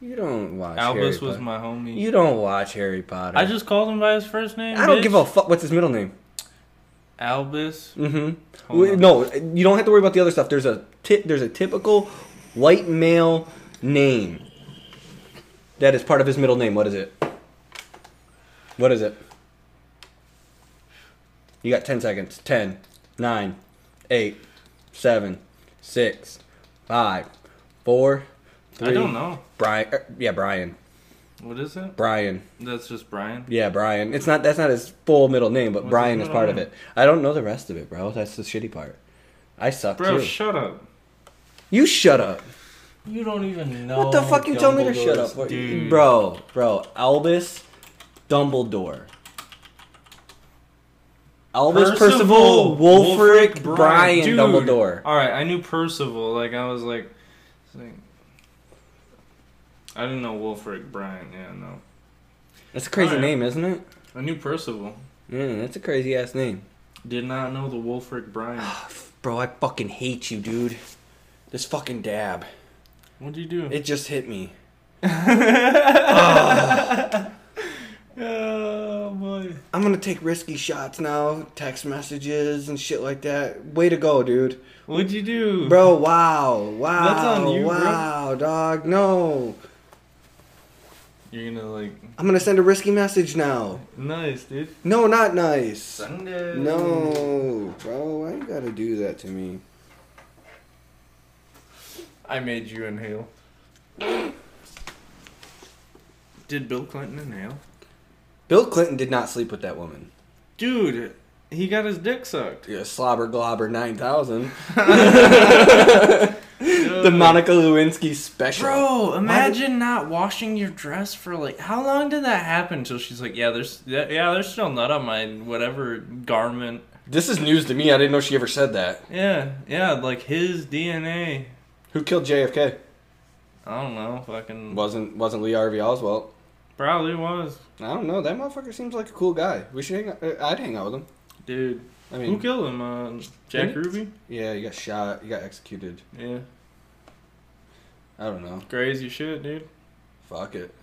Speaker 1: You don't watch.
Speaker 4: Albus
Speaker 1: Harry
Speaker 4: was
Speaker 1: Potter.
Speaker 4: my homie.
Speaker 1: You don't watch Harry Potter.
Speaker 4: I just called him by his first name.
Speaker 1: I don't
Speaker 4: bitch.
Speaker 1: give a fuck. What's his middle name?
Speaker 4: Albus.
Speaker 1: Mm-hmm.
Speaker 4: Hold
Speaker 1: Wait,
Speaker 4: on.
Speaker 1: no, you don't have to worry about the other stuff. There's a ti- there's a typical white male name that is part of his middle name. What is it? What is it? You got ten seconds. Ten, nine, eight, seven, six, five, four, three.
Speaker 4: I don't know.
Speaker 1: Brian. er, yeah, Brian.
Speaker 4: What is it?
Speaker 1: Brian.
Speaker 4: That's just Brian.
Speaker 1: Yeah, Brian. It's not that's not his full middle name, but
Speaker 4: What's
Speaker 1: Brian
Speaker 4: his
Speaker 1: is part of
Speaker 4: middle
Speaker 1: it. I don't know the rest of it, bro. That's the shitty part. I suck
Speaker 4: Bro,
Speaker 1: too.
Speaker 4: shut up.
Speaker 1: you shut up.
Speaker 7: You don't even know.
Speaker 1: what the fuck you told me to shut up,
Speaker 7: Dumbledore's-
Speaker 4: dude.
Speaker 1: bro? Bro, Albus Dumbledore. Albus Percival, Wolfric, Brian,
Speaker 4: Dude.
Speaker 1: Dumbledore.
Speaker 4: All right, I knew Percival. Like I was like, it's like- I didn't know Wolfric Brian. Yeah, no,
Speaker 1: That's a crazy
Speaker 4: Alright.
Speaker 1: name, isn't it?
Speaker 4: I knew Percival.
Speaker 1: Mm, that's a crazy ass name.
Speaker 4: Did not know the Wolfric Brian.
Speaker 1: Bro, I fucking hate you, dude. This fucking dab.
Speaker 4: What'd you do?
Speaker 1: It just hit me.
Speaker 4: oh boy.
Speaker 1: I'm gonna take risky shots now, text messages and shit like that. Way to go, dude.
Speaker 4: What'd you do,
Speaker 1: Bro, wow, wow,
Speaker 4: That's on you, bro.
Speaker 1: wow, dog. No,
Speaker 4: You're gonna like
Speaker 1: I'm gonna send a risky message now.
Speaker 4: nice, dude.
Speaker 1: No, not nice.
Speaker 4: Sunday.
Speaker 1: No, bro, why you gotta do that to me?
Speaker 4: I made you inhale. Did Bill Clinton inhale?
Speaker 1: Bill Clinton did not sleep with that woman.
Speaker 4: Dude, he got his dick sucked.
Speaker 1: Yeah, slobber globber nine thousand. the Monica Lewinsky special.
Speaker 4: Bro, imagine not washing your dress for like how long did that happen till she's like, yeah, there's yeah, there's still nut on my whatever garment.
Speaker 1: This is news to me. I didn't know she ever said that.
Speaker 4: Yeah, yeah, like his DNA.
Speaker 1: Who killed JFK?
Speaker 4: I don't know, fucking
Speaker 1: Wasn't wasn't Lee Harvey Oswald?
Speaker 4: probably was,
Speaker 1: I don't know. That motherfucker seems like a cool guy. We should hang. Out, uh, I'd hang out with him.
Speaker 4: dude.
Speaker 1: I
Speaker 4: Who
Speaker 1: mean,
Speaker 4: killed him? Uh, Jack
Speaker 1: Didn't
Speaker 4: Ruby.
Speaker 1: yeah, you got shot. You got executed.
Speaker 4: Yeah.
Speaker 1: I don't know.
Speaker 4: Graze your shit, dude.
Speaker 1: Fuck it.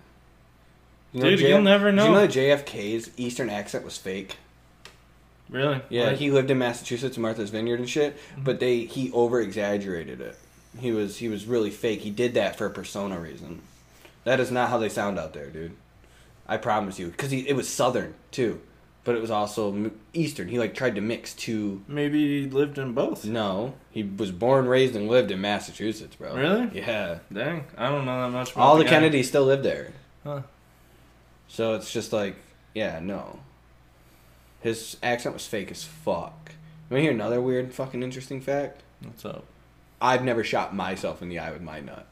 Speaker 4: Dude, you'll never
Speaker 1: Did you
Speaker 4: know.
Speaker 1: know that JFK's Eastern accent was fake?
Speaker 4: Really?
Speaker 1: Yeah,
Speaker 4: Like,
Speaker 1: he lived in Massachusetts, Martha's Vineyard and shit,
Speaker 4: Mm-hmm.
Speaker 1: but they he over exaggerated it. He was he was really fake. He did that for a persona reason. That is not how they sound out there, dude. I promise you, because it was southern too, but it was also m- eastern. He like tried to mix two.
Speaker 4: maybe he lived in both.
Speaker 1: No, he was born, raised, and lived in Massachusetts, bro.
Speaker 4: Really?
Speaker 1: Yeah.
Speaker 4: Dang, I don't know that much. About
Speaker 1: All the
Speaker 4: guy.
Speaker 1: Kennedys still live there.
Speaker 4: Huh.
Speaker 1: So it's just like, yeah, no. His accent was fake as fuck. You want to hear another weird, fucking interesting fact?
Speaker 4: What's up?
Speaker 1: I've never shot myself in the eye with my nut.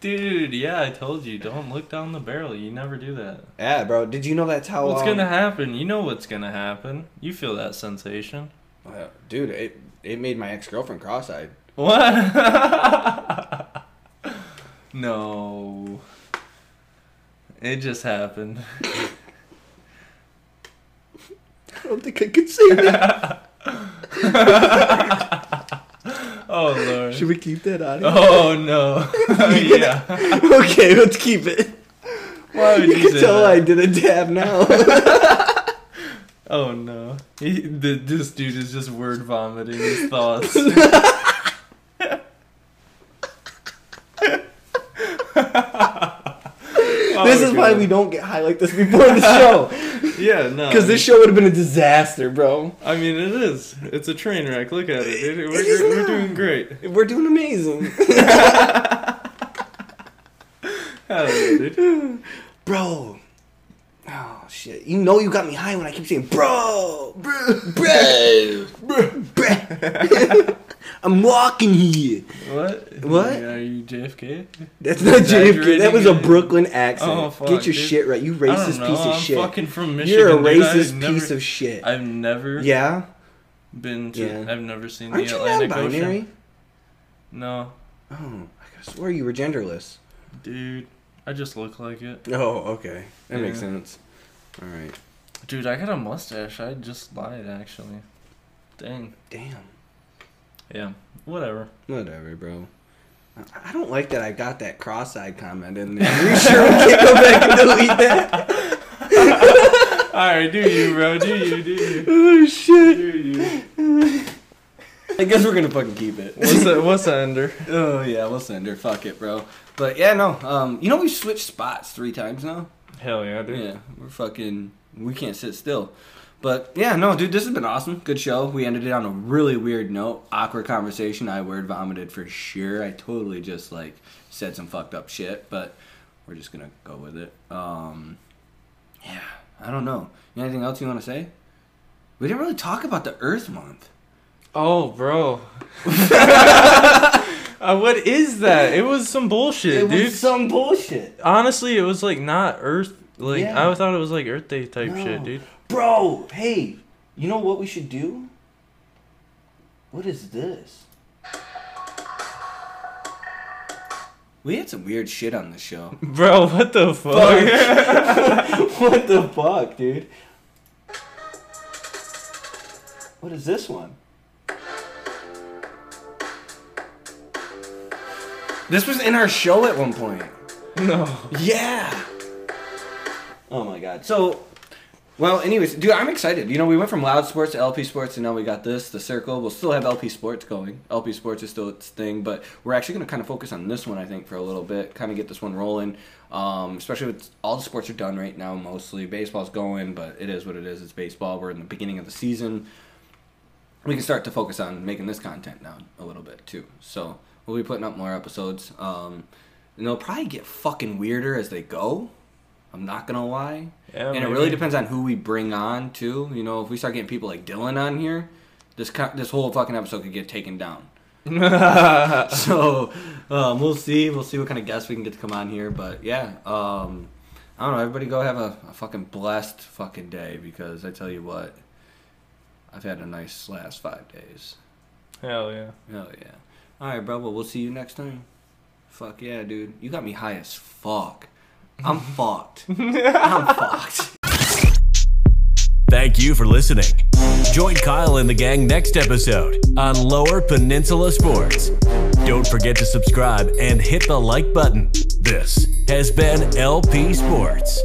Speaker 4: Dude, yeah, I told you, don't look down the barrel. You never do that.
Speaker 1: Yeah, bro. Did you know that's how?
Speaker 4: What's
Speaker 1: um,
Speaker 4: gonna happen? You know what's gonna happen. You feel that sensation.
Speaker 1: uh, dude, it it made my ex girlfriend cross eyed.
Speaker 4: What? no. It just happened.
Speaker 1: I don't think I could say that.
Speaker 4: Oh lord.
Speaker 1: we keep that on?
Speaker 4: Oh no. yeah.
Speaker 1: okay, let's keep it.
Speaker 4: Why would you, say that?
Speaker 1: did a dab now.
Speaker 4: Oh no. He, th this dude is just word vomiting his thoughts.
Speaker 1: this is why we don't get high like this before the show,
Speaker 4: Yeah, no.
Speaker 1: because this show would have been a disaster, bro.
Speaker 4: I mean, it is. It's a train wreck. Look at it. dude. We're,
Speaker 1: It is
Speaker 4: we're
Speaker 1: not.
Speaker 4: doing great.
Speaker 1: We're doing amazing,
Speaker 4: Hell yeah, dude.
Speaker 1: bro. Oh shit! You know you got me high when I keep saying, bro, bro, bro, bro. bro. I'm walking here.
Speaker 4: What?
Speaker 1: What?
Speaker 4: Are you JFK?
Speaker 1: That's not JFK. That was a
Speaker 4: Exaggerating it.
Speaker 1: Brooklyn accent.
Speaker 4: Oh, fuck,
Speaker 1: Get your
Speaker 4: dude.
Speaker 1: shit right. You
Speaker 4: I
Speaker 1: racist
Speaker 4: don't know.
Speaker 1: piece of
Speaker 4: I'm
Speaker 1: shit.
Speaker 4: fucking from Michigan.
Speaker 1: You're a
Speaker 4: dude. I've
Speaker 1: racist
Speaker 4: never-
Speaker 1: piece of shit.
Speaker 4: I've never
Speaker 1: yeah.
Speaker 4: been to.
Speaker 1: Yeah.
Speaker 4: I've never seen
Speaker 1: Aren't
Speaker 4: the
Speaker 1: you
Speaker 4: Atlantic
Speaker 1: non-binary?
Speaker 4: Ocean. No,
Speaker 1: Oh, I could have swore you were genderless.
Speaker 4: dude. I just look like it.
Speaker 1: Oh, okay. That
Speaker 4: Yeah.
Speaker 1: makes sense. All right.
Speaker 4: Dude, I got a mustache. I just lied, actually. Dang.
Speaker 1: Damn.
Speaker 4: Yeah. Whatever.
Speaker 1: Whatever, bro. I- I don't like that I got that cross-eyed comment in there. Are you sure we can't go back and delete that?
Speaker 4: Alright, do you, bro. Do you, do you.
Speaker 1: Oh shit!
Speaker 4: Do you.
Speaker 1: I guess we're gonna fucking keep it.
Speaker 4: What's that? What's that, Ender?
Speaker 1: oh yeah, we'll send her. Fuck it, bro. But yeah, no. Um, you know we switched spots three times now.
Speaker 4: Hell yeah, dude.
Speaker 1: Yeah, we're fucking. We can't sit still. But yeah, no, dude, this has been awesome. Good show. We ended it on a really weird note. Awkward conversation. I word vomited for sure. I totally just like said some fucked up shit, but we're just gonna go with it. Um, yeah, I don't know. Anything else you want to say? We didn't really talk about the Earth Month.
Speaker 4: Oh, bro. uh, what is that? It was some bullshit, dude.
Speaker 1: some bullshit,
Speaker 4: Honestly, it was like not Earth. Like
Speaker 1: Yeah.
Speaker 4: I thought it was like Earth Day type shit, dude.
Speaker 1: bro. Hey, you know what we should do? What is this? We had some weird shit on the show.
Speaker 4: Bro, what the fuck?
Speaker 1: what the fuck, dude? What is this one? This was in our show at one point.
Speaker 4: no.
Speaker 1: Yeah. Oh my god. So, well, anyways, dude, I'm excited. You know, we went from Loud Sports to LP Sports, and now we got this, the Circle. We'll still have LP Sports going. LP Sports is still its thing, but we're actually going to kind of focus on this one, I think, for a little bit, kind of get this one rolling. Um, especially with all the sports are done right now, mostly baseball's going, but it is what it is. It's baseball. We're in the beginning of the season we can start to focus on making this content now a little bit too. So we'll be putting up more episodes. Um, and they'll probably get fucking weirder as they go. I'm not gonna lie.
Speaker 4: Yeah,
Speaker 1: and it
Speaker 4: maybe.
Speaker 1: really depends on who we bring on too. You know, if we start getting people like Dylan on here, this co- this whole fucking episode could get taken down. so um, we'll see. We'll see what kind of guests we can get to come on here. But yeah, um, I don't know. Everybody go have a, a fucking blessed fucking day because I tell you what, I've had a nice last five days.
Speaker 4: Hell yeah.
Speaker 1: Hell yeah. All right, bro. Well, we'll see you next time. Fuck yeah, dude. You got me high as fuck. I'm fucked. I'm fucked.
Speaker 3: Thank you for listening. Join Kyle and the gang next episode on Lower Peninsula Sports. Don't forget to subscribe and hit the like button. This has been LP Sports.